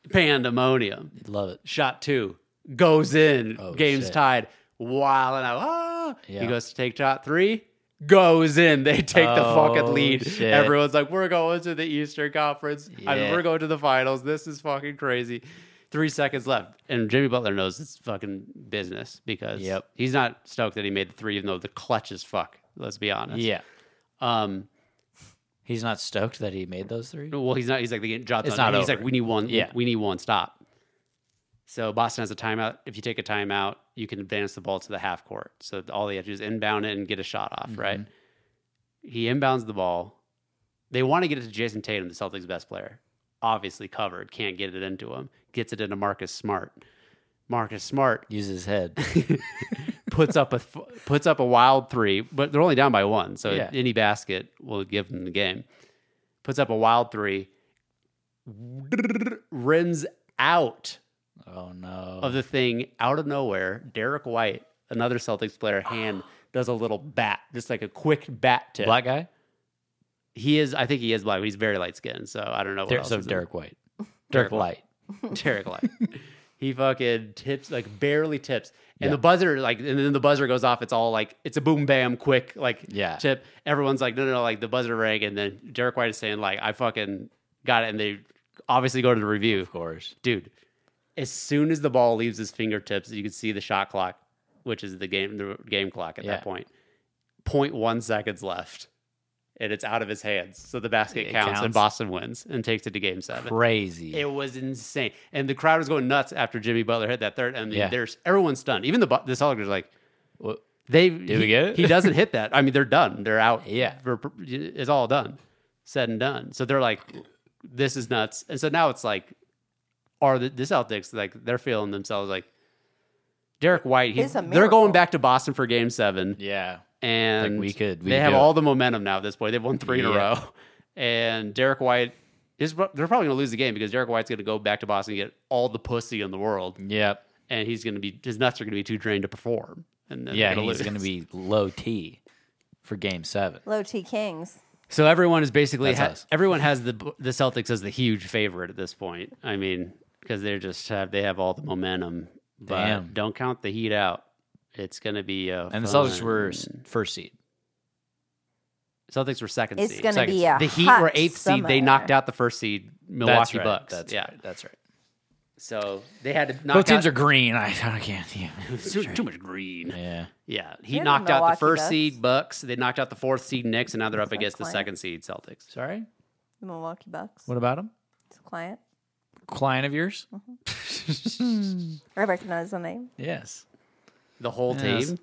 S2: pandemonium.
S3: Love it.
S2: shot two goes in
S3: Oh,
S2: game's
S3: shit.
S2: tied wow and out ah!
S3: Yeah.
S2: he goes to take shot three goes in they take the
S3: Oh,
S2: fucking lead
S3: shit.
S2: everyone's like we're going to the eastern conference I mean,
S3: Yeah.
S2: we're going to the finals this is fucking crazy three seconds left and jimmy butler knows it's fucking business because
S3: Yep.
S2: he's not stoked that he made the three even though the clutch is fuck let's be honest
S3: Yeah,
S2: um
S3: he's not stoked that he made those three.
S2: well, he's not. He's like the game drops.
S3: It's
S2: on.
S3: not
S2: He's
S3: over.
S2: like we need one.
S3: Yeah.
S2: we need one stop. So Boston has a timeout. If you take a timeout, you can advance the ball to the half court. So all they have to do is inbound it and get a shot off.
S3: Mm-hmm.
S2: Right. He inbounds the ball. They want to get it to Jason Tatum, the Celtics' best player. Obviously covered, can't get it into him. Gets it into Marcus Smart. Marcus Smart
S3: Use his head.
S2: puts up a f- puts up a wild three, but they're only down by one, so
S3: Yeah.
S2: any basket will give them the game. Puts up a wild three, rims out
S3: Oh no.
S2: of the thing out of nowhere. Derek White, another Celtics player, hand does a little bat, just like a quick bat tip.
S3: Black guy.
S2: He is, I think he is black, but he's very light skinned, so I don't know what
S3: Der-
S2: else.
S3: so
S2: is in-
S3: Derek White.
S2: Derek
S3: Derek Light.
S2: Derek Light. he fucking tips like barely tips. And
S3: Yeah.
S2: the buzzer, like, and then the buzzer goes off. It's all like, it's a boom, bam, quick, like,
S3: Yeah.
S2: tip. Everyone's like, no, no, no, like the buzzer rang. And then Derek White is saying, like, I fucking got it. And they obviously go to the review.
S3: Of course.
S2: Dude, as soon as the ball leaves his fingertips, you can see the shot clock, which is the game, the game clock at
S3: Yeah.
S2: that point. 0.1 seconds left. And it's out of his hands. So the basket
S3: It
S2: counts, and
S3: counts.
S2: Boston wins and takes it to game seven.
S3: Crazy.
S2: It was insane, and the crowd was going nuts after Jimmy Butler hit that third. And
S3: Yeah.
S2: there's everyone's stunned. Even the Bu- the Celtics are like,
S3: What-
S2: they did
S3: we get it?
S2: he doesn't hit that. I mean, they're done. They're out.
S3: Yeah.
S2: We're- it's all done, said and done. So they're like, this is nuts. And so now it's like, are the, the Celtics like they're feeling themselves like Derek White? He,
S4: It's a
S2: they're going
S4: miracle.
S2: back to Boston for Game Seven
S3: yeah.
S2: and
S3: Like, we could- we
S2: they
S3: could
S2: have
S3: do it.
S2: all the momentum now at this point. They've won three in a
S3: Yeah.
S2: row, and Derek White is. They're probably going to lose the game because Derek White's going to go back to Boston and get all the pussy in the world,
S3: Yep.
S2: and he's going to be his nuts are going to be too drained to perform. And then
S3: Yeah.
S2: they're
S3: He's
S2: lose.
S3: going to be low T for Game Seven.
S4: Low T Kings.
S2: So everyone is basically
S3: That's
S2: ha-
S3: us.
S2: everyone has the the Celtics as the huge favorite at this point. I mean, because they're just have they have all the momentum. But
S3: Damn.
S2: don't count the Heat out. It's going to be a
S3: And the Celtics were s-
S2: fun-
S3: first seed.
S2: Celtics were second
S4: It's
S2: seed.
S4: gonna
S2: Second
S4: be
S2: seed.
S4: a
S2: the Heat
S4: hot
S2: were eighth seed. They
S4: summer.
S2: knocked out the first seed Milwaukee
S3: That's right.
S2: Bucks.
S3: That's
S2: yeah,
S3: right. That's right.
S2: so they had to knock
S3: Both teams
S2: out,
S3: are green. I, I can't. Yeah.
S2: too, too much green. Yeah,
S3: yeah.
S2: he
S4: They're the
S2: knocked out the
S4: Milwaukee
S2: first
S4: Bucks.
S2: seed Bucks. They knocked out the fourth seed Knicks, and now they're up against the
S4: client.
S2: second seed Celtics.
S3: Sorry.
S4: The Milwaukee Bucks.
S3: What about him?
S4: It's a client.
S3: Client of yours?
S4: I recognize the name.
S3: Yes.
S2: The whole
S3: Yes.
S2: team,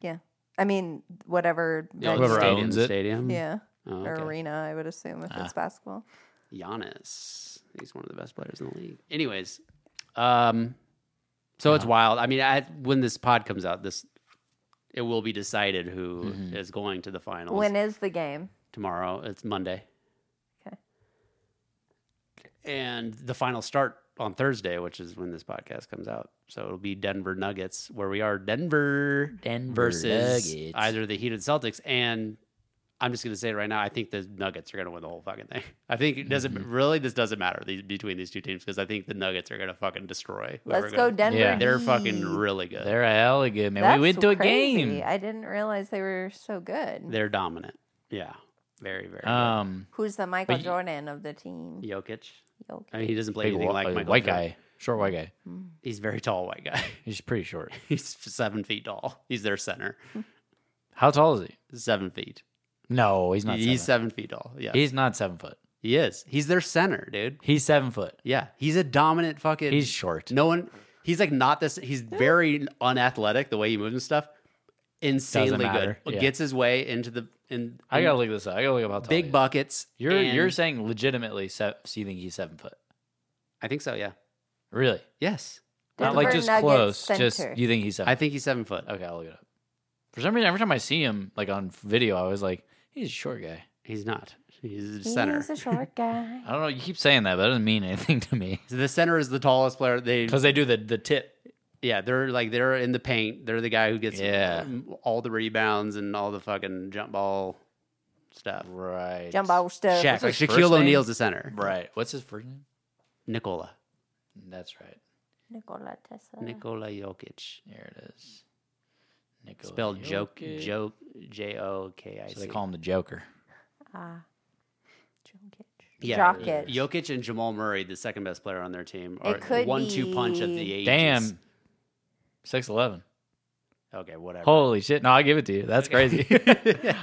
S4: Yeah. I mean, whatever.
S2: Yeah,
S4: venue-
S3: whoever
S2: Oh, stadium,
S3: owns it.
S2: Stadium,
S4: Yeah.
S2: Oh,
S4: Or
S2: okay. Ah.
S4: arena, I would assume, if it's basketball.
S2: Giannis. He's one of the best players in the league. Anyways, um, so it's wild. I mean, I, when this pod comes out, this it will be decided who is
S3: Mm-hmm.
S2: going to the finals
S4: When is the game?
S2: tomorrow. It's Monday.
S4: Okay.
S2: And the final start on Thursday, which is when this podcast comes out. So it'll be Denver Nuggets, where we are Denver,
S3: Denver
S2: versus
S3: Nuggets.
S2: either the Heat or the Celtics. And I'm just going to say it right now. I think the Nuggets are going to win the whole fucking thing. I think it doesn't
S3: Mm-hmm.
S2: really, this doesn't matter these, between these two teams because I think the Nuggets are going to fucking destroy. whoever
S4: Let's go
S2: goes.
S4: Denver.
S3: Yeah.
S2: They're
S4: Heat.
S2: fucking really good. They're,
S3: They're hella good, man.
S4: That's
S3: we went to a
S4: crazy.
S3: game.
S4: I didn't realize they were so good.
S2: They're dominant. Yeah. Very, very.
S3: Um,
S4: Who's the Michael
S3: you-
S4: Jordan of the team?
S2: good. Jokic. I
S4: Jokic.
S2: mean, he doesn't play
S3: big
S2: anything
S3: wa-
S2: like
S3: uh,
S2: Michael
S3: white
S2: Jordan.
S3: guy, short white guy.
S2: He's a very tall white guy.
S3: He's pretty short.
S2: He's seven feet tall. He's their center.
S3: How tall is he?
S2: Seven feet.
S3: No, he's not.
S2: he's seven
S3: seven.
S2: feet tall. Yeah.
S3: He's not seven foot.
S2: He is. He's their center, dude.
S3: He's seven foot.
S2: Yeah, he's a dominant fucking.
S3: He's short.
S2: No one. He's like not this. He's very unathletic the way he moves and stuff. Insanely good.
S3: matter, yeah.
S2: Gets his way into the in.
S3: I gotta look this up. I gotta look up how tall he
S2: big
S3: is.
S2: buckets.
S3: You're
S2: and-
S3: you're saying legitimately, se- so you think he's seven foot?
S2: I think so. Yeah.
S3: Really?
S2: Yes.
S3: Not like
S4: Denver
S3: just
S4: Nuggets
S3: close.
S4: center.
S3: Just you think he's seven?
S2: I think he's seven foot.
S3: okay, I'll look it up. For some reason, every time I see him like on video, I was like, he's a short guy.
S2: He's not. He's the center.
S4: He's a short guy.
S3: I don't know. You keep saying that, but it doesn't mean anything to me
S2: So the center is the tallest player. They
S3: because they do the the tip.
S2: yeah, they're like they're in the paint. They're the guy who gets
S3: Yeah.
S2: all the rebounds and all the fucking jump ball stuff.
S3: Right.
S4: Jump ball stuff.
S2: Shaq,
S3: What's his
S2: Shaquille
S3: first name?
S2: O'Neal's the center.
S3: Right. What's his first name?
S2: Nikola.
S3: That's right.
S4: Nikola Tesla.
S2: Nikola Jokic.
S3: Here it is. Nikola
S2: Spelled joke,
S3: Jokic.
S2: joke, J O K I C.
S3: So they call him the Joker.
S4: Ah. Jokic.
S2: yeah.
S4: Jokic.
S2: Jokic and Jamal Murray, the second best player on their team, are
S4: It could
S2: one two punch at
S4: be-
S2: the ages.
S3: Damn. Six eleven.
S2: Okay, whatever.
S3: Holy shit! No, I give it to you. That's crazy.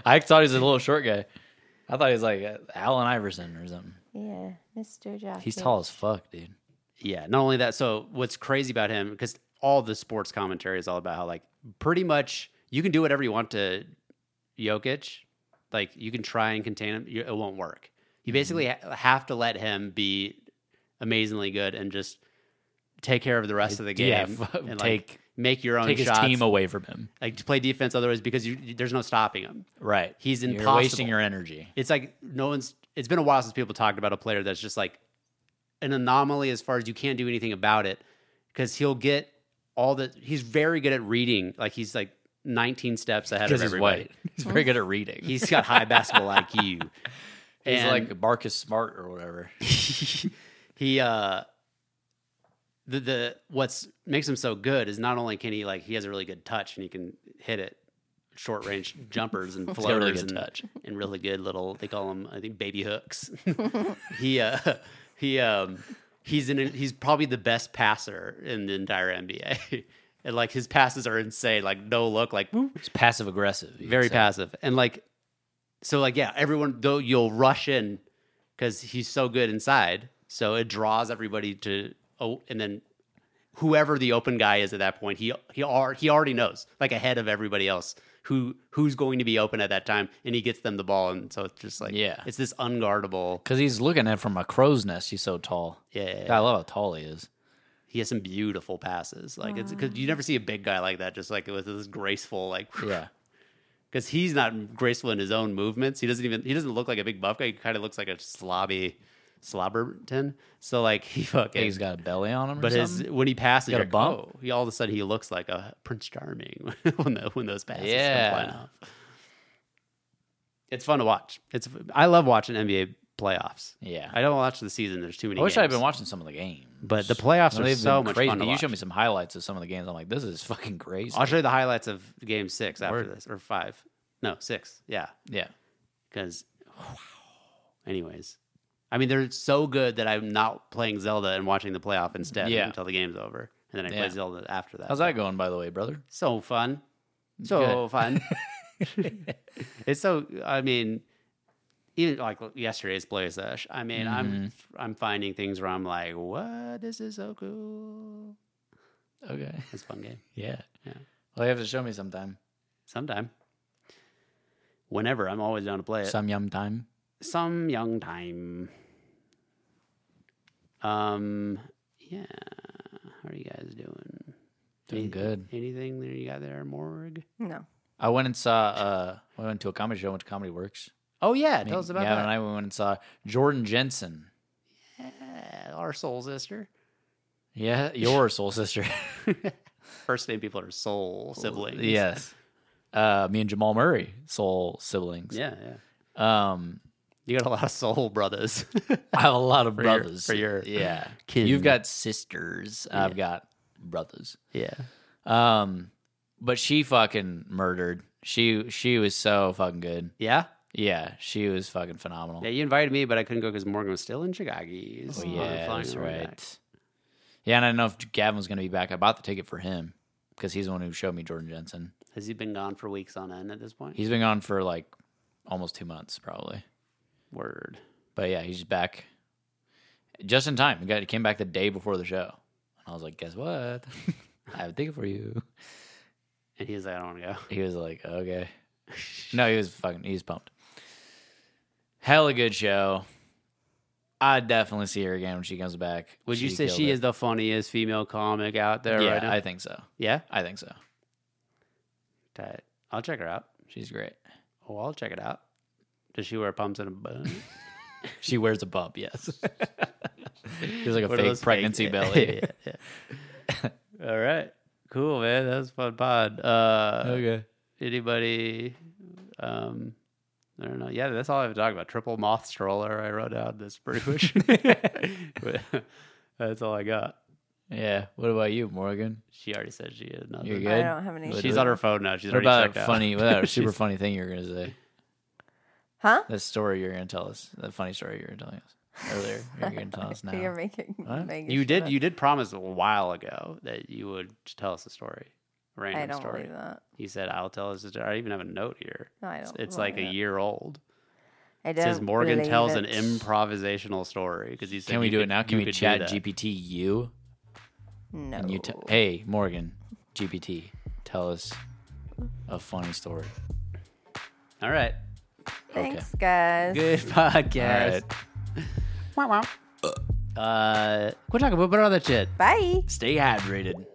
S3: I thought he was a little short guy. I thought he was like uh, Allen Iverson or something.
S4: Yeah, Mr. Jokic.
S3: He's tall as fuck, dude.
S2: Yeah. Not only that, so what's crazy about him, because all the sports commentary is all about how like pretty much you can do whatever you want to Jokic. Like you can try and contain him, you- it won't work.
S3: Mm-hmm.
S2: You basically ha- have to let him be amazingly good and just take care of the rest of the game.
S3: Yeah, f-
S2: and, like,
S3: take-
S2: make your own
S3: Take his
S2: shots.
S3: team away from him.
S2: like to play defense otherwise because you, you- there's no stopping him.
S3: Right.
S2: He's
S3: You're
S2: impossible.
S3: wasting your energy.
S2: It's like no one's. It's been a while since people talked about a player that's just like an anomaly as far as you can't do anything about it because he'll get all the. He's very good at reading. Like he's like 19 steps ahead of
S3: Because he's
S2: everybody.
S3: white. He's very good at reading.
S2: He's got high basketball IQ.
S3: He's
S2: And-
S3: like Marcus Smart or whatever.
S2: he uh the the what's makes him so good is not only can he like he has a really good touch and he can hit it short range jumpers and
S3: got a really
S2: floaters
S3: good
S2: and,
S3: touch.
S2: and really good little they call them I think baby hooks. he uh he um he's in he's probably the best passer in the entire NBA. and like his passes are insane, like no look, like whoop,
S3: He's passive aggressive. you could
S2: very
S3: say.
S2: passive and like so like yeah everyone though you'll rush in because he's so good inside so it draws everybody to oh and then whoever the open guy is at that point he he are he already knows like ahead of everybody else who who's going to be open at that time and he gets them the ball and so it's just like
S3: Yeah.
S2: it's this unguardable
S3: Because he's looking at it from a crow's nest. He's so tall.
S2: Yeah, yeah,
S3: God,
S2: yeah.
S3: I love how tall he is.
S2: he has some beautiful passes like it's because you never see a big guy like that just like with this graceful like
S3: Yeah.
S2: because he's not graceful in his own movements. He doesn't even he doesn't look like a big buff guy. He kind of looks like a slobby slobberton. So like he fucking.
S3: He's got a belly on him. Or
S2: but his
S3: something.
S2: when he passes,
S3: got
S2: you're
S3: a
S2: like,
S3: bump?
S2: oh, he all of a sudden he looks like a Prince Charming when the, when those passes
S3: Yeah.
S2: come flying off. It's fun to watch. It's I love watching NBA playoffs.
S3: Yeah.
S2: I don't watch the season. There's too many.
S3: I wish I had
S2: games.
S3: been watching some of the games.
S2: But the playoffs
S3: No,
S2: are
S3: they've
S2: so
S3: been
S2: much
S3: crazy.
S2: fun to
S3: You showed
S2: watch.
S3: me some highlights of some of the games. I'm like, this is fucking crazy.
S2: I'll show you the highlights of Game Six after
S3: Word.
S2: this, or five. No, six. Yeah,
S3: yeah.
S2: because anyways i mean they're so good that i'm not playing zelda and watching the playoff instead
S3: Yeah.
S2: until the game's over and then i
S3: Yeah.
S2: play zelda after that
S3: How's that going, by the way, brother?
S2: so fun so fun it's so i mean even like yesterday's play sesh i mean i'm
S3: Mm-hmm.
S2: i'm finding things where i'm like what this is so cool
S3: Okay.
S2: it's a fun game
S3: Yeah.
S2: Yeah.
S3: Well, you have to show me sometime.
S2: sometime whenever i'm always down to play it
S3: Some yum time.
S2: some young time. Um, yeah. How are you guys doing?
S3: Doing
S2: Any-
S3: good.
S2: Anything there you got there, Morg?
S4: No.
S3: I went and saw. Uh, we went to a comedy show. Went to Comedy Works.
S2: Oh yeah,
S3: Me-
S2: tell us about
S3: Gavin
S2: that.
S3: and I we went and saw Jordan Jensen.
S2: Yeah, our soul sister.
S3: Yeah, your soul sister.
S2: First name people are soul siblings.
S3: yes. Uh, me and Jamal Murray, soul siblings.
S2: Yeah, yeah.
S3: Um,
S2: You got a lot of soul brothers.
S3: I have a lot of
S2: your-
S3: brothers.
S2: for your
S3: yeah.
S2: kin.
S3: You've got sisters. I've got brothers.
S2: yeah.
S3: Um, but she fucking murdered. She she was so fucking good.
S2: Yeah?
S3: Yeah, she was fucking phenomenal.
S2: Yeah, you invited me, but I couldn't go because Morgan was still in Chicago. He's
S3: Oh,
S2: flying
S3: yeah, that's
S2: over
S3: right.
S2: back.
S3: Yeah, and I don't know if Gavin was going to be back. I bought the ticket for him because he's the one who showed me Jordan Jensen.
S2: Has he been gone for weeks on end at this point?
S3: He's been gone for like almost two months, probably.
S2: Word.
S3: But yeah, he's back just in time. He got he came back the day before the show, and I was like, "Guess what? I have a ticket for you."
S2: And he's like, I don't want to go.
S3: He was like, "Okay." No, he was fucking. He was pumped. Hella good show. I definitely see her again when she comes back.
S2: Would you say
S3: killed
S2: she
S3: it.
S2: is the funniest female comic out there
S3: Yeah,
S2: right now?
S3: I think so.
S2: yeah,
S3: I think so.
S2: Tight. I'll check her out.
S3: She's great.
S2: Oh, I'll check it out. Does she wear pumps and a bun?
S3: She wears a bump. Yes. She's like a
S2: What are those
S3: fake
S2: fake-
S3: pregnancy belly.
S2: Yeah, yeah. All right, cool, man. That was a fun pod. Uh,
S3: Okay.
S2: Anybody? Um, I don't know. Yeah, that's all I have to talk about. Triple moth stroller. I wrote out this pretty much. But that's all I got.
S3: Yeah. What about you, Morgan?
S2: She already said she had nothing.
S3: You're good.
S4: I don't have any.
S3: What
S2: She's on her phone now. She's
S3: What
S2: already
S3: about
S2: checked
S3: a funny?
S2: Out.
S3: What about a super
S2: She's-
S3: funny thing you're gonna say?
S4: Huh?
S3: That story you're gonna tell us. That funny story you were telling us earlier. You're gonna tell us
S4: You're
S3: now.
S4: making.
S3: What?
S4: making
S2: You
S4: shit
S2: did.
S4: up.
S2: You did promise a while ago that you would tell us a story. a Random
S4: I don't
S2: story.
S4: believe that.
S2: He said, "I'll tell us." a story." I even have a note here.
S4: No, I
S2: It's-
S4: don't
S2: It's, like a
S4: believe it.
S2: year old.
S4: I
S2: It says
S4: don't
S2: Morgan
S4: believe
S2: tells an
S4: it.
S2: improvisational story because he said,
S3: Can we
S2: you
S3: do it
S2: could-
S3: now? Can
S2: you
S3: we
S2: could do
S3: chat
S2: that.
S3: GPT you
S4: No.
S3: and you? T- hey, Morgan, GPT, tell us a funny story.
S2: All right,
S4: Thanks, guys.
S2: good podcast. Wow, wow. Uh, quit talking about all that shit.
S4: Bye.
S2: Stay hydrated.